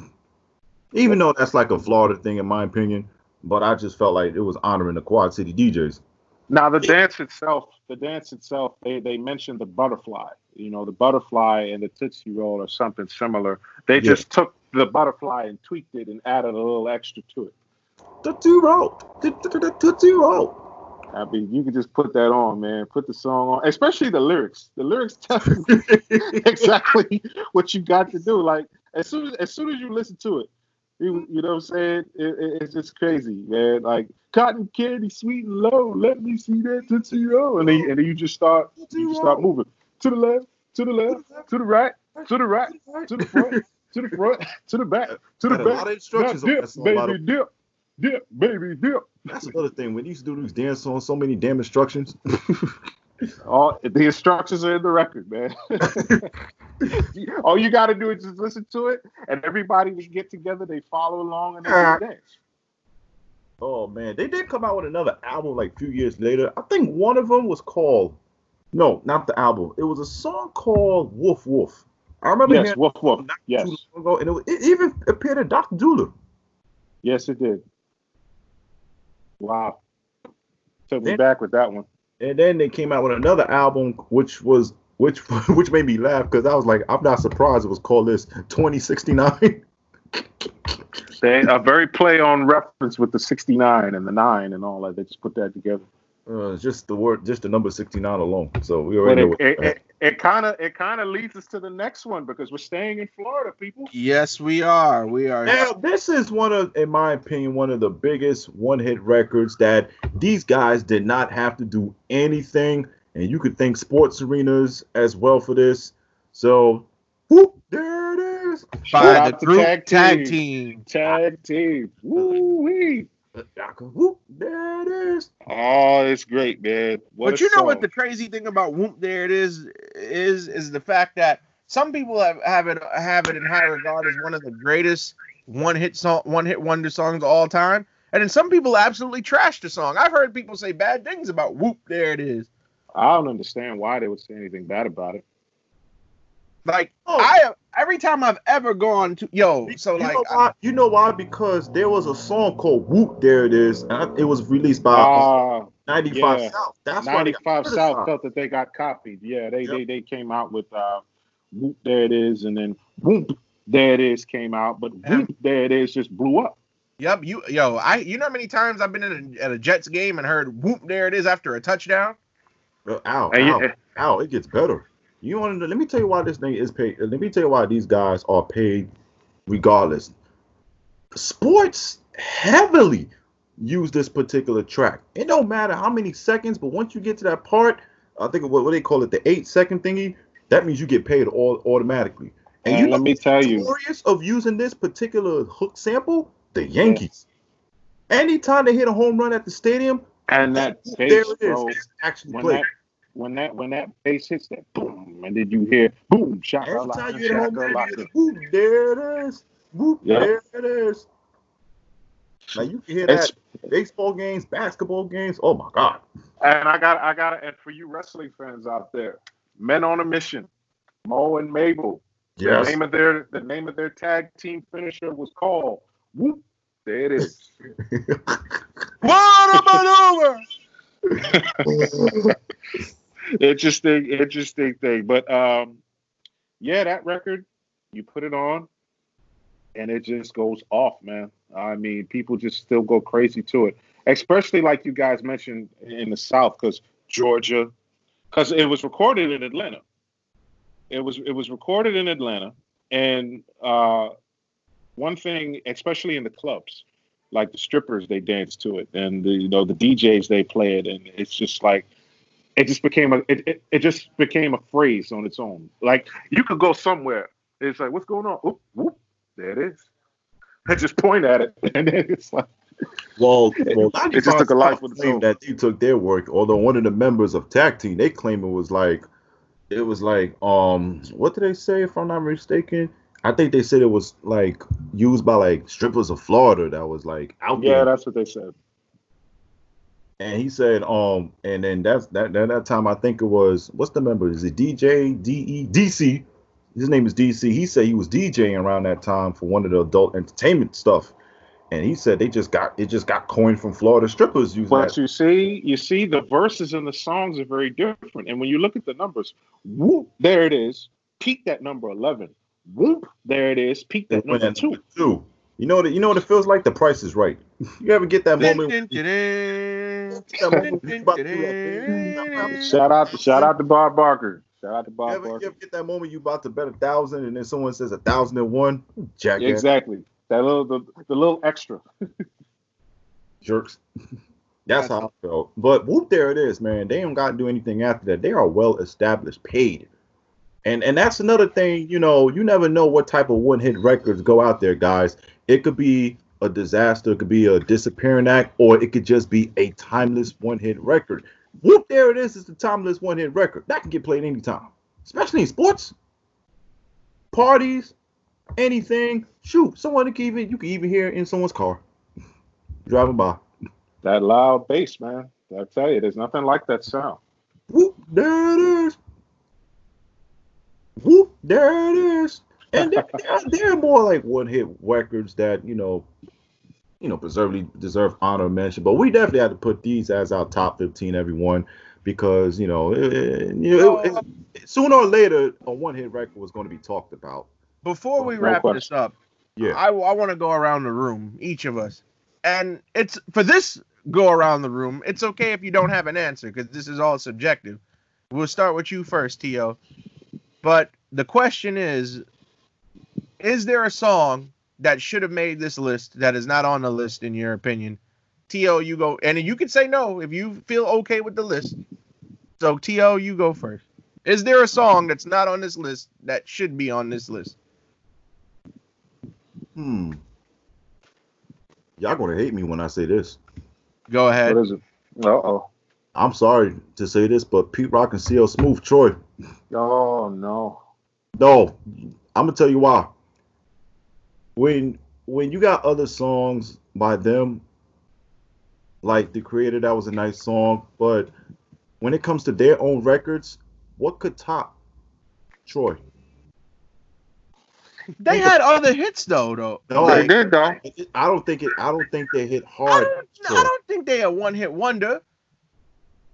S3: Even though that's like a Florida thing in my opinion, but I just felt like it was honoring the Quad City DJs.
S4: now the dance itself, the dance itself, they they mentioned the butterfly. You know, the butterfly and the tootsie roll or something similar. They
S3: Yeah.
S4: just took the butterfly and tweaked it and added a little extra to it.
S3: Tootsie roll, Tootsie roll.
S4: I mean, you could just put that on, man. Put the song on, especially the lyrics. The lyrics tell you exactly what you got to do. Like as soon as, as soon as you listen to it, you, you know what I'm saying? It, it, it's just crazy, man. Like cotton candy, sweet and low. Let me see that tuxedo, and then and then you just start you just start moving to the left, to the left, to the right, to the right, to the front, to the front, to the back, to the
S3: Got a lot
S4: back.
S3: of
S4: Now
S3: instructions on
S4: dip,
S3: this. a lot
S4: baby,
S3: of-
S4: dip, dip, baby, dip.
S3: That's another thing. When you used to do these dance songs, so many damn instructions.
S4: All the instructions are in the record, man. All you got to do is just listen to it, and everybody would get together. They follow along and they just dance.
S3: Oh man, they did come out with another album like a few years later. I think one of them was called No, not the album. It was a song called Wolf Wolf. I remember
S4: Yes,
S3: hearing
S4: woof woof.
S3: not
S4: Yes,
S3: too long ago, and it, was, it even appeared in Dr. Doolittle.
S4: yes, it did. Wow, took me
S3: Then-
S4: back with that one.
S3: And then they came out with another album, which was which which made me laugh because I was like, I'm not surprised it was called this 2069.
S4: They a very play on reference with the '69 and the nine and all that. They just put that together.
S3: Uh, just the word, just the number 69 alone. So we
S4: But
S3: already know.
S4: it
S3: what-
S4: it it kind of it kind of leads us to the next one because we're staying in Florida, people.
S2: Yes, we are. We are.
S3: Now, this is one of, in my opinion, one of the biggest one hit records that these guys did not have to do anything. And you could thank sports arenas as well for this. So, whoop, there it is.
S4: Shout
S2: by
S4: out
S2: the
S4: to
S2: group
S4: Tag
S2: tag,
S4: Team.
S2: team.
S4: Tag team, woo wee.
S3: Yaka, Whoop, there it is.
S4: Oh, it's great, man. What
S2: but
S4: a
S2: you know what
S4: song.
S2: the crazy thing about Whoop there it is is is the fact that some people have, have it have it in high regard as one of the greatest one hit song one hit wonder songs of all time. And then some people absolutely trash the song. I've heard people say bad things about Whoop There It Is.
S4: I don't understand why they would say anything bad about it.
S2: Like
S3: Oh.
S2: I have every time I've ever gone to yo, so
S3: you
S2: like
S3: know why? You know why? Because there was a song called Whoop, there it is. And I- it was released by uh,
S4: Uh,
S3: 95
S4: yeah.
S3: South. That's why they got
S4: 95 South
S3: criticized.
S4: felt that they got copied. Yeah, they
S3: Yep.
S4: they, they came out with uh, Whoop There It Is, and then Whoop There It Is came out, but
S2: Yeah.
S4: Whoop There It Is just blew up.
S2: Yep, you yo, I you know how many times I've been in a, at a Jets game and heard whoop there it is after a touchdown.
S3: Uh, Ow,
S4: And
S3: ow.
S4: you-
S3: Ow, it gets better. You want to let me tell you why this thing is paid. Let me tell you why these guys are paid regardless. Sports heavily use this particular track. It don't matter how many seconds, but once you get to that part, I think what, what they call it, the eight second thingy, that means you get paid all automatically. And
S4: And
S3: you know
S4: let me tell you,
S3: notorious of using this particular hook sample? The Yankees. Anytime they hit a home run at the stadium,
S4: and that
S3: there
S4: bass,
S3: it is.
S4: bro,
S3: It's actually
S4: when
S3: played.
S4: that when that when that bass hits that boom, and then you hear boom, shaka
S3: Every
S4: laka,
S3: time you hit a home
S4: shaka
S3: run, you
S4: laka.
S3: hear the whoop, there it is. Whoop,
S4: Yeah.
S3: there it is. Like you can hear that
S4: It's
S3: baseball games, basketball games. Oh my god.
S4: And I got, I got, and for you wrestling fans out there, Men on a Mission, Mo and Mabel. The
S3: Yes.
S4: name of their, the name of their tag team finisher was called. Whoop! There it is.
S2: What about over?
S4: interesting, interesting thing. But um, yeah, that record, you put it on, and it just goes off, man. I mean, people just still go crazy to it, especially like you guys mentioned in the South, because Georgia, because it was recorded in Atlanta. It was it was recorded in Atlanta, and uh, one thing, especially in the clubs, like the strippers, they dance to it, and the, you know the DJs they play it, and it's just like it just became a it, it, it just became a phrase on its own. Like you could go somewhere. It's like, what's going on? Oop, whoop, there it is. I just point at it, and then it's like,
S3: Well,
S4: well, It just took a lot for the
S3: claim
S4: show.
S3: that they took their work. Although one of the members of Tag Team, they claim it was like, it was like, um, what did they say? If I'm not mistaken, I think they said it was like used by like strippers of Florida that was like out there.
S4: yeah, that's what they said.
S3: and he said, um, and then that's that that, that time I think it was what's the member? Is it DJ D E DC? His name is DC. He said he was DJing around that time for one of the adult entertainment stuff, and he said they just got it just got coined from Florida strippers using
S4: But
S3: that.
S4: you see, you see, the verses and the songs are very different. And when you look at the numbers, whoop, there it is. Peak that number eleven. Whoop, there it is. Peak
S3: They
S4: that
S3: went
S4: number
S3: at
S4: two.
S3: two. You know what? You know what it feels like. The Price is Right. You ever get that moment? when you- that moment when you about to do that-
S4: Shout out to shout out to Bob Barker. Shout out to
S3: You
S4: Bob
S3: ever, you
S4: Barker.
S3: ever get that moment you about to bet a thousand and then someone says a thousand and one? Jackass
S4: Yeah, exactly. That little the, the little extra.
S3: jerks. That's how I felt. But whoop, there it is, man. They don't got to do anything after that. They are well established, paid. And and that's another thing, you know, you never know what type of one hit records go out there, guys. It could be a disaster, it could be a disappearing act, or it could just be a timeless one hit record. Whoop, there it is, it's the timeless one hit record. That can get played anytime, especially in sports, parties, anything. Shoot, someone can even you can even hear it in someone's car driving by.
S4: That loud bass, man. I tell you, there's nothing like that sound.
S3: Whoop, there it is. Whoop, there it is. And there, there, there are more like one hit records that, you know, you know, preservedly deserve honor and mention. But we definitely had to put these as our top 15, everyone, because, you know, it- it- you know it- it- sooner or later, a one hit record was going to be talked about.
S2: Before we
S4: No
S2: wrap
S4: question.
S2: this up,
S3: Yeah.
S2: I, want to go around the room, each of us. And it's for this go around the room, it's okay if you don't have an answer because this is all subjective. We'll start with you first, Tio. But the question is Is there a song that should have made this list that is not on the list, in your opinion? Tio, you go. And you can say no if you feel okay with the list. So, Tio, you go first. Is there a song that's not on this list that should be on this list?
S3: Hmm. Y'all going to hate me when I say this.
S2: Go ahead.
S4: What is it? Uh oh.
S3: I'm sorry to say this, but Pete Rock and CL Smooth, Troy,
S4: Oh no.
S3: No, I'm gonna tell you why. When when you got other songs by them, like the creator, that was a nice song, but when it comes to their own records, what could top Troy?
S2: They had other hits though, though.
S3: No,
S4: they
S3: like,
S4: did though.
S3: it- it- I don't think it. I don't think they hit
S2: I
S3: hard.
S2: don't,
S3: Troy.
S2: I don't think they are one hit wonder.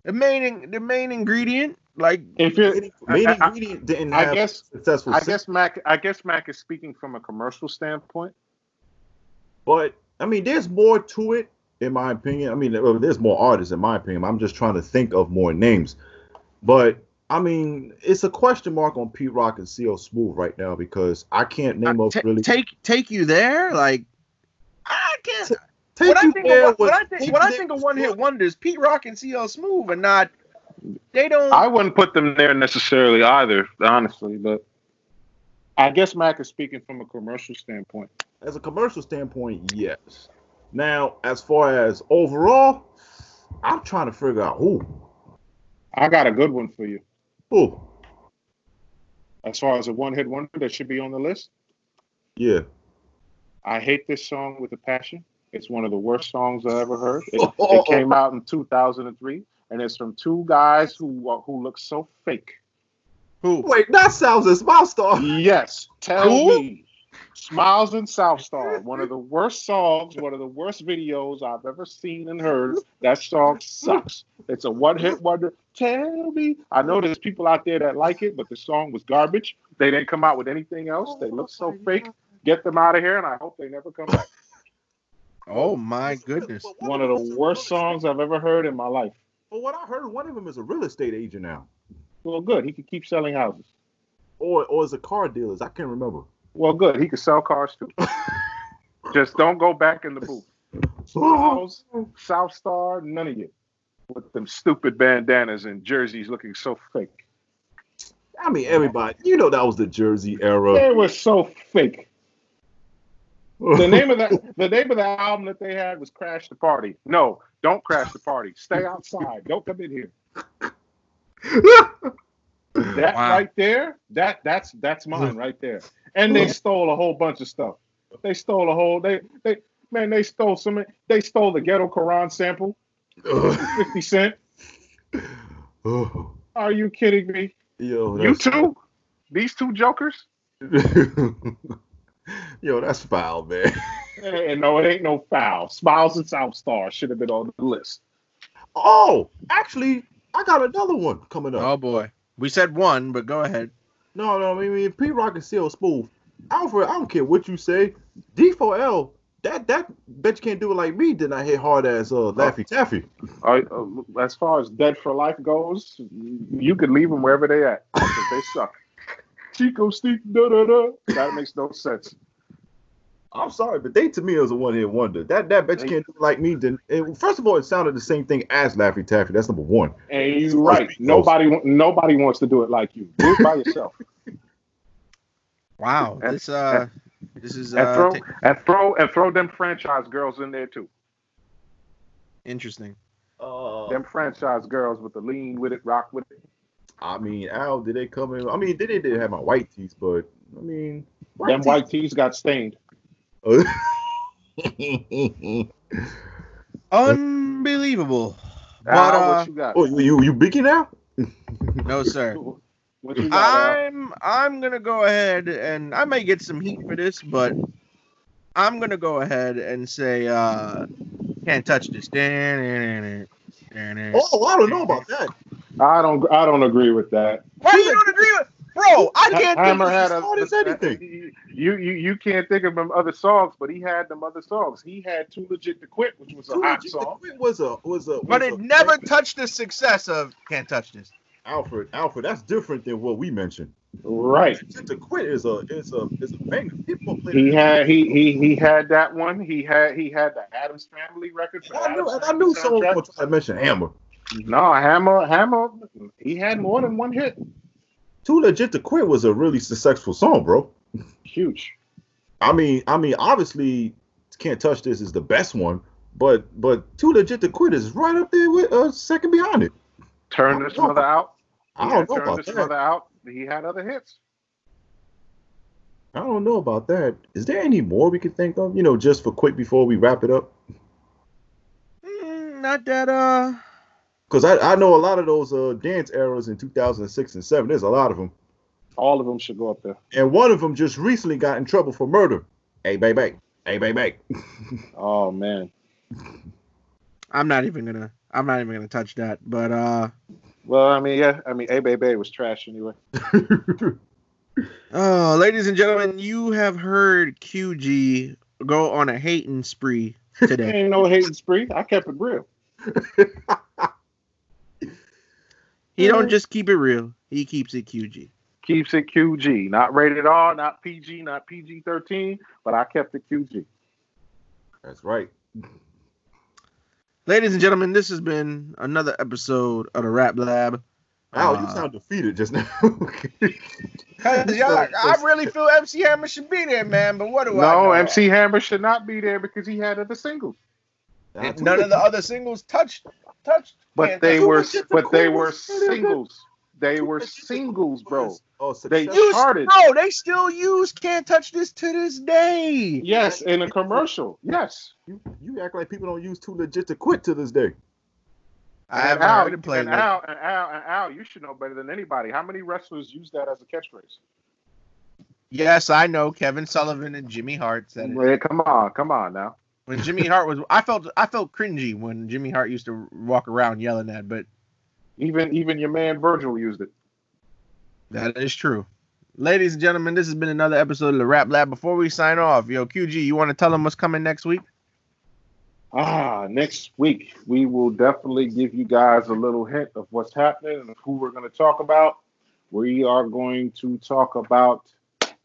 S2: The main in- the main ingredient, like
S4: If you
S3: Main- Main
S4: I- I-
S3: ingredient didn't
S4: I
S3: have
S4: guess-
S3: successful.
S4: I
S3: sing-
S4: guess Mac I guess Mac is speaking from a commercial standpoint.
S3: But I mean, there's more to it, in my opinion. I mean, there- there's more artists, in my opinion. I'm just trying to think of more names. But I mean, it's a question mark on Pete Rock and CL Smooth right now because I can't name
S2: uh,
S3: up
S2: ta-
S3: really.
S2: take take you there, like I can't.
S3: Take
S2: what I
S3: You
S2: think
S3: There
S2: of
S3: was-
S2: what, what I think
S3: Take
S2: what
S3: You
S2: I
S3: There
S2: think of
S3: was
S2: one hit
S3: good.
S2: wonders, Pete Rock and CL Smooth, and not they don't.
S4: I wouldn't put them there necessarily either, honestly, but I guess Mac is speaking from a commercial standpoint.
S3: As a commercial standpoint, yes. Now, as far as overall, I'm trying to figure out who,
S4: I got a good one for you.
S3: who,
S4: As far as a one hit wonder that should be on the list,
S3: yeah.
S4: I hate this song with a passion. It's one of the worst songs I ever heard. It, it came out in 2003, and it's from two guys who who look so fake.
S2: who?
S3: Wait, that sounds as my star.
S4: Yes, tell
S2: Who?
S4: me. Smiles and South Star, one of the worst songs, one of the worst videos I've ever seen and heard. That song sucks. It's a one-hit wonder. Tell me. I know there's people out there that like it, but the song was garbage. They didn't come out with anything else. They look so fake. Get them out of here, and I hope they never come back.
S2: Oh my goodness!
S4: One of the worst songs I've ever heard in my life.
S3: But what I heard, one of them is a real estate agent now,
S4: Well, good. He could keep selling houses.
S3: or or is a car dealer. I can't remember.
S4: Well, good. He could sell cars too. Just don't go back in the booth. Smiles, South Star, none of you. With them stupid bandanas and jerseys looking so fake.
S3: I mean, everybody, you know, that was the Jersey era.
S4: They were so fake. The name of that the name of the album that they had was Crash the Party. No, don't crash the party. Stay outside. Don't come in here. That
S2: Wow.
S4: right there, that that's that's mine right there. And they stole a whole bunch of stuff. They stole a whole they they man, they stole some they stole the ghetto Quran sample, 50 cent. Are you kidding me?
S3: Yo,
S4: You
S3: that's-
S4: two? These two jokers?
S3: Yo, that's foul, man.
S4: And no, it ain't no foul. Smiles and South Star should have been on the list.
S3: Oh, actually, I got another one
S4: Oh.
S3: coming up.
S2: Oh boy, we said one, but go ahead.
S3: No, no, I mean, P Rock and Seal Smooth. Alfred, I don't care what you say. D4L, that that bet you can't do it like me. Did I hit hard as uh
S4: Oh.
S3: Laffy Taffy?
S4: Uh, uh, as far as Dead for Life goes, you could leave them wherever they at 'cause they suck. Chico Steak, da da da. That makes no sense.
S3: I'm sorry, but they to me is a one hit wonder. That that bet you can't do it like me. Then it, first of all, it sounded the same thing as Laffy Taffy. That's number one.
S4: And you're right. Nobody, wa- nobody wants to do it like you. Do it by yourself.
S2: Wow.
S4: And-
S2: This uh this is
S4: and
S2: uh
S4: throw,
S2: ta-
S4: and throw, and throw them franchise girls in there too.
S2: interesting.
S4: Them franchise girls with the lean with it, rock with it.
S3: I mean, Al, did they come in? I mean, they didn't have my white teeth, but I mean,
S4: Them
S3: tees-
S4: white tees got stained.
S2: Unbelievable. But
S4: Al,
S2: uh,
S4: what you got?
S3: oh, you you, you biggie now?
S2: no sir.
S4: What you got? Al?
S2: I'm I'm gonna go ahead and I may get some heat for this, but I'm gonna go ahead and say uh can't touch this. Oh,
S3: Oh, I don't know about that.
S4: I don't. I don't agree with that.
S2: Why you don't agree with bro? I
S4: Ha-
S2: can't think
S4: Hammer
S2: of
S4: had
S3: as
S4: a-
S3: hard as anything.
S4: You, you you can't think of them other songs, but he had them other songs. He had "Too Legit to Quit," which was a
S3: Too
S4: hot
S3: legit to
S4: song.
S3: quit was a was a
S2: but
S3: was
S2: it
S3: a-
S2: never touched the success of can't touch this.
S3: Alfred Alfred. That's different than what we mentioned.
S4: Right.
S3: Legit to quit is a is a is a banger. People play
S4: He
S3: that.
S4: had he he he had that one. He had he had the Adams Family record. for
S3: And I knew
S4: Addams
S3: and I knew
S4: Family
S3: someone
S4: soundtrack.
S3: was going to mention Hammer.
S4: No, Hammer Hammer. He had more than one hit.
S3: Too legit to quit was a really successful song, bro.
S4: Huge.
S3: I mean, I mean, obviously, can't touch this is the best one, but but too legit to quit is right up there with uh second behind it.
S4: Turn this mother out. He
S3: I
S4: had
S3: don't know
S4: Turn
S3: about
S4: this
S3: that.
S4: mother out. He had other hits.
S3: I don't know about that. Is there any more we could think of? You know, just for quick before we wrap it up,
S2: Mm, not that uh
S3: because I, I know a lot of those uh dance eras in 2006 and seven. There's a lot of them,
S4: All of them should go up there.
S3: and one of them just recently got in trouble for murder. Hey, baby. Hey, baby.
S4: Oh man.
S2: I'm not even gonna I'm not even gonna touch that. But uh
S4: Well, I mean, yeah. I mean, A Bay Bay was trash anyway.
S2: oh ladies and gentlemen, you have heard QG go on a hating spree today.
S4: Ain't no hating spree. I kept it real.
S2: He don't just keep it real. He keeps it QG.
S4: Keeps it QG. Not rated R. Not PG. Not PG thirteen. But I kept it QG.
S3: That's right.
S2: Ladies and gentlemen, this has been another episode of the Rap Lab.
S3: Wow,
S2: Uh,
S3: you sound defeated just now.
S2: y'all, I really feel MC Hammer should be there, man. But what do I know?
S4: No, MC Hammer should not be there because he had other singles.
S2: None of the other singles touched touched.
S4: But
S2: Can't
S4: they
S2: touch-
S4: were,
S3: legit to
S4: but they
S3: quit
S4: were
S3: was better than-
S4: singles. They were singles, bro.
S3: Oh,
S4: They
S3: success.
S2: Use-
S4: charted.
S2: bro. They still use "Can't Touch This" to this day.
S4: Yes, in a commercial. Yes.
S3: You, you act like people don't use too legit to quit to this day.
S2: I
S4: And
S2: haven't
S4: Al,
S2: heard it played.
S4: And
S2: like-
S4: Al, and Al, and Al, you should know better than anybody. How many wrestlers use that as a catchphrase?
S2: Yes, I know Kevin Sullivan and Jimmy Hart said it.
S4: Yeah, come on, come on now.
S2: When Jimmy Hart was, I felt I felt cringy when Jimmy Hart used to walk around yelling that. But
S4: Even even your man Virgil used it.
S2: That is true. Ladies and gentlemen, this has been another episode of the Rap Lab. Before we sign off, yo, QG, you want to tell them what's coming next week?
S4: Ah, next week we will definitely give you guys a little hint of what's happening and who we're going to talk about. We are going to talk about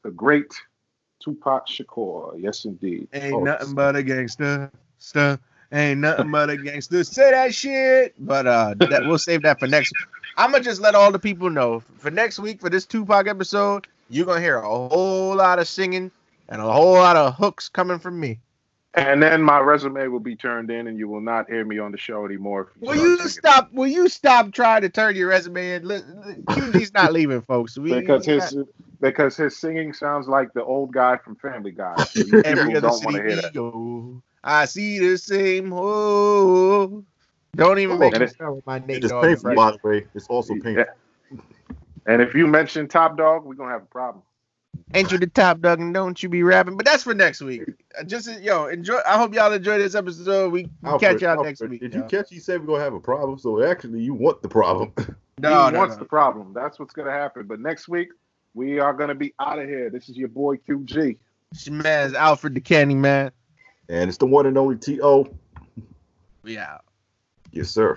S4: the great Tupac Shakur. Yes, indeed.
S2: Ain't
S3: Oh,
S2: nothing but a gangster. Stuff. Ain't nothing but a gangster. Say that shit. But uh that we'll save that for next I'ma just let all the people know for next week for this Tupac episode, you're gonna hear a whole lot of singing and a whole lot of hooks coming from me.
S4: And then my resume will be turned in, and you will not hear me on the show anymore. if
S2: Will
S4: start
S2: you
S4: singing.
S2: stop? Will you stop trying to turn your resume in? Li- li- QG's not leaving, folks. We,
S4: Because
S2: we
S4: his because his singing sounds like the old guy from Family Guy. So you
S2: every
S4: people
S2: other
S4: don't
S2: city
S4: want to hear
S2: we
S4: that.
S2: go. I see the same hole. Don't even
S3: Oh,
S2: make
S4: and
S2: me
S4: it-
S2: sound with my Nate
S3: It's
S2: Dogg
S3: painful,
S2: impression.
S3: by the way. It's also painful.
S4: And if you mention Top Dog, we're gonna have a problem.
S2: Ain't you the top dog and don't you be rapping? But that's for next week. Uh, Just uh, yo, enjoy. I hope y'all enjoy this episode. We we catch y'all next
S3: Alfred,
S2: week.
S3: Did
S2: yo.
S3: you catch? You said we're gonna have a problem. So actually, you want the problem.
S2: no,
S4: he
S2: no,
S4: wants
S2: no.
S4: the problem. That's what's gonna happen. But next week, We are gonna be out of here. This is your boy QG.
S2: This your man's Alfred the Candy Man.
S3: And it's the one and only T.O.
S2: We out.
S3: Yes, sir.